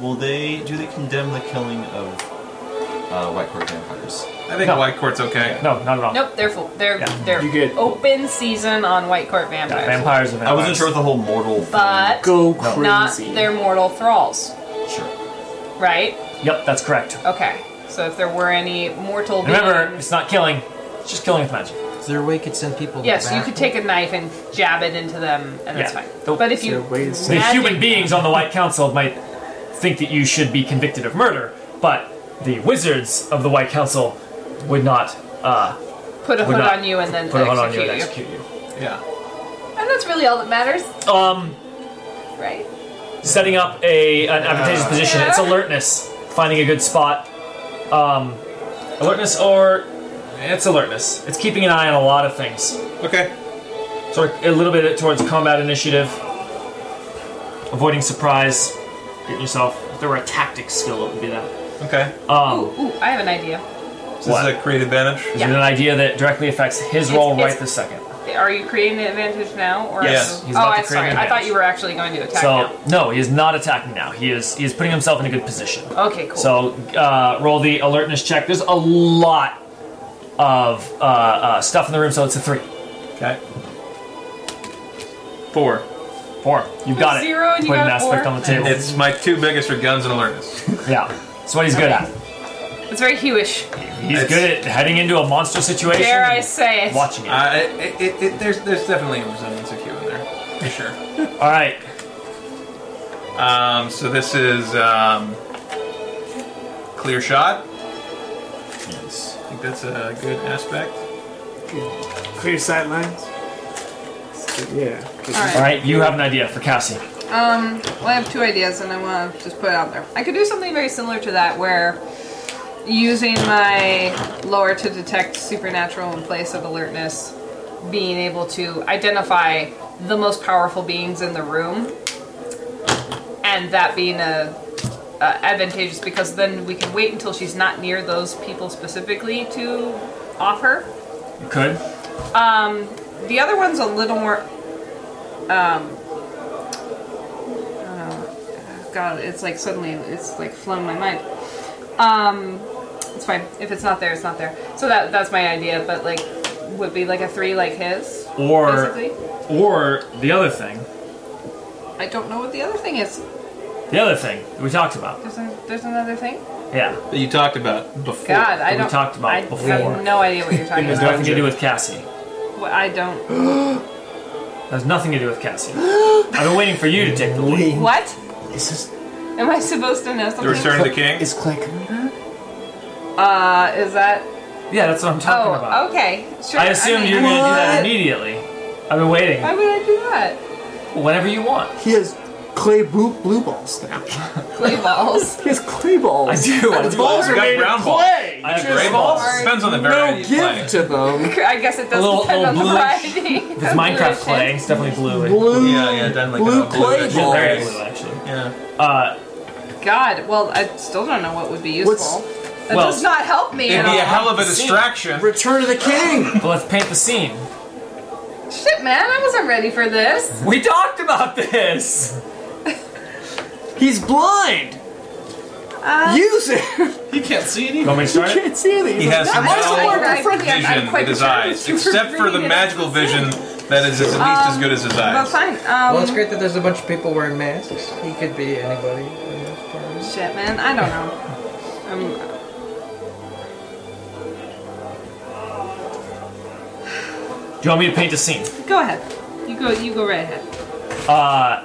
F: will they do they condemn the killing of uh, White Court vampires?
C: I think White Court's okay.
A: No, not at all.
B: Nope, they're full. They're they're
D: You get-
B: open season on white court vampires,
A: Vampires and
F: I wasn't sure with the whole mortal. thing.
B: but
D: Go
B: not
D: crazy.
B: their mortal thralls,
F: Sure.
B: right?
A: Yep, that's correct.
B: Okay, so if there were any mortal,
A: And Remember,
B: beings-
A: it's not killing; it's just killing with magic.
O: Is there a way you could send people?
B: yes,
O: back?
B: you could take a knife and jab it into them, and that's
A: Yeah.
B: fine.
A: The-
B: but if you
D: there are ways-
A: The
B: magic-
A: human beings on the White Council might think that you should be convicted of murder, but the wizards of the White Council would not uh,
B: put a
A: would
B: hood
A: not
B: on you and then
A: put a
B: execute
A: hold on you and
B: you.
A: execute you.
C: Yeah.
B: and that's really all that matters,
A: Um,
B: right?
A: setting up a an advantageous position. It's alertness. Finding a good spot. Um, alertness or it's alertness. It's keeping an eye on a lot of things.
C: Okay.
A: So a little bit towards combat initiative, avoiding surprise, getting yourself. If there were a tactics skill, it would be that.
C: Okay.
A: Um,
B: Ooh, ooh, I have an idea.
C: This
A: What?
C: is a creative advantage.
A: Is it an idea that directly affects his
B: It's-
A: role
B: it's-
A: right this second?
B: Are you creating an advantage now, or
C: Yes.
B: Are you,
A: He's
B: oh,
A: about to
B: I
A: create
B: sorry.
A: an
B: I thought
A: advantage.
B: you were actually going to attack
A: So no, he is not attacking now. He is he is putting himself in a good position.
B: now. Okay, cool.
A: So uh, roll the alertness check. There's a lot of uh, uh, stuff in the room, so it's a three,
C: Okay. Four.
A: four. You've got it.
B: Zero and you
A: Put an
B: got a
A: aspect
B: four?
A: on the table.
C: It's my two biggest are guns and alertness.
A: yeah, that's what he's good at.
B: it's very hewish.
A: He's
C: It's-
A: good at heading into a monster situation.
B: Dare I
A: and
B: say it?
A: Watching it.
C: Uh, it, it, it, there's there's definitely a resilience IQ in there for sure.
A: All right.
C: Um, so this is um, clear shot.
F: Yes.
C: I think that's a good aspect.
D: Clear sight lines. So, yeah.
A: All right, you have an idea for Cassie.
B: Um, well, I have two ideas, and I want to just put it out there. I could do something very similar to that, where using my lore to detect supernatural in place of alertness, being able to identify the most powerful beings in the room, and that being a, a advantageous because then we can wait until she's not near those people specifically to off her.
A: You could.
B: The other one's a little more. Um, uh, God, it's like suddenly it's like flown my mind. Um, it's fine if it's not there, it's not there. So that that's my idea, but like would be like a three like his.
A: Or
B: basically.
A: or the other thing.
B: I don't know what the other thing is.
A: The other thing that we talked about.
B: There's, a, there's another thing.
A: Yeah.
C: That you talked about before.
B: God, I
A: we
B: don't.
A: talked about
B: I
A: before.
B: have no idea what you're talking
A: It has
B: about.
A: nothing to do with Cassie.
B: What- I don't.
A: It has nothing to do with Cassie. I've been waiting for you to take the lead.
B: What?
D: Is this
B: Am I supposed to know
C: The
B: something?
C: Return of the King.
D: is Clay coming back?
B: Uh, is that?
A: Yeah, that's what I'm talking
B: oh,
A: about.
B: okay. Sure.
A: I assumed
B: mean,
A: you were going to do that
B: what?
A: immediately. I've been waiting.
B: Why would I do that?
A: Whenever you want.
D: He has clay blue, blue balls now.
B: Clay balls.
D: He has clay balls.
A: I do. I do.
D: balls are
C: got
D: made
C: brown
D: of
C: balls.
D: clay.
A: I have
D: Just
A: gray
C: balls.
A: balls.
C: Depends on the
D: No
C: variety.
D: give
C: you play.
D: to them.
B: I guess it does
A: little-
B: depend
A: little
B: on the
A: bluish.
B: variety.
A: If It's Minecraft clay. It's definitely blue.
D: Blue,
C: Yeah, yeah, definitely
D: blue
C: got a blue
D: clay
C: edge.
A: Yeah, very
D: balls.
A: blue, actually.
C: Yeah.
A: Uh,
B: God, well, I still don't know what would be useful. that
A: well,
B: does not help me
C: It'd
B: at
C: be a
B: all.
C: hell of a
A: See.
C: distraction.
D: Return of the King.
A: but let's paint the scene.
B: Shit, man, I wasn't ready for this.
A: We talked about this.
D: He's blind.
B: Uh,
D: Use it.
F: He can't see
A: You
F: anything.
A: want me to
D: He
A: start it?
D: can't see anything.
C: He
D: He's
C: has
D: like,
C: no
D: "Am I still
B: no
D: wearing my
B: idea.
D: friend?"
B: I'm
C: vision
B: quite
C: with his
B: determined
C: eyes,
B: to
C: except for the
B: read it.
C: magical vision that is at least as good as his
B: But
C: eyes.
B: fine. Um,
O: Well, it's great that there's a bunch of people wearing masks. He could be anybody. in this party.
B: Shit, man, I don't know. Um,
A: Do you want me to paint the scene?
B: go ahead. You go. You go right ahead.
A: Uh,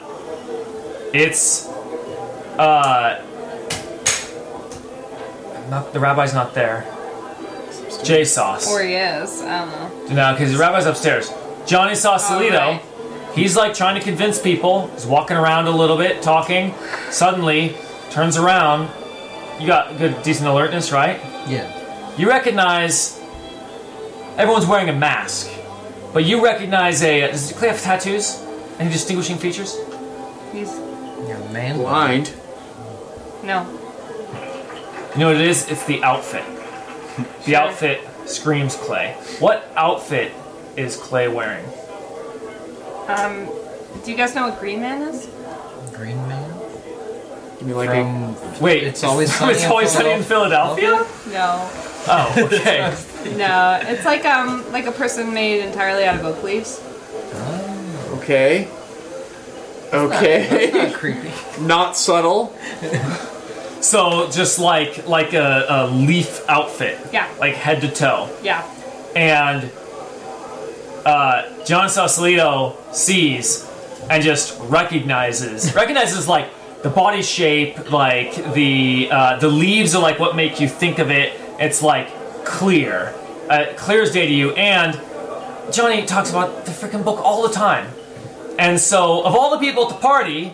A: it's uh, not the rabbi's not there. J sauce.
B: Or yes, I don't know.
A: No, because the rabbi's upstairs. Johnny Sausalito,
B: All right.
A: he's like trying to convince people. He's walking around a little bit, talking. Suddenly, turns around. You got good, decent alertness, right?
O: Yeah.
A: You recognize everyone's wearing a mask, but you recognize a. Does Clay have tattoos? Any distinguishing features?
B: He's
O: You're a man.
D: Blind.
B: no.
A: You know what it is? It's the outfit. The outfit screams Clay. What outfit is Clay wearing?
B: Um, do you guys know what Green Man is?
D: Green Man?
E: Give me like a,
D: From
A: Wait,
D: It's Always Sunny
A: It's
D: in
A: always sunny in Philadelphia.
B: No,
A: Oh, okay.
B: no. It's like um, like a person made entirely out of oak leaves.
E: okay. Okay.
D: Not creepy.
E: Not subtle.
A: so just like like a, a leaf outfit,
B: Yeah,
A: like head to toe.
B: yeah.
A: and uh, John Sausalito sees and just recognizes recognizes like the body shape, like the uh, the leaves are like what make you think of it. It's like clear, uh, clear as day to you. And Johnny talks about the freaking book all the time. And so, of all the people at the party,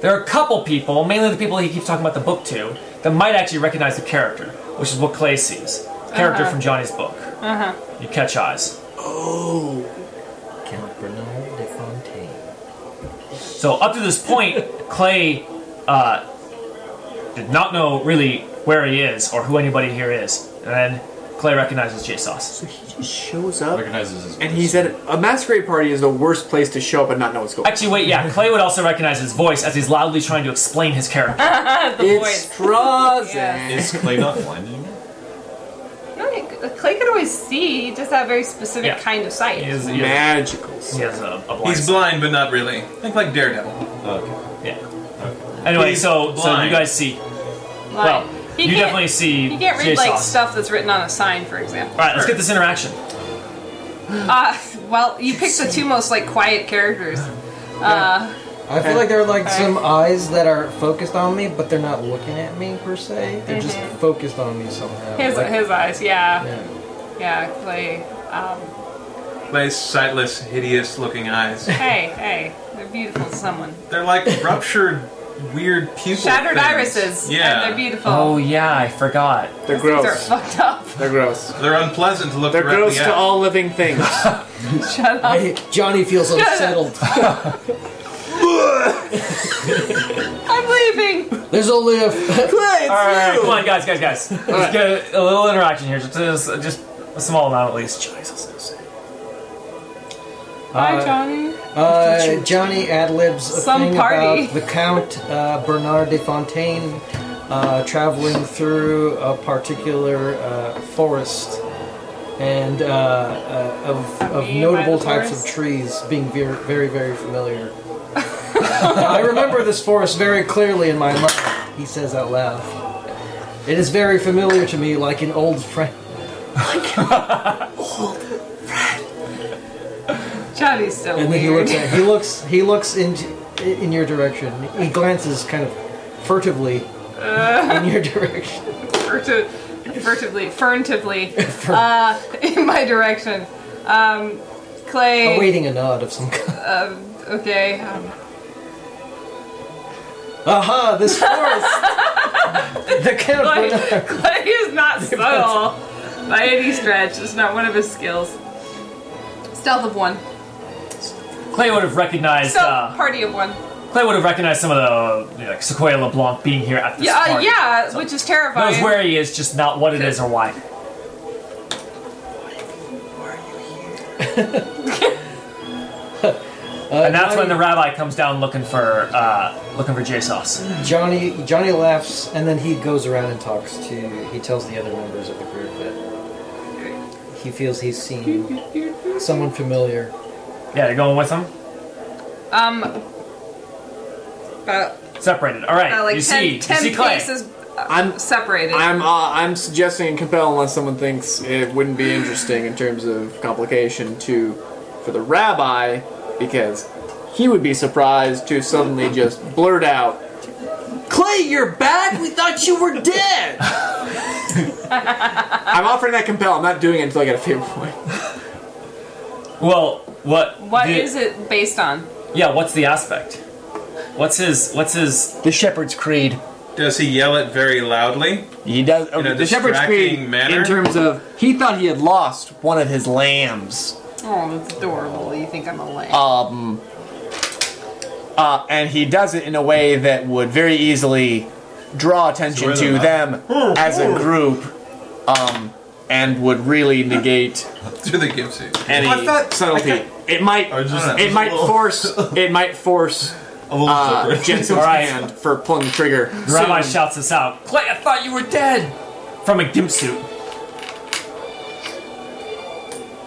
A: there are a couple people, mainly the people he keeps talking about the book to, that might actually recognize the character, which is what Clay sees. Character from Johnny's book. You catch eyes.
D: Count Bernard de Fontaine.
A: So up to this point, Clay uh, did not know really where he is or who anybody here is. And then Clay recognizes J Sauce.
E: So he just shows up,
F: Recognizes his
E: and
F: voice.
E: he's at a masquerade party is the worst place to show up and not know what's going. on.
A: Actually, wait, yeah, Clay would also recognize his voice as he's loudly trying to explain his character.
E: It's Strazen.
F: Is Clay not blind anymore?
B: No, you c- Clay could always see, he just had a very specific
A: Yeah.
B: kind of sight.
A: He has, he has,
E: magical.
A: he has a, a blind
C: He's blind, but not really. Think like Daredevil.
F: Okay.
A: Yeah. Anyway,
C: He's
A: so, so you
C: blind.
A: guys see.
B: Like,
A: Well,
B: he
A: you
B: can't-
A: definitely see
B: He can't read
A: J-Sauce.
B: like stuff that's written on a sign, for example.
A: All right, let's get this interaction.
B: Uh, well, you picked the two most like quiet characters. Uh,
D: I feel like there are like some eyes that are focused on me, but they're not looking at me per se. They're just
E: Mm-hmm.
B: Mhm.
D: focused on me somehow.
B: his
D: Like-
B: his eyes, yeah,
D: yeah.
B: yeah. Clay, um,
C: Plays sightless, hideous-looking eyes.
B: hey, hey, they're beautiful to someone.
C: They're like ruptured, weird pupil.
B: Shattered
C: things.
B: irises.
C: Yeah,
B: and they're beautiful.
A: Oh, yeah, I forgot.
E: They're
B: These things are
E: gross.
B: fucked up.
E: They're gross.
C: They're unpleasant to look
E: They're
C: directly
E: gross
C: at.
E: to all living things.
B: Shut up.
D: Hey, Johnny feels unsettled.
B: I'm leaving.
D: There's only a.
A: All right, all right, come on, guys, guys, guys. Let's get a, a little interaction here. Just, just, just a small amount, at least. Jesus.
B: Bye, Johnny.
D: Uh, Johnny adlibs a
B: Some
D: thing
B: party.
D: about the Count uh, Bernard de Fontaine uh, traveling through a particular uh, forest and uh, uh, of, of
B: me
D: notable
B: by the
D: types
B: forest?
D: of trees being ver- very, very familiar. I remember this forest very clearly in my mind, he says out loud. It is very familiar to me like an old friend.
B: Johnny's so
D: And then he
B: weird.
D: looks at he looks he looks in in your direction. He glances kind of furtively in your direction.
B: Furti- furtively, furtively, uh, in my direction. Um,
A: Oh,
B: Clay.
D: Awaiting a nod of some kind.
B: Um, okay. Um,
D: Aha, this forest! the count
B: Clay,
D: went up.
B: Clay is not subtle by any stretch. It's not one of his skills. Stealth of one.
A: Clay would have recognized.
B: Stealth
A: uh,
B: party of one.
A: Clay would have recognized some of the like, Sequoia LeBlanc being here at this
B: Yeah, uh,
A: party.
B: yeah, which is terrifying.
A: Knows where he is, just not what it is or why. and that's when the rabbi comes down looking for uh, looking for J sauce.
D: Uh, Johnny Johnny laughs and then he goes around and talks to he tells the other members of the group that he feels he's seen someone familiar.
A: Yeah, they're going with him.
B: Um, about,
A: Separated. All right,
B: about Uh, like
A: you
B: 10,
A: see,
B: 10
A: you see Clay.
B: paces
E: I'm
B: separated.
E: I'm uh, I'm suggesting compel unless someone thinks it wouldn't be interesting in terms of complication to for the rabbi because he would be surprised to suddenly just blurt out Clay, you're back. We thought you were dead. I'm offering that compel. I'm not doing it until I get a favorite point.
A: Well, what?
B: What
A: the-
B: is it based on?
A: Yeah, what's the aspect? What's his? What's his?
J: The Shepherd's Creed.
C: Does he yell it very loudly?
J: He does. Okay,
C: a
J: the Shepherd's
C: oh, distracting
J: Creed,
C: manner?
J: in terms of he thought he had lost one of his lambs.
B: Oh, that's adorable. You think I'm a lamb?
J: Um,
E: uh,
J: uh, and he does it in a way that would very easily
P: draw attention
E: So
P: to
E: we're the-
P: them as a group, um, and would really negate
C: Do the give suit.
P: any
C: I thought-
P: subtlety.
C: I thought-
P: it might
C: just- I don't know.
P: it might
C: Just a little-
P: force it might force uh,
A: zipper.
P: Jensen's hand for pulling the trigger.
A: Rabbi
P: soon.
A: shouts us out. Clay, I thought you were dead! From a gimp suit.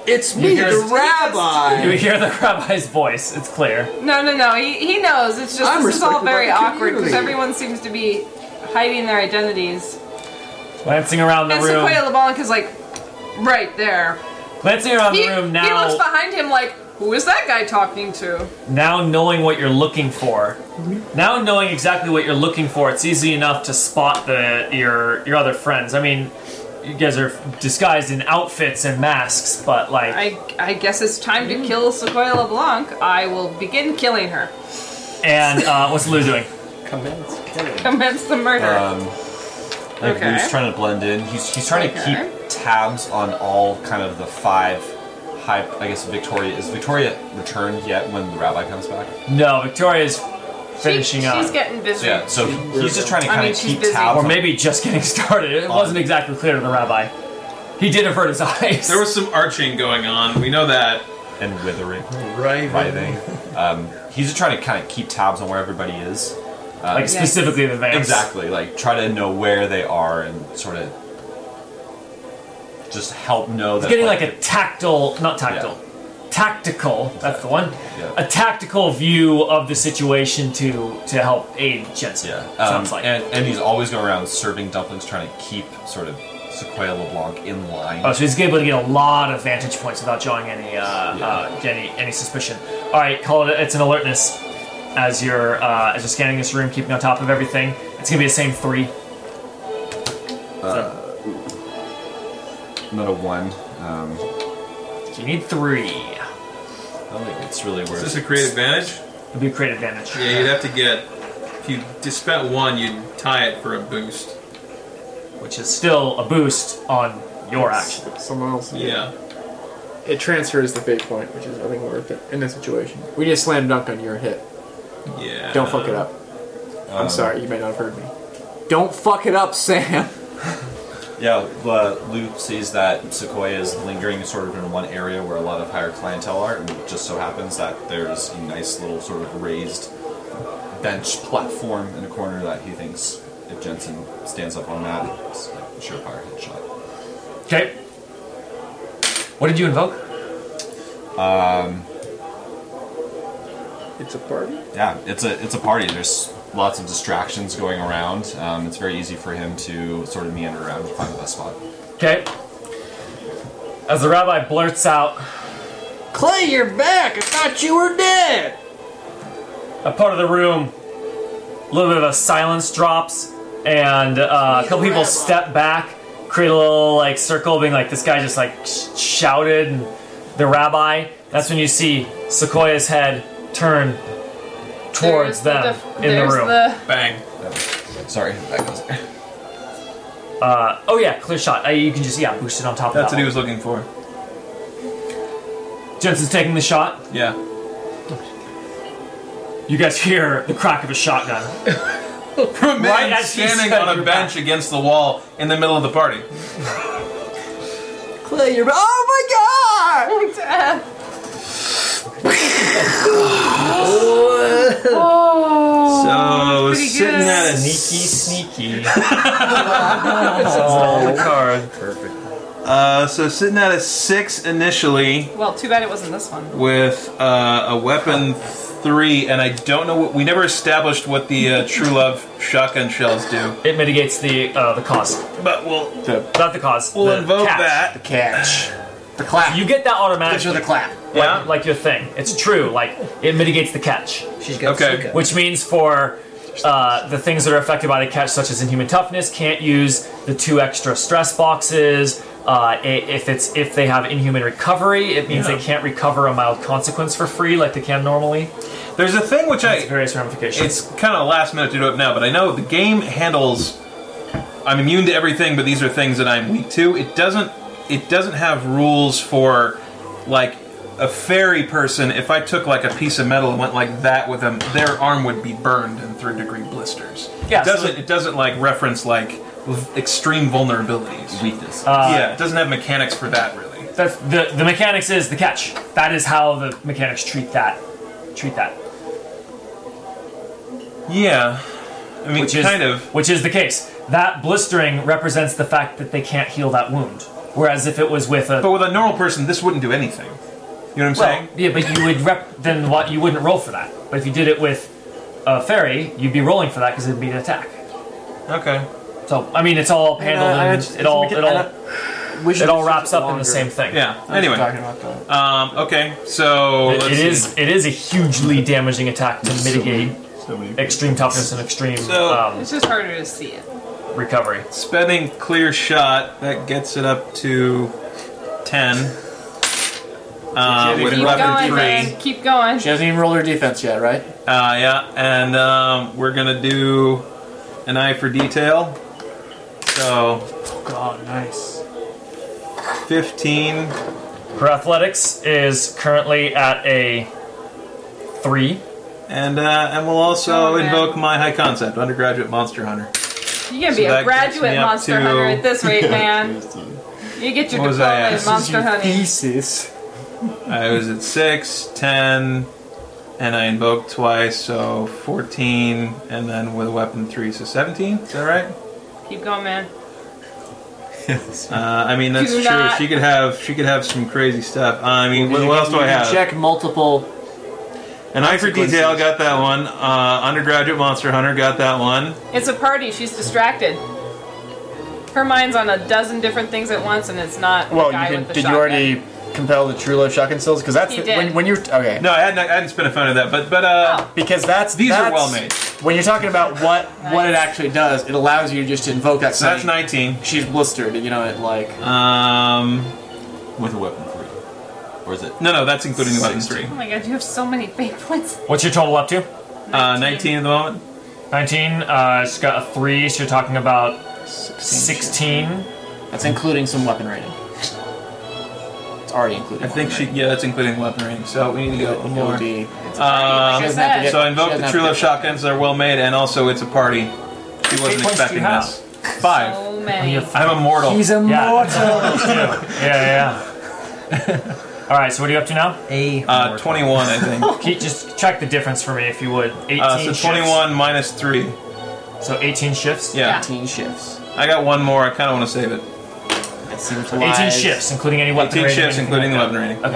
P: It's
B: me, the rabbi.
A: You hear the rabbi's voice. It's clear.
B: No, no, no. He, he knows. It's just
A: I'm
B: this is all
A: respected by
B: very
A: the
B: awkward because
A: community.
B: everyone seems to be hiding their identities.
A: Glancing around the
B: and
A: room.
B: Sequoia LeBlanc is like right there.
A: Glancing around
B: he,
A: the room
B: He
A: now.
B: looks behind him like, who is that guy talking to?
A: Now knowing what you're looking for,
B: Mm-hmm.
A: now knowing exactly what you're looking for, it's easy enough to spot the your your other friends. I mean, you guys are disguised in outfits and masks, but like
B: I, I guess it's time
A: Hmm.
B: to kill Sequoia LeBlanc. I will begin killing her.
A: and uh, what's Lou doing?
E: Commence
B: Commence the murder.
A: Uh,
F: Um, I think
B: Okay.
F: Lou's trying to blend in. He's he's trying
B: Okay.
F: to keep tabs on all kind of the five high. I guess Victoria is Victoria returned yet when the rabbi comes back?
A: No, Victoria's finishing
B: she's
A: up.
B: getting busy.
F: So, yeah, so he's just trying to
B: I
F: kind
B: mean,
F: of
B: she's
F: keep
B: busy.
F: tabs.
A: or maybe just getting started. It wasn't exactly clear to the rabbi. He did avert his eyes.
C: There was some arching going on. We know that.
F: And withering.
C: Right.
F: Writhing. Um, he's just trying to kind of keep tabs on where everybody is. Uh,
A: Like, specifically the vamps.
F: Exactly. Like try to know where they are and sort of just help know
A: It's
F: that.
A: getting like a tactile, not tactile, tactical. That's the one. A tactical view of the situation to to help aid Jensen.
F: Um,
A: sounds like.
F: and, and he's always going around serving dumplings, trying to keep sort of Sequoia LeBlanc in line.
A: Oh, so he's able to get a lot of vantage points without drawing any uh, uh, any any suspicion. All right, call it. It's an alertness as you're uh, as you're scanning this room, keeping on top of everything. It's gonna be the same three.
F: Uh, not a one. Um,
A: you need three.
F: I think it's really
C: Is
F: worth.
C: this a create advantage?
A: It'd be a create advantage.
C: Yeah, you'd have to get. If you just spent one, you'd tie it for a boost.
A: Which is still a boost on your action.
E: Someone else.
C: Yeah.
E: It transfers the fate point, which is I think worth it in this situation. We just slam dunk on your hit.
C: Yeah.
E: Don't fuck it up. I'm
F: Um,
E: sorry, you may not have heard me. Don't fuck it up, Sam.
F: Yeah, uh, Lou sees that Sequoia is lingering sort of in one area where a lot of higher clientele are, and it just so happens that there's a nice little sort of raised bench platform in a corner that he thinks if Jensen stands up on that, it's like a surefire headshot.
A: Okay. What did you invoke?
F: Um,
E: It's a party.
F: yeah, it's a it's a party. There's lots of distractions going around. Um, it's very easy for him to sort of meander around and find the best spot.
A: Okay. As the rabbi blurts out,
J: Clay, you're back. I thought you were dead.
A: a part of the room, a little bit of a silence drops, and uh, a couple people step back, create a little like circle, being like, this guy just like sh- shouted, and the rabbi. That's when you see Sequoia's head turn towards them in the room.
C: Bang.
F: Sorry, that goes.
A: Uh, oh yeah, clear shot. Uh, you can just yeah boost it on top
C: That's
A: of
C: what he
A: that.
C: was looking for.
A: one. Jensen's taking the shot.
C: Yeah.
A: You guys hear the crack of a shotgun.
C: From
A: Right
C: right
A: as he
C: standing
A: said
C: on a
A: you're
C: bench against the wall in the middle of the party.
J: Clay, you're back. Oh my god!
B: Oh.
C: so
J: pretty
C: sitting
J: good.
C: at a
A: sneaky, sneaky.
C: card. Perfect. Uh, so sitting at a six initially
B: Well, too bad it wasn't this one.
C: with uh, a weapon three, and I don't know what we never established what the uh, True Love shotgun shells do.
A: It mitigates the uh, the cost.
C: But we'll
A: not the cost.
C: We'll
A: the
C: invoke
A: catch.
C: that.
A: The
P: catch. The clap.
A: You get that automatically.
P: Gives her the clap.
A: Like, yeah. Like your thing. It's true. Like it mitigates the catch.
D: She's
P: got Okay. Suka.
A: Which means for uh, the things that are affected by the catch, such as inhuman toughness, can't use the two extra stress boxes. Uh, i- if it's if they have inhuman recovery, it means
C: Yeah.
A: they can't recover a mild consequence for free like they can normally.
C: There's a thing which I
A: various ramifications.
C: It's kind of last minute to do it now, but I know the game handles. I'm immune to everything, but these are things that I'm weak to. It doesn't. It doesn't have rules for like a fairy person, if I took like a piece of metal and went like that with them, their arm would be burned in third degree blisters.
A: Yeah,
C: it
A: so-
C: doesn't it doesn't like reference like v- extreme vulnerabilities,
F: weakness.
A: Uh,
C: yeah, it doesn't have mechanics for that really.
A: That's the the mechanics is the catch. That is how the mechanics treat that. Treat that.
C: Yeah, I mean,
A: is,
C: kind of.
A: Which is the case. That blistering represents the fact that they can't heal that wound. Whereas if it was with a
C: But with a normal person, this wouldn't do anything. You know what I'm
A: well,
C: saying?
A: yeah, but you would rep then what you wouldn't roll for that. But if you did it with a fairy, you'd be rolling for that because it'd be an attack.
C: Okay.
A: So I mean, it's all handled
C: I- I
A: and
C: just-
A: it all
C: it's-
A: it
C: I
A: all it all wraps up in the
C: longer.
A: same thing.
C: Yeah. Anyway. Um, okay. So
A: It-
C: let's
A: it
C: see.
A: is it is a hugely damaging attack to mitigate extreme toughness and extreme um,
B: It's just harder to see it.
A: recovery.
C: Spending clear shot that gets it up to ten. Uh, with
B: keep
C: weapon
B: going,
C: three.
B: man. Keep going.
C: hasn't even rolled her defense yet, right? Uh, yeah, and um, we're gonna do an eye for detail. So.
A: God, nice.
C: Fifteen.
A: Her athletics is currently at a three.
C: And uh, and we'll also invoke my high concept, undergraduate monster hunter.
B: You're gonna
C: So
B: be
C: that
B: a
C: gets me
B: graduate
C: up
B: monster
C: to-
B: hunter at this rate, man. you get your
C: What was I
B: diploma
C: at?
B: in monster hunting.
C: Thesis. I was at six, ten, and I invoked twice, so 14, and then with weapon 3, so 17. Is that right?
B: Keep going, man.
C: Uh, I mean, that's
B: Do
C: true.
B: not-
C: She could have she could have some crazy stuff. Uh, I mean, what, what else do I have?
E: Check multiple.
C: An eye for detail got that one. Uh, undergraduate monster hunter got that one.
B: It's a party. She's distracted. Her mind's on a dozen different things at once, and it's not. the
P: Well,
B: guy
P: you can,
B: with the
P: did you
B: shotgun.
P: already compel the true love shotgun sales? Because that's
B: He
P: the-
B: did.
P: when, when you're okay.
C: No, I hadn't. I hadn't spent a phone of that, but but uh,
P: because
E: Oh,
P: that's
C: These are
P: that's-
C: well made.
P: When you're talking about what what it actually does, it allows you just to invoke that.
C: So that's
P: same-
C: 19.
P: She's blistered, you know, it like
C: um
F: with a weapon three, or is it?
C: No, no, that's including the weapon three.
B: Oh my god, you have so many fate points.
A: What's your total up to?
C: Uh, 19 at the moment.
A: 19. Uh, she's got a 3, so you're talking about 16.
P: That's including some weapon rating. It's already included.
C: I think she, yeah, that's including weapon rating. So we need to go one
P: It would
C: more.
P: be-
C: Um,
P: She doesn't have to get-
C: so I
P: she
C: invoked the
P: doesn't
C: True
P: have
C: Love shotguns. They're well made, and also it's a party. She wasn't
A: points do
C: expecting
A: you have?
C: this. Five.
B: So many.
C: I'm immortal.
A: He's
C: immortal.
A: yeah, yeah. yeah. All right, so what are you up to now?
D: A
C: Uh, 21, I think.
A: just check the difference for me, if you would. 18
C: Uh, so
A: shifts.
C: 21 minus three.
A: So 18 shifts?
C: Yeah.
P: 18 shifts.
C: I got one more. I kind of want to save it.
P: That seems
A: 18 shifts, including any weapon
C: 18
A: rating,
C: shifts,
A: anything
C: including the
A: like
C: weapon rating.
A: that.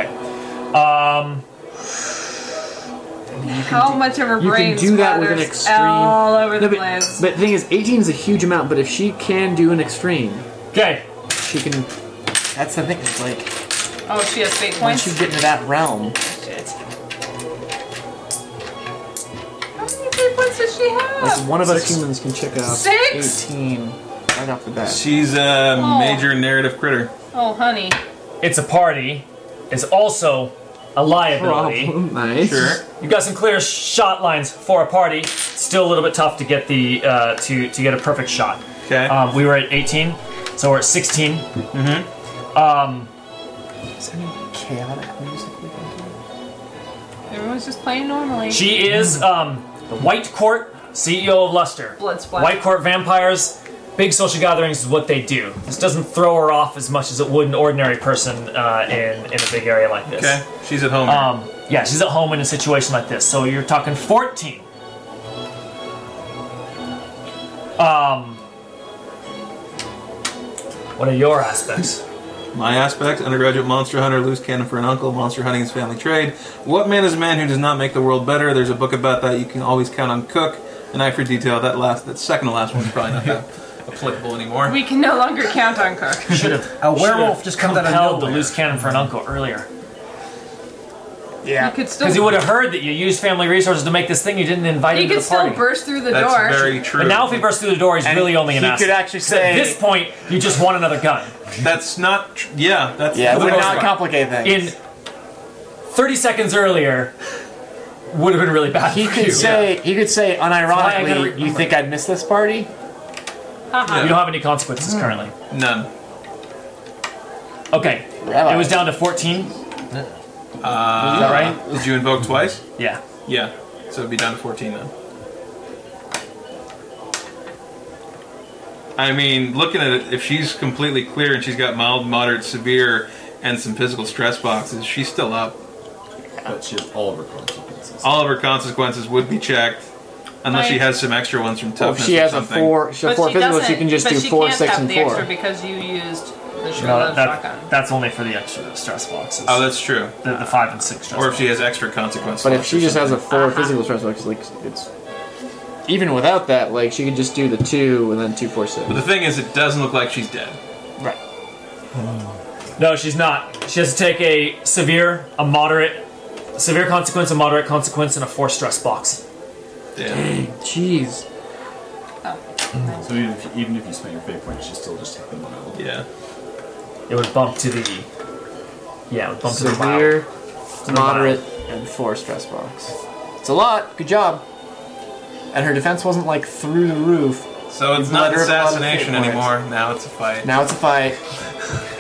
A: Okay. Um,
B: How much of her
E: You
B: brain
E: can do that with an
B: splatters
E: extreme.
B: all over
E: No,
B: the
E: but,
B: place?
E: but the thing is, 18 is a huge amount. But if she can do an extreme,
A: okay,
E: she can. That's the thing. It's like
B: Oh, she has fate
E: once
B: points.
E: you get into that realm,
B: Shit. How many fate points does she
E: like
B: have?
E: one of us humans can check out
B: Six?
E: 18 right off the bat.
C: She's a major narrative critter.
B: Oh, honey.
A: it's a party. It's also a liability.
E: Problem. Nice.
C: Sure.
A: You've got some clear shot lines for a party. Still a little bit tough to get the uh, to to get a perfect shot.
C: Okay.
A: Um, we were at 18, so we're at 16.
C: mm-hmm.
A: Um,
E: Is there any chaotic music we can do?
B: Everyone's just playing normally.
A: she is um, the White Court CEO of Luster.
B: Blood splat.
A: White Court vampires, big social gatherings is what they do. This doesn't throw her off as much as it would an ordinary person uh, in in a big area like this.
C: Okay. She's at home.
A: Um, yeah, she's at home in a situation like this. So you're talking 14. Um, what are your aspects?
C: My aspect, undergraduate monster hunter, loose cannon for an uncle, monster hunting is family trade. What man is a man who does not make the world better? There's a book about that. You can always count on Cook. An eye for detail. That last, that second to last one's probably not that applicable anymore.
B: We can no longer count on Cook.
A: Should have
P: Oh,
D: A werewolf just comes out of
A: compelled the
D: nowhere.
A: loose cannon for an uncle earlier
B: You could still.
A: because he would have heard that you used family resources to make this thing. You didn't invite
B: He
A: him to
B: could
A: the
B: still
A: party.
B: burst through the
C: That's
B: door.
C: very true.
A: but now, if he bursts through the door, he's
P: And
A: really only an
P: he
A: ass.
P: could actually
A: So at
P: say-
A: this point, you just want another gun.
C: that's not. Tr- yeah, that's
P: Yeah, it
C: for the
P: would
C: most
P: not
C: part.
P: complicate things.
A: In 30 seconds earlier, would have been really bad.
P: he
A: for
P: could
A: you.
P: say he could say
A: why I gotta
P: unironically,
A: re-
P: "You think I'd miss this party?"
B: Uh-uh.
A: you don't have any consequences currently.
C: None.
A: Okay.
P: Rabbi.
A: It was down to 14.
C: Uh, Is that
A: right?
C: Did you invoke twice?
A: Yeah.
C: Yeah. So it'd be down to 14 then. I mean, looking at it, if she's completely clear and she's got mild, moderate, severe, and some physical stress boxes, she's still up.
F: But she has all of her consequences.
C: All of her consequences would be checked, unless she
B: Right.
C: has some extra ones from
P: Well, if
C: toughness.
P: she
C: or
P: has a
C: something.
P: four, she has
B: But
P: four
B: she
P: physicals. She
B: doesn't-
P: can just
B: but
P: do
B: she
P: four,
B: can't
P: six,
B: have
P: and
B: the
P: four.
B: Extra because you used the
A: No,
B: shotgun.
A: that, that- that's only for the extra stress boxes.
C: Oh, that's true.
A: The, the five and six stress
C: Or if she has extra consequences.
P: But if she just has a 4
B: Uh-huh.
P: physical stress, like, it's like it's even without that, like she could just do the two and then two, four, six.
C: But the thing is, it doesn't look like she's dead.
P: Right.
A: No, she's not. She has to take a severe, a moderate, a severe consequence, a moderate consequence, and a four stress box.
C: Damn.
P: Jeez.
F: So even if, even if you spent your fate points, you still just take the mile.
C: Yeah.
A: It would bump to the. Yeah, it would bump to the mile.
P: Severe,
A: the
P: moderate, and four stress box. It's a lot. Good job. And her defense wasn't like through the roof.
C: So it's
P: You've let
C: not
P: her up on the
C: assassination
P: fate points.
C: anymore. Now it's a fight.
P: Now it's a fight.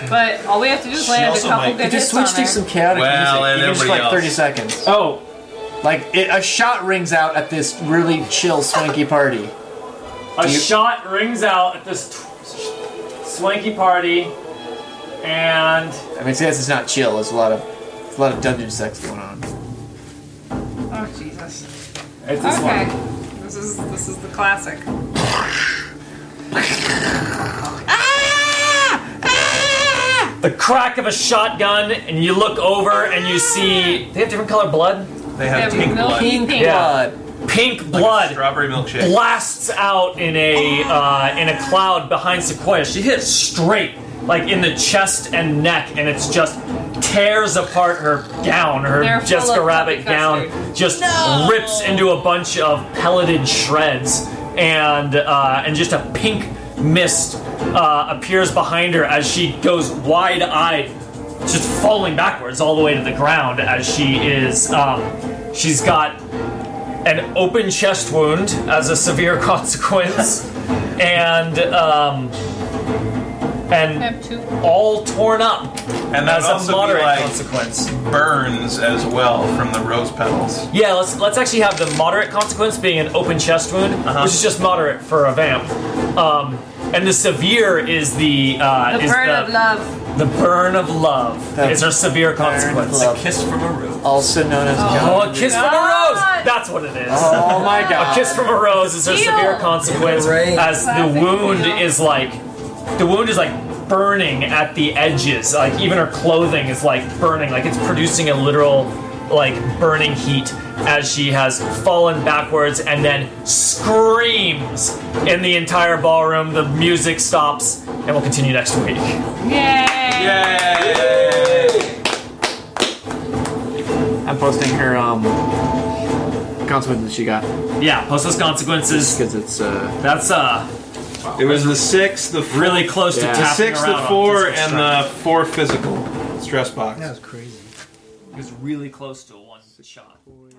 B: But all we have to do is land a couple good hits
P: just switch
B: on
P: to
B: her.
P: some chaotic
C: Well,
P: music,
C: and
P: even just
C: everybody
P: like thirty
C: else.
P: seconds.
A: Oh,
P: Like it, a shot rings out at this really chill, swanky party.
A: A
P: Do you-
A: shot rings out at this t- swanky party, and
P: I mean, see, this is not chill. There's a lot of, there's a lot of dungeon sex going on.
B: Oh Jesus.
A: it's this
B: Okay.
A: one.
B: This is this is the classic.
A: The crack of a shotgun, and you look over and you see they have different colored blood.
C: They have
B: They have
C: pink
B: milk
C: blood.
B: pink.
A: Yeah. Pink blood
C: Strawberry milkshake.
A: blasts out in a uh, in a cloud behind Sequoia. She hits straight, like in the chest and neck, and it's just tears apart her gown, her
B: They're full
A: Jessica
B: of
A: Rabbit
B: custard.
A: gown, just rips into a bunch of pelleted shreds, and uh, and just a pink mist uh, appears behind her as she goes wide-eyed, just falling backwards all the way to the ground as she is. Um, she's got an open chest wound as a severe consequence, and um,
B: I
A: and
B: have two.
A: all torn up
C: And that
A: as
C: also
A: a moderate
C: be like
A: consequence.
C: burns as well from the rose petals.
A: Yeah, let's let's actually have the moderate consequence being an open chest wound,
C: Uh-huh.
A: which is just moderate for a vamp, um, and the severe is the uh,
B: The
A: is
B: bird
A: the,
B: of love.
A: the burn of love
P: The
A: is our severe consequence.
P: love.
F: Kiss from a rose.
P: Also known as.
A: Oh, a kiss from a
B: God.
A: rose! That's what it is.
P: Oh my
A: A
P: god.
A: kiss from a rose is a
B: Deal.
A: severe consequence
D: Right.
A: as the
B: Classic
A: wound
B: deal.
A: is like the wound is like burning at the edges. Like even her clothing is like burning, like it's producing a literal like burning heat as she has fallen backwards and then screams in the entire ballroom. The music stops and we'll continue next week.
B: Yay!
C: Yay!
P: I'm posting her um consequence that she got
A: Yeah, post those consequences.
P: because it's uh
A: That's uh
C: It was the six, the four,
A: really close
P: Yeah.
A: to
P: The
A: tapping
C: the six,
A: her out
C: the
A: on
C: four,
A: physical
C: and uh,
A: strength.
C: the four physical stress box.
D: That was crazy.
A: It was really close to a one shot.